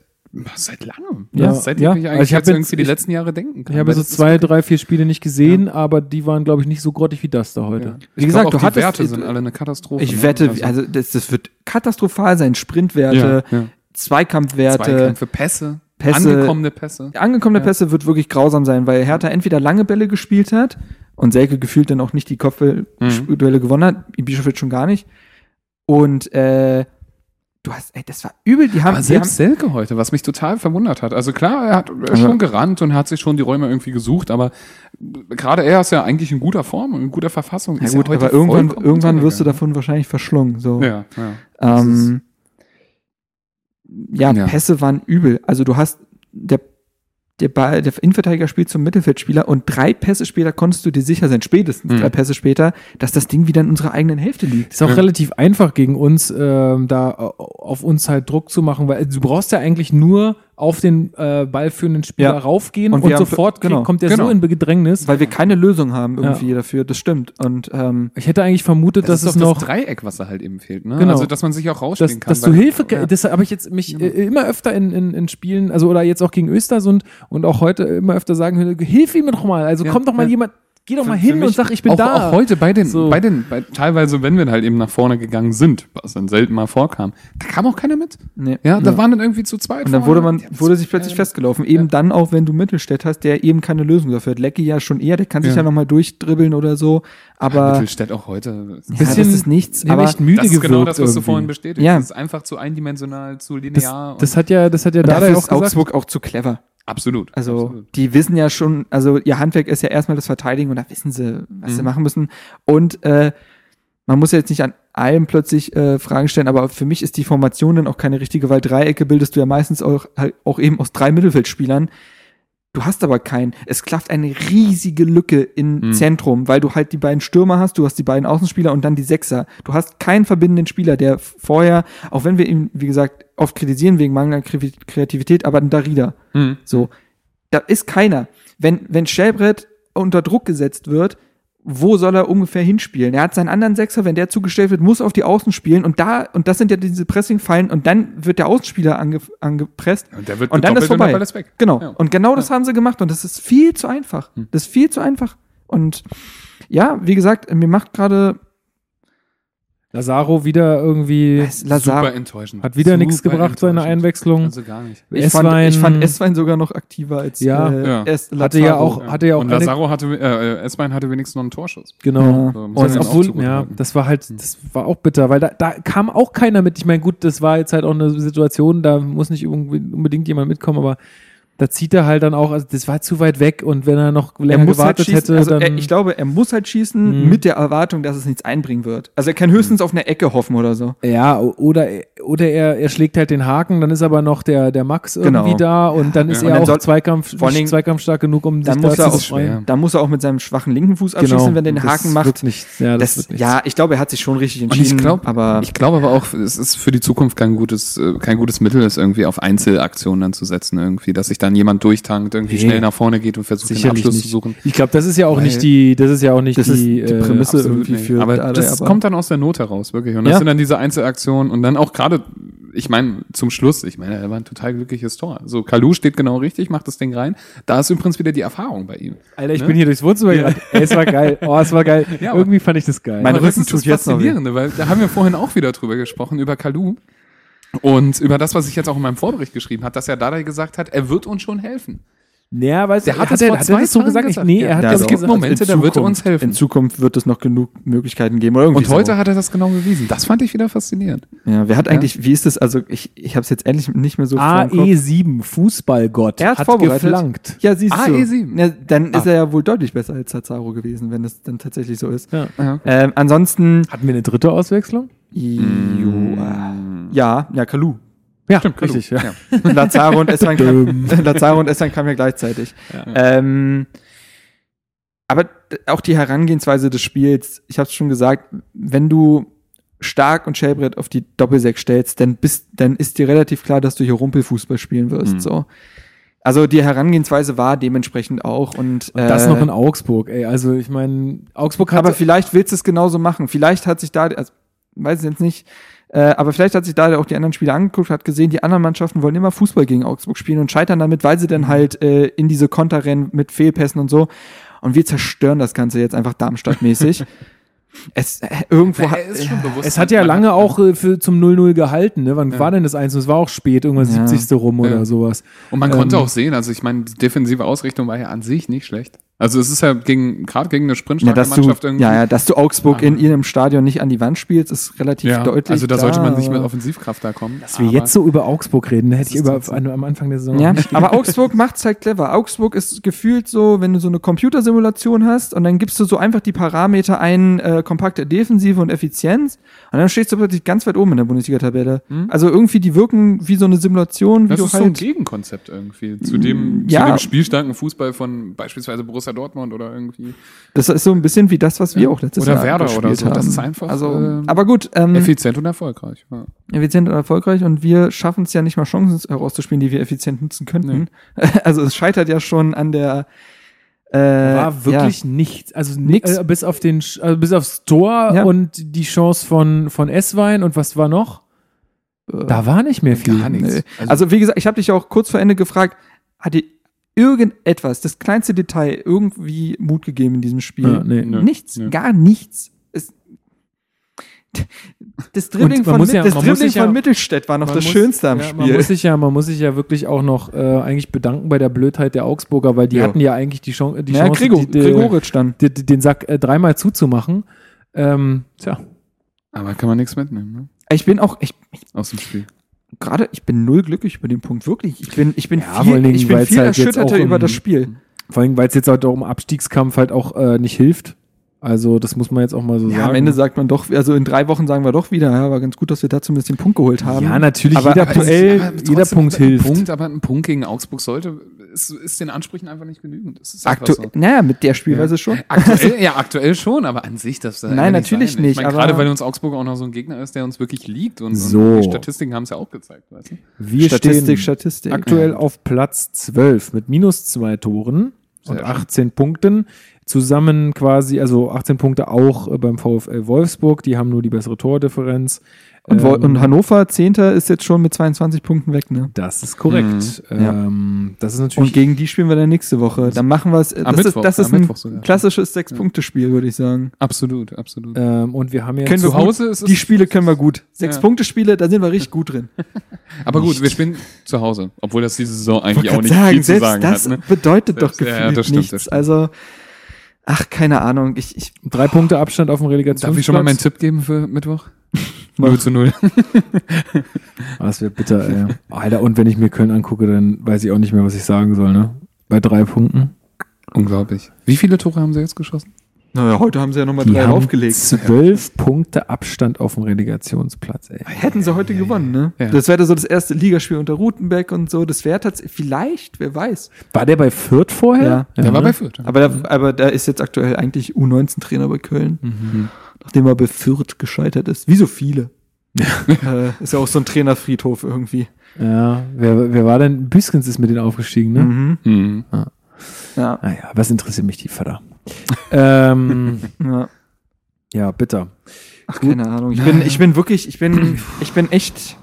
seit langem. Ja, Seitdem ja. ich eigentlich Also ich hab jetzt irgendwie jetzt- die ich- letzten Jahre denken kann. Ich habe Weil so das ist- zwei, drei, vier Spiele nicht gesehen, aber die waren, glaube ich, nicht so grottig wie das da heute. Ja. Wie gesagt, du die hattest- Werte sind alle eine Katastrophe. ich ne? wette, Also also das, das wird katastrophal sein. Sprintwerte, Ja, ja. Zweikampfwerte, Zweikämpfe, Pässe, Pässe- angekommene Pässe. angekommene Pässe wird wirklich grausam sein, weil Hertha entweder lange Bälle gespielt hat und Selke gefühlt dann auch nicht die Mhm. Kopfduelle gewonnen hat, Ibischofeld schon gar nicht. Und äh, du hast, ey, das war übel. Die Aber haben, die haben selbst Selke heute, was mich total verwundert hat. Also klar, er hat er ist Ja. schon gerannt und hat sich schon die Räume irgendwie gesucht, aber gerade er ist ja eigentlich in guter Form und in guter Verfassung. ja Ist gut, ja heute aber irgendwann, vollkommen irgendwann wirst du untergegangen. davon wahrscheinlich verschlungen. So. Ja, ja. Ähm, ja, Ja. Pässe waren übel. Also du hast der der, Ball, der Innenverteidiger spielt zum Mittelfeldspieler und drei Pässe später konntest du dir sicher sein, spätestens Mhm. drei Pässe später, dass das Ding wieder in unserer eigenen Hälfte liegt. Ist auch Ja. relativ einfach gegen uns, ähm, da au- auf uns halt Druck zu machen, weil du brauchst ja eigentlich nur auf den äh, ballführenden Spieler Ja. raufgehen Und und, wir haben- sofort genau. kommt der Genau. so in Bedrängnis. Weil wir keine Lösung haben Ja. irgendwie dafür, das stimmt. Und ähm, Ich hätte eigentlich vermutet, Das, dass es ist doch noch das Dreieck, was da halt eben fehlt. Ne? Genau. Also, dass man sich auch rausspielen dass, kann. dass du weil- Hilfe, ge- Ja. das habe ich jetzt mich äh, immer öfter in, in, in Spielen, also oder jetzt auch gegen Östersund und auch heute immer öfter sagen, höre, hilf ihm doch mal, also Ja, komm doch mal ja. jemand, geh doch mal Für- für hin und mich sag, ich bin auch, da. Auch heute bei den, So. bei den, bei, teilweise, wenn wir halt eben nach vorne gegangen sind, was dann selten mal vorkam, da kam auch keiner mit. nee. Ja, da waren dann irgendwie zu zweit. Und dann vorne. wurde man, Ja, das- wurde sich plötzlich festgelaufen. Eben dann auch, wenn du Mittelstädt hast, der eben keine Lösung dafür hat. Lecky ja schon eher, der kann sich ja, Ja. noch nochmal durchdribbeln oder so. Aber Mittelstädt auch heute. ja, das bisschen- ist nichts. Nee, aber Aber echt müde das ist genau gewirkt das, was du irgendwie. vorhin bestätigt Ja. hast. Das ist einfach zu eindimensional, zu das, linear. das hat ja, das hat ja Und Dada dafür auch ist gesagt. Augsburg auch zu clever. und, absolut. Also absolut. die wissen ja schon, also ihr Handwerk ist ja erstmal das Verteidigen und da wissen sie, was Mhm. sie machen müssen. Und äh, man muss ja jetzt nicht an allem plötzlich äh, Fragen stellen, aber für mich ist die Formation dann auch keine richtige, weil Dreiecke bildest du ja meistens auch, halt auch eben aus drei Mittelfeldspielern. Du hast aber keinen. Es klafft eine riesige Lücke im Mhm. Zentrum, weil du halt die beiden Stürmer hast, du hast die beiden Außenspieler und dann die Sechser. Du hast keinen verbindenden Spieler, der f- vorher, auch wenn wir ihn, wie gesagt, oft kritisieren wegen mangelnder Kre- Kreativität, aber ein Darida. Mhm. So, da ist keiner. Wenn, wenn Schellbrett unter Druck gesetzt wird, wo soll er ungefähr hinspielen? Er hat seinen anderen Sechser, wenn der zugestellt wird, muss auf die Außen spielen und da, und das sind ja diese Pressing-Fallen und dann wird der Außenspieler ange, angepresst. Und der wird Und dann ist gedoppelt vorbei. der Ball ist weg. Genau. Ja. Und genau das haben sie gemacht und das ist viel zu einfach. Hm. Das ist viel zu einfach. Und ja, wie gesagt, mir macht gerade Lazaro wieder irgendwie, Super Lazar. enttäuschend. hat wieder Super nichts gebracht, seine enttäuschend. Einwechslung. Also gar nicht. Ich fand, Esswein- ich fand Esswein sogar noch aktiver als Ja. äh, Ja. S- hatte ja Lazaro. auch, hatte ja auch und eine- Lazaro hatte, äh, äh, S-Bein hatte wenigstens noch einen Torschuss. genau. Ja. So, muss Und man ihm auch obwohl, zugute ja, halten. das war halt, Hm. das war auch bitter, weil da, da kam auch keiner mit. Ich meine, gut, das war jetzt halt auch eine Situation, da muss nicht irgendwie- unbedingt jemand mitkommen, aber da zieht er halt dann auch, also das war zu weit weg und wenn er noch Er länger muss halt gewartet schießen, hätte, also dann. er, ich glaube, er muss halt schießen Mhm. mit der Erwartung, dass es nichts einbringen wird. Also er kann höchstens auf eine Ecke hoffen oder so. Ja, o- oder, oder er, er schlägt halt den Haken, dann ist aber noch der, der Max irgendwie Genau. da und dann ist Ja. Und er dann auch soll- Zweikampf, vor allen Dingen- zweikampfstark genug, um Dann muss da er zu auch befreien. schwer. Da muss er auch mit seinem schwachen linken Fuß abschießen, Genau. wenn er den Das Haken Wird macht. nicht, ja, das, Das, wird nichts. ja, ich glaube, er hat sich schon richtig Und ich entschieden. glaube, aber ich glaube aber auch, es ist für die Zukunft kein gutes, äh, kein gutes Mittel, es irgendwie auf Einzelaktionen dann zu setzen, irgendwie, dass sich dann jemand durchtankt, irgendwie Nee. schnell nach vorne geht und versucht, den sicherlich Abschluss nicht. zu suchen. Ich glaube, das ist ja auch Weil- nicht die, das ist ja auch nicht das die, ist die äh, Prämisse absolut irgendwie nicht. für aber Dardai, das aber- kommt dann aus der Not heraus, wirklich. Und das Ja. sind dann diese Einzelaktionen und dann auch gerade, ich meine, zum Schluss, ich meine, er war ein total glückliches Tor. So, Kalu steht genau richtig, macht das Ding rein. Da ist übrigens wieder die Erfahrung bei ihm. Alter, ich Ne? bin hier durchs Wohnzimmer gerannt. Ey, es war geil. Oh, es war geil. Ja, aber- Irgendwie fand ich das geil. Mein Aber Rücken das ist das tut jetzt noch weh. Faszinierende, weil da haben wir vorhin auch wieder drüber gesprochen, über Kalu. Und über das, was ich jetzt auch in meinem Vorbericht geschrieben habe, dass er Dadai gesagt hat, er wird uns schon helfen. ja, weißt du, Der hat hat es er, vor hat zwei er das so Tagen gesagt? Ich, gesagt. nee, er hat Ja, ja, es doch gibt gesagt, Momente, in da wird er Zukunft- uns helfen. In Zukunft wird es noch genug Möglichkeiten geben. Oder irgendwie Und heute so. hat er das genau bewiesen. Das fand ich wieder faszinierend. Ja, wer hat eigentlich, wie ist das? Also, ich, ich habe es jetzt endlich nicht mehr so vor dem Kopf. AE7, Fußballgott, Er hat vorbereitet. E geflankt. Ja, siehst Ah, du. E7. Ja, dann ist er ja wohl deutlich besser als Tatsaro gewesen, wenn das dann tatsächlich so ist. Ja. Ähm, ansonsten, Hatten wir eine dritte Auswechslung? Joa. ja, ja, Kalu. Ja, Kalu. richtig. Ja. Lazaro und Essan kam, Lazaro und Essan kamen ja gleichzeitig. Ähm, aber d- auch die Herangehensweise des Spiels, ich habe es schon gesagt, wenn du Stark und Schellbrett auf die Doppelsechs stellst, dann, bist, dann ist dir relativ klar, dass du hier Rumpelfußball spielen wirst. So. Also die Herangehensweise war dementsprechend auch. Und, Das äh, noch in Augsburg, ey. Also ich meine, Augsburg hat Also aber vielleicht willst du es genauso machen. Vielleicht hat sich da, also, weiß ich jetzt nicht, äh, aber vielleicht hat sich da auch die anderen Spieler angeguckt, hat gesehen, die anderen Mannschaften wollen immer Fußball gegen Augsburg spielen und scheitern damit, weil sie Mhm. dann halt äh, in diese Konter rennen mit Fehlpässen und so. Und wir zerstören das Ganze jetzt einfach Darmstadt-mäßig. es äh, irgendwo hat, bewusst. es hat ja lange auch äh, für, zum 0-0 gehalten. Ne? Wann war denn das 1? Es war auch spät, irgendwann Ja. 70. rum Ja. oder sowas. Und man konnte Ähm, auch sehen, also ich meine, die defensive Ausrichtung war ja an sich nicht schlecht. Also es ist ja gegen, gerade gegen eine ja, sprintstarke dass du, Mannschaft irgendwie. ja, ja, dass du Augsburg in ihrem Stadion nicht an die Wand spielst, ist relativ Ja, deutlich. also da sollte man klar, nicht mit aber- Offensivkraft da kommen. Dass wir jetzt so über Augsburg reden, hätte ich ist über, trotzdem- an, am Anfang der Saison Ja, nicht aber Augsburg macht's halt clever. Augsburg ist gefühlt so, wenn du so eine Computersimulation hast und dann gibst du so einfach die Parameter ein, äh, kompakte Defensive und Effizienz und dann stehst du plötzlich ganz weit oben in der Bundesliga-Tabelle. Also irgendwie, die wirken wie so eine Simulation, Hm? wie Das du ist so ein halt. Gegenkonzept irgendwie zu dem, ja. zu dem spielstarken Fußball von beispielsweise Borussia Dortmund oder irgendwie das ist so ein bisschen wie das, was wir auch letztes Oder Jahr Werder gespielt oder so. haben. Das ist einfach, Also, ähm, aber gut, ähm, effizient und erfolgreich. Ja. effizient und erfolgreich und wir schaffen es ja nicht mal Chancen herauszuspielen, die wir effizient nutzen könnten. Also es scheitert ja schon an der. Äh, war wirklich nichts. Also Nix. nix. Äh, bis auf den Sch- also bis aufs Tor Ja. und die Chance von, von Esswein und was war noch? Äh, Da war nicht mehr viel. Gar nichts. Nee. Also, wie gesagt, ich habe dich auch kurz vor Ende gefragt, hat dir irgendetwas, das kleinste Detail, irgendwie Mut gegeben in diesem Spiel? Ja, nee. Nö. Nichts, Nö. gar nichts. Es, das Dribbling, Und man von, muss Mit- ja- das man muss Dribbling sich ja- von Mittelstädt war noch Man das muss- Schönste am ja, Man Spiel. muss, sich ja, man muss sich ja wirklich auch noch äh, eigentlich bedanken bei der Blödheit der Augsburger, weil die Ja. hatten ja eigentlich die Chance, die Ja, Chance Gregor, die, die, Gregoritsch dann. die, die, den Sack äh, dreimal zuzumachen. Ähm, tja, Aber kann man nichts mitnehmen ne? Ich bin auch, ich, ich aus dem Spiel. gerade, ich bin null glücklich über den Punkt, wirklich. Ich bin, ich bin Ja, vor allen viel, Dingen, ich bin weil's viel halt jetzt erschütterter auch im- über das Spiel. vor allem, weil es jetzt halt auch im Abstiegskampf halt auch äh, nicht hilft. Also, das muss man jetzt auch mal so Ja, sagen. am Ende sagt man doch, also in drei Wochen sagen wir doch wieder, ja, war ganz gut, dass wir da zumindest den Punkt geholt haben. ja, natürlich, Ähm, Aber- jeder, aber Duell, aber trotzdem jeder Punkt ein hilft. Punkt, aber ein Punkt gegen Augsburg sollte, ist, ist den Ansprüchen einfach nicht genügend. Das ist einfach Aktu so. naja, mit der Spielweise schon. Aktuell, ja, aktuell schon, aber an sich das Also, Nein, natürlich Ich nicht, meine, aber- gerade weil uns Augsburg auch noch so ein Gegner ist, der uns wirklich liegt und, So. und die Statistiken haben es ja auch gezeigt, weißt du? Wir Statistik, stehen Statistik. aktuell auf Platz 12 mit minus zwei Toren und schön. 18 Punkten. Zusammen quasi, also 18 Punkte auch äh, beim VfL Wolfsburg. Die haben nur die bessere Tordifferenz. Und, Wo- Ähm, und Hannover, Zehnter, ist jetzt schon mit 22 Punkten weg, ne? das ist korrekt. Mhm, Ja. Ähm, Das ist Und natürlich. gegen die spielen wir dann nächste Woche. Dann machen wir es. Das Mittwoch, ist, das am ist ein Mittwoch sogar. klassisches Sechs-Punkte-Spiel, würde ich sagen. Absolut, absolut. ähm, und wir haben ja Können wir zu Zu Hause. Hause ist es Die Spiele können wir gut. Sechs-Punkte-Spiele, da sind wir richtig gut drin. Aber gut, wir spielen zu Hause, obwohl das diese Saison eigentlich Wollte auch grad nicht viel zu selbst sagen das hat. Ne? bedeutet doch Selbst- ja, gefühlt ja, das stimmt, das nichts. stimmt. Also, ach, keine Ahnung. Ich, ich, Drei Punkte Abstand auf dem Relegationsplatz. Darf ich schon mal meinen Tipp geben für Mittwoch? 0 zu 0. Ah, Das wäre bitter, ey. Alter, und wenn ich mir Köln angucke, dann weiß ich auch nicht mehr, was ich sagen soll, ne? Bei drei Punkten. Unglaublich. Wie viele Tore haben sie jetzt geschossen? Naja, heute haben sie ja nochmal Die drei haben aufgelegt. zwölf Punkte Abstand auf dem Relegationsplatz, ey. Hätten sie heute gewonnen, ne? Ja. Das wäre da so das erste Ligaspiel unter Rutenbeck und so. Das wäre tatsächlich, vielleicht, wer weiß. War der bei Fürth vorher? Ja. ne? Der ne? war bei Fürth. Aber da, aber da ist jetzt aktuell eigentlich U19-Trainer bei Köln, nachdem er bei Fürth gescheitert ist. Wie so viele. äh, ist ja auch so ein Trainerfriedhof irgendwie. Ja, wer, wer war denn? Büskens ist mit denen aufgestiegen, ne? Mhm. Ja, Naja, was interessiert mich die Vater? ähm, ja. ja, bitter. Ach, keine Ahnung. Ich bin, ich bin wirklich, ich bin, ich bin echt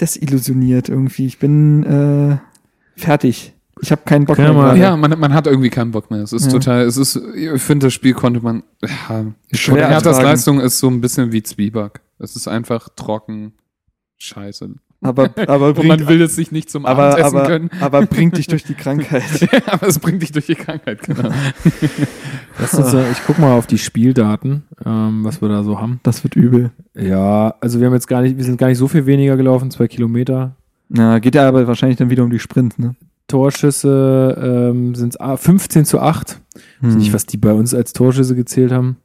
desillusioniert irgendwie. Ich bin äh, fertig. Ich habe keinen Bock Können wir mal- gerade. Ja, man, man hat irgendwie keinen Bock mehr. Es ist Ja. total, es ist, ich finde, das Spiel konnte man, ja, Schwer Herthas ertragen. Leistung ist so ein bisschen wie Zwieback. Es ist einfach trocken, scheiße. Aber, aber, Und man bringt, will es sich nicht zum aber, Abendessen aber, können. aber bringt dich durch die Krankheit. aber es bringt dich durch die Krankheit, genau. Lass uns, äh, ich guck mal auf die Spieldaten, ähm, was wir da so haben. Das wird übel. Ja, also wir haben jetzt gar nicht, wir sind gar nicht so viel weniger gelaufen, zwei Kilometer. Na, geht ja aber wahrscheinlich dann wieder um die Sprint, ne? Torschüsse ähm, sind 15 zu 8. Ich weiß nicht, was die bei uns als Torschüsse gezählt haben.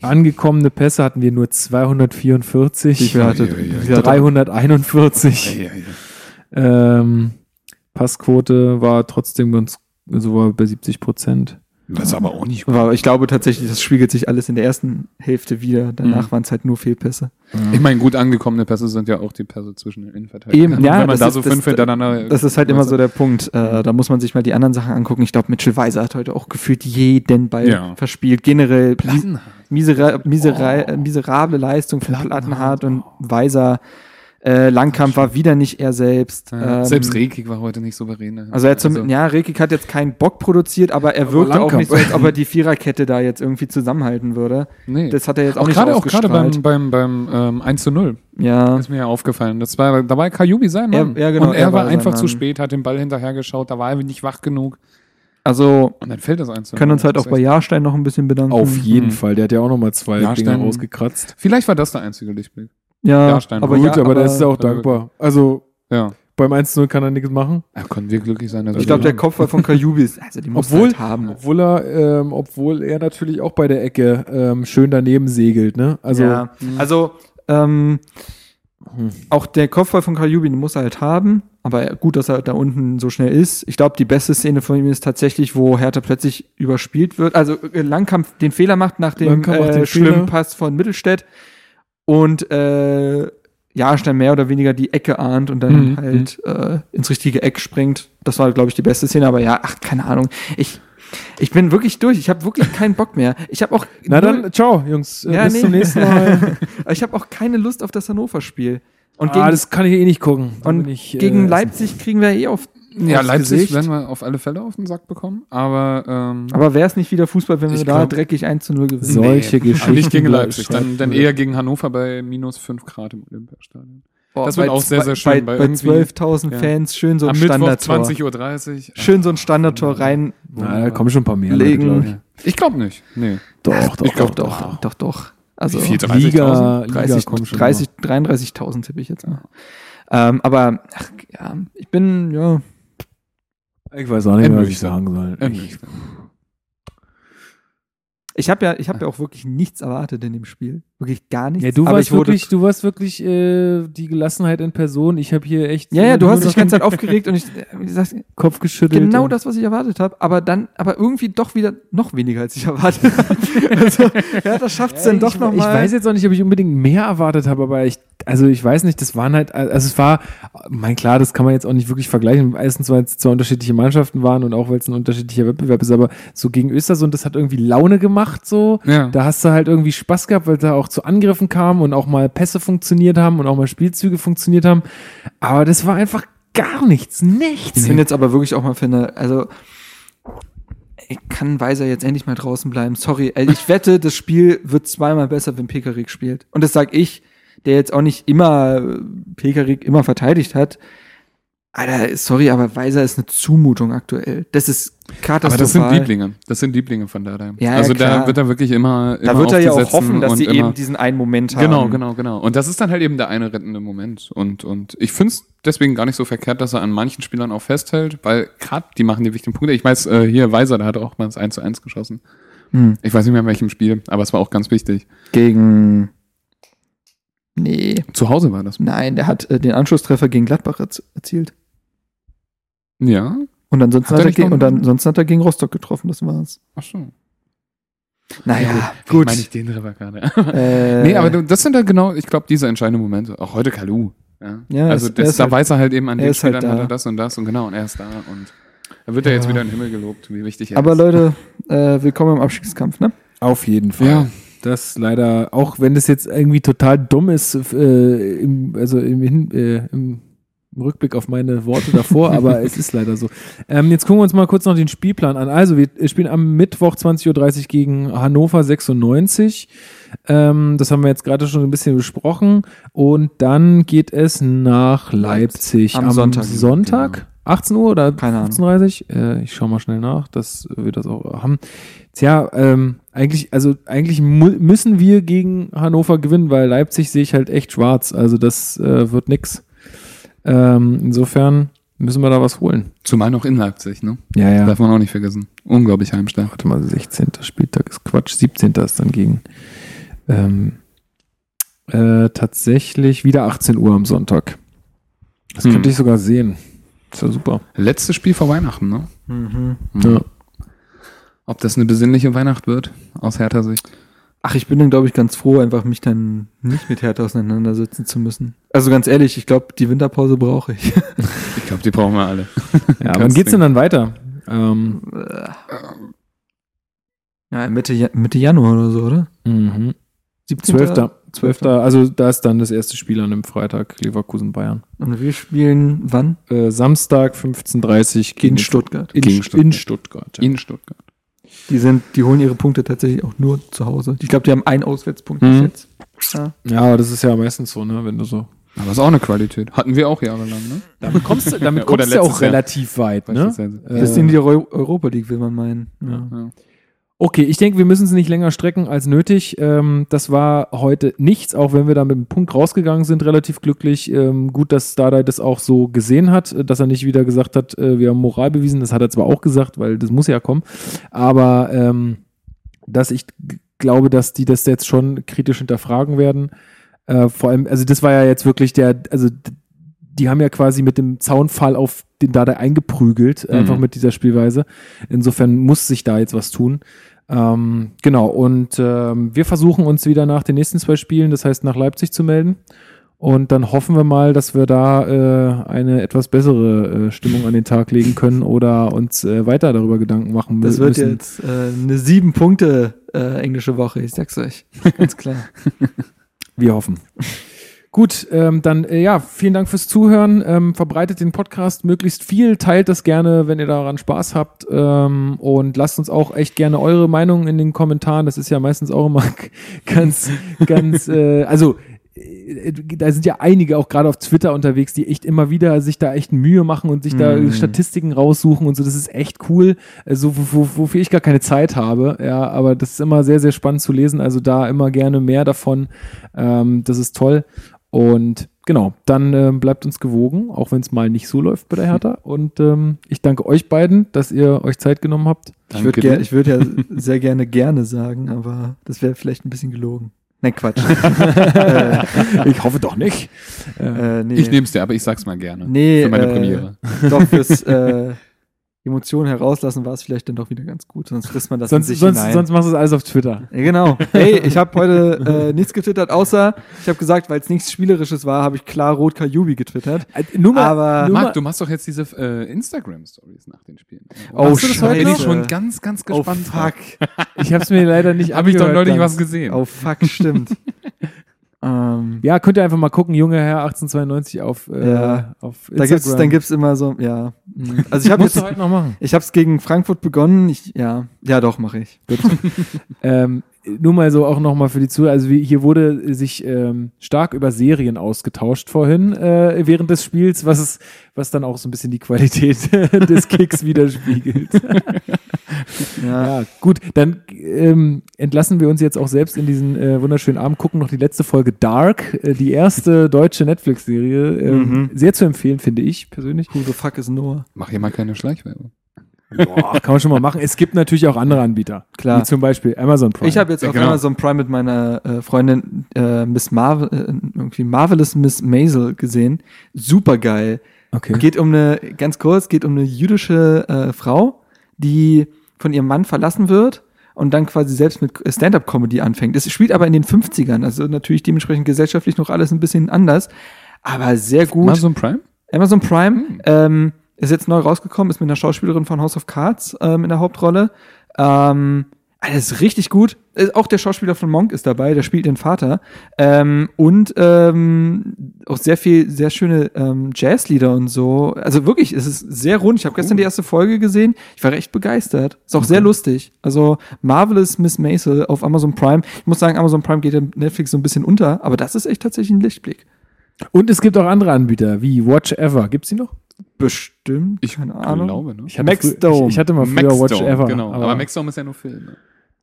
Angekommene Pässe hatten wir nur 244, viel hatte, Ja, ja, ja. wie viel hatte- 341. Ähm, Passquote war trotzdem ganz, also war bei 70 Prozent. Das ist aber auch nicht Aber ich glaube tatsächlich, das spiegelt sich alles in der ersten Hälfte wieder. Danach Mhm. waren es halt nur Fehlpässe. Ich meine, gut angekommene Pässe sind ja auch die Pässe zwischen den Innenverteidigern. Eben, ja, Wenn man das da ist- so das- fünf hintereinander. Das ist halt also- immer so der Punkt. Äh, da muss man sich mal die anderen Sachen angucken. Ich glaube, Mitchell Weiser hat heute auch gefühlt jeden Ball Ja. verspielt. Generell Plattenhardt. Oh. misera misera äh, miserable Leistung von Plattenhardt und Weiser. Äh, Langkamp war wieder nicht er selbst. Ja. Ähm, Selbst Rekik war heute nicht souverän. Also er hat zum, ja, Rekik hat jetzt keinen Bock produziert, aber er wirkte auch Langkamp. nicht so, als ob er die Viererkette da jetzt irgendwie zusammenhalten würde. nee. Das hat er jetzt auch, auch nicht gerade auch gerade ausgestrahlt. beim beim beim ähm, 1 zu 0 ja. ist mir ja aufgefallen. Das war dabei Kajubi sein Er- Mann. ja, genau, und er er war war sein einfach Mann. zu spät, hat den Ball hinterhergeschaut, da war er nicht wach genug Also und dann fällt das 1 zu 0. können uns halt Das auch ist bei echt- Jahrstein noch ein bisschen bedanken. Auf jeden Mhm. Fall. Der hat ja auch nochmal zwei Ja, Dinger stimmt. rausgekratzt. Vielleicht war das der einzige Lichtblick. ja, Jahrstein. Aber, Gut, ja, aber, der ist auch aber- dankbar. Also Ja. beim 1-0 kann er nichts machen. Da konnten wir glücklich sein. dass ich wir- glaube, der Kopfball von Kajubi ist, also die muss Obwohl- halt haben. Obwohl er, ähm, obwohl er natürlich auch bei der Ecke ähm, schön daneben segelt, ne? Also ja. also ähm, Hm. auch der Kopfball von Kajubi, den muss er halt haben. Aber gut, dass er da unten so schnell ist. Ich glaube, die beste Szene von ihm ist tatsächlich, wo Hertha plötzlich überspielt wird. Also äh, Langkampf den Fehler macht nach dem Langkamp macht äh, den schlimmen Fehler. Pass von Mittelstädt und äh, Jahrstein mehr oder weniger die Ecke ahnt und dann Mhm. halt äh, ins richtige Eck springt. Das war, glaube ich, die beste Szene. Aber ja, ach, keine Ahnung. Ich, ich bin wirklich durch. Ich habe wirklich keinen Bock mehr. Ich habe auch na dann, ciao, Jungs. Äh, Ja, bis nee. zum nächsten Mal. aber ich habe auch keine Lust auf das Hannover-Spiel. Und, ah, gegen, das kann ich eh nicht gucken. Da und bin ich, äh, gegen essen. Leipzig kriegen wir eh auf. ja, aufs Leipzig Gesicht. werden wir auf alle Fälle auf den Sack bekommen, aber ähm, Aber wäre es nicht wieder Fußball, wenn wir Ich da glaub- dreckig 1 zu 0 gewinnen? So. solche Geschichten Nicht gegen bleiben Leipzig, ne? dann, dann schreiben. eher gegen Hannover bei minus 5 Grad im Olympiastadion. Boah, das wird bei auch sehr, sehr zwei- schön, Bei, weil bei irgendwie- 12.000 ja. Fans schön so ein Am Mittwoch Standardtor. 20.30 Uhr. Schön so ein Standardtor rein. Na, da kommen schon ein paar mehr. Legen. glaub Äh, Ich glaube nicht. Nee. Doch, doch. Ich glaub, doch, wow. doch, doch. Also Wie viel? 30.000? Liga, Liga 30, kommt schon. 30, 33.000 tippe ich jetzt mal. Ähm, aber ach, ja, ich bin, ja, noch. Ich weiß auch nicht mehr, was ich Ernüchtert. sagen soll. Äh, Ähm, ich habe ja, ich habe ja auch wirklich nichts erwartet in dem Spiel. Wirklich gar nichts. Ja, du aber warst ich wurde wirklich, du warst wirklich äh, die Gelassenheit in Person. Ich habe hier echt Ja, ja, äh, du nur hast dich noch die ganze Zeit aufgeregt und ich, äh, wie gesagt, den Kopf geschüttelt. genau und- das, was ich erwartet habe, aber dann, aber irgendwie doch wieder noch weniger, als ich erwartet habe. Also, ja, das schafft's Ja, dann doch ich, nochmal. Ich weiß jetzt auch nicht, ob ich unbedingt mehr erwartet habe, aber ich, also ich weiß nicht, das waren halt, also es war, mein klar, das kann man jetzt auch nicht wirklich vergleichen. Erstens, weil es zwei unterschiedliche Mannschaften waren und auch weil es ein unterschiedlicher Wettbewerb ist, aber so gegen Östersund, das hat irgendwie Laune gemacht so. Ja. Da hast du halt irgendwie Spaß gehabt, weil da auch zu Angriffen kam und auch mal Pässe funktioniert haben und auch mal Spielzüge funktioniert haben. Aber das war einfach gar nichts, Ich nichts. bin jetzt aber wirklich auch mal finde, also ich kann Weiser jetzt endlich mal draußen bleiben. Sorry, ey, ich wette, das Spiel wird zweimal besser, wenn Pekarik spielt. Und das sag ich, der jetzt auch nicht immer äh, Pekarik immer verteidigt hat. Alter, sorry, aber Weiser ist eine Zumutung aktuell. Das ist katastrophal. Aber das sind Lieblinge. Das sind Lieblinge von Dada. Ja, ja, also da klar. wird er wirklich immer, immer Da wird er ja auch aufgesetzt hoffen, dass und sie immer- eben diesen einen Moment haben. Genau, genau, genau. Und das ist dann halt eben der eine rettende Moment. Und, und ich finde es deswegen gar nicht so verkehrt, dass er an manchen Spielern auch festhält, weil gerade die machen die wichtigen Punkte. Ich weiß, äh, hier Weiser, der hat auch mal das 1 zu 1 geschossen. Hm. Ich weiß nicht mehr in welchem Spiel, aber es war auch ganz wichtig. Gegen. Nee, Zu Hause war das. nein, der hat äh, den Anschlusstreffer gegen Gladbach erz erzielt. Ja. Und ansonsten Hat er hat, er nicht ge- noch- und ansonsten hat er gegen Rostock getroffen, das war's. Ach so. Naja, Gut. gut. Meine ich den River gerade. Äh, nee, aber du- das sind dann genau, ich glaube, diese entscheidenden Momente. Auch heute Kalu. Ja. Ja, also es- er das, ist da halt- weiß er halt eben an er den ist halt Spielern hat da. er das und das und genau, und er ist da und da wird er Ja. jetzt wieder in den Himmel gelobt, wie wichtig er aber ist. Leute, äh, willkommen im Abstiegskampf, ne? Auf jeden Fall. Ja. Das leider, auch wenn das jetzt irgendwie total dumm ist, äh, im, also im, Hin- äh, im im Rückblick auf meine Worte davor, aber es ist leider so. Ähm, jetzt gucken wir uns mal kurz noch den Spielplan an. Also, wir spielen am Mittwoch 20.30 Uhr gegen Hannover 96. Ähm, das haben wir jetzt gerade schon ein bisschen besprochen. Und dann geht es nach Leipzig Am Sonntag. Sonntag? Genau. 18 Uhr oder Keine Ahnung. 15.30 Äh, ich schaue mal schnell nach, dass wir das auch haben. Tja, ähm, eigentlich, also eigentlich mu müssen wir gegen Hannover gewinnen, weil Leipzig sehe ich halt echt schwarz. Also das äh, wird nix. Ähm, insofern müssen wir da was holen. Zumal noch in Leipzig, ne? Ja, ja. Darf man auch nicht vergessen. Unglaublich heimstark. Warte mal, 16. Spieltag ist Quatsch, 17. ist dann gegen. Ähm, äh, tatsächlich wieder 18 Uhr am Sonntag. Das Hm. könnte ich sogar sehen. Ist ja super. Letztes Spiel vor Weihnachten, ne? Hm. Mhm. Ja. Ob das eine besinnliche Weihnacht wird, aus härter Sicht. Ach, ich bin dann, glaube ich, ganz froh, einfach mich dann nicht mit Hertha auseinandersetzen zu müssen. Also ganz ehrlich, ich glaube, die Winterpause brauche ich. Ich glaube, die brauchen wir alle. Ja, wann Kannst geht's du- denn dann weiter? Ähm, Ja, Mitte, Ja- Mitte Januar oder so, oder? mhm. 17. 12. 12. Also da ist dann das erste Spiel an dem Freitag, Leverkusen Bayern. Und wir spielen wann? Äh, Samstag 15.30 Uhr Gegen Stuttgart. in, Gegen Stuttgart. Stuttgart. in Stuttgart. ja. In Stuttgart. Die sind, die holen ihre Punkte tatsächlich auch nur zu Hause. Ich glaube, die haben einen Auswärtspunkt bis Mhm. jetzt. Ja. Ja, aber das ist ja meistens so, ne, wenn du so. Aber ist auch eine Qualität. Hatten wir auch jahrelang, ne? Damit kommst du, damit Ja, oder kommst du ja auch letztes Jahr. relativ weit, ne? Beispielsweise. Äh, Bis in die Euro Europa League, will man meinen. Ja. Ja. Ja. Okay, ich denke, wir müssen es nicht länger strecken als nötig. Ähm, das war heute nichts, auch wenn wir da mit dem Punkt rausgegangen sind, relativ glücklich. Ähm, gut, dass Stardai das auch so gesehen hat, äh, dass er nicht wieder gesagt hat, äh, wir haben Moral bewiesen. Das hat er zwar auch gesagt, weil das muss ja kommen. Aber ähm, dass ich g- glaube, dass die das jetzt schon kritisch hinterfragen werden. Äh, vor allem, also das war ja jetzt wirklich der, also d- die haben ja quasi mit dem Zaunfall auf den Dada eingeprügelt, Mhm. einfach mit dieser Spielweise. Insofern muss sich da jetzt was tun. Ähm, genau, und ähm, wir versuchen uns wieder nach den nächsten zwei Spielen, das heißt nach Leipzig zu melden. Und dann hoffen wir mal, dass wir da äh, eine etwas bessere äh, Stimmung an den Tag legen können oder uns äh, weiter darüber Gedanken machen mü- Das wird müssen. jetzt äh, eine sieben Punkte äh, englische Woche, ich sag's euch. Ganz klar. Wir hoffen. Gut, ähm, dann äh, ja, vielen Dank fürs Zuhören. Ähm, verbreitet den Podcast möglichst viel, teilt das gerne, wenn ihr daran Spaß habt ähm, und lasst uns auch echt gerne eure Meinung in den Kommentaren. Das ist ja meistens auch immer g- ganz, ganz, äh, also äh, da sind ja einige auch gerade auf Twitter unterwegs, die echt immer wieder sich da echt Mühe machen und sich da Mhm. Statistiken raussuchen und so. Das ist echt cool, äh, so wo- wo- wofür ich gar keine Zeit habe. Ja, aber das ist immer sehr, sehr spannend zu lesen. Also da immer gerne mehr davon. Ähm, das ist toll. Und genau, dann ähm, bleibt uns gewogen, auch wenn es mal nicht so läuft bei der Hertha. Und ähm, ich danke euch beiden, dass ihr euch Zeit genommen habt. Ich würde Danke. ger- ich würd ja sehr gerne gerne sagen, aber das wäre vielleicht ein bisschen gelogen. Nein, Quatsch. äh, ich hoffe doch nicht. äh, nee. Ich nehme es dir, aber ich sag's mal gerne. Nee, Für meine äh, Premiere. Doch, fürs äh, Emotionen herauslassen war es vielleicht dann doch wieder ganz gut. Sonst frisst man das Sonst, in sich sonst, hinein. sonst machst du es alles auf Twitter. Ja, genau. Hey, ich habe heute äh, nichts getwittert, außer ich habe gesagt, weil es nichts Spielerisches war, habe ich klar Rot Kajubi getwittert. Äh, Nur Aber- nur mal, Marc, du machst doch jetzt diese äh, Instagram-Stories nach den Spielen. Oh, Machst du das heute Scheiße. Bin ich schon ganz, ganz gespannt. oh fuck. ich habe es mir leider nicht Habe ich doch angehört neulich dann. was gesehen. Oh fuck, stimmt. ähm, Ja, könnt ihr einfach mal gucken, junger Herr 1892 auf, äh, Ja. auf Instagram. da gibt's, dann gibt's immer so, ja. Mhm. Also ich habe Musst du halt heute jetzt, noch machen. ich habe es gegen Frankfurt begonnen. Ich, ja, ja, doch mache ich. Ähm, nur mal so auch nochmal für die Zuhörer, also wie, hier wurde sich ähm, stark über Serien ausgetauscht vorhin äh, während des Spiels, was, es, was dann auch so ein bisschen die Qualität des Kicks widerspiegelt. ja. gut, dann ähm, entlassen wir uns jetzt auch selbst in diesen äh, wunderschönen Abend, gucken noch die letzte Folge Dark, äh, die erste deutsche Netflix-Serie. Ähm, Mhm. Sehr zu empfehlen, finde ich persönlich. Who the fuck is Noah? Mach hier mal keine Schleichwerbung. Boah, kann man schon mal machen. Es gibt natürlich auch andere Anbieter. Klar. Wie zum Beispiel Amazon Prime. Ich habe jetzt Ja, auf genau. Amazon Prime mit meiner äh, Freundin äh, Miss Marvel, äh, irgendwie Marvelous Miss Maisel gesehen. Super geil. okay. Geht um eine, ganz kurz, geht um eine jüdische äh, Frau, die von ihrem Mann verlassen wird und dann quasi selbst mit Stand-up-Comedy anfängt. Es spielt aber in den 50ern, also natürlich dementsprechend gesellschaftlich noch alles ein bisschen anders, aber sehr gut. Amazon Prime? Amazon Prime ähm, ist jetzt neu rausgekommen, ist mit einer Schauspielerin von House of Cards ähm, in der Hauptrolle. Ähm, alles ist richtig gut. Äh, Auch der Schauspieler von Monk ist dabei, der spielt den Vater. Ähm, und ähm, auch sehr viel, sehr schöne ähm, Jazzlieder und so. Also wirklich, es ist sehr rund. Ich habe gestern die erste Folge gesehen. Ich war recht begeistert. Ist auch sehr lustig. Also Marvelous Miss Maisel auf Amazon Prime. Ich muss sagen, Amazon Prime geht ja Netflix so ein bisschen unter, aber das ist echt tatsächlich ein Lichtblick. Und es gibt auch andere Anbieter, wie Watch Ever. Gibt es die noch? Bestimmt. Ich keine Ahnung. glaube, ne? Ich hatte, Max frü- Dome. Ich, ich hatte mal früher Maxdome, Watch Ever. Genau, aber, Maxdome ist ja nur ne? Filme.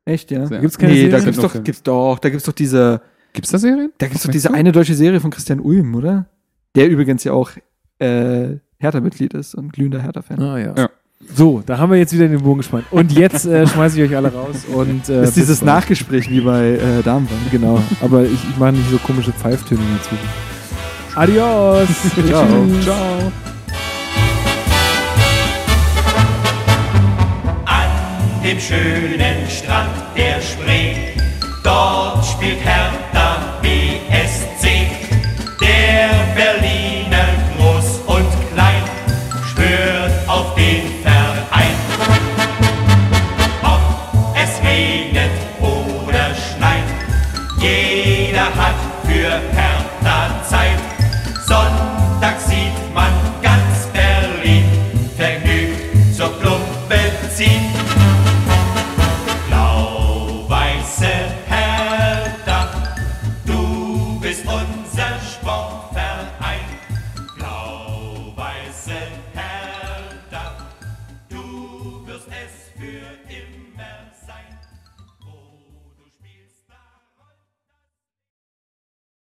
Echt, ja? Ja. Gibt's keine nee, da Serie? gibt's Gibt doch, noch gibt's doch, da gibt's doch diese, Gibt's da Serien? da gibt's doch Meinst diese du? eine deutsche Serie von Christian Ulm, oder? Der übrigens ja auch äh, Hertha-Mitglied ist und glühender Hertha-Fan. Ah, ja. Ja. So, da haben wir jetzt wieder den Bogen gespannt. Und jetzt äh, schmeiße ich euch alle raus. Und, äh, Das ist dieses bis bald. Nachgespräch wie bei äh, Damenwahl. Genau, aber ich, ich mache nicht so komische Pfeiftöne dazwischen. Adios! Ciao. Tschüss. Ciao. an dem schönen Strand der Spree. Dort spielt Hertha BSC. Der Berliner groß und klein schwört auf den Verein. Ob es regnet oder schneit, jeder hat für Hertha Oh,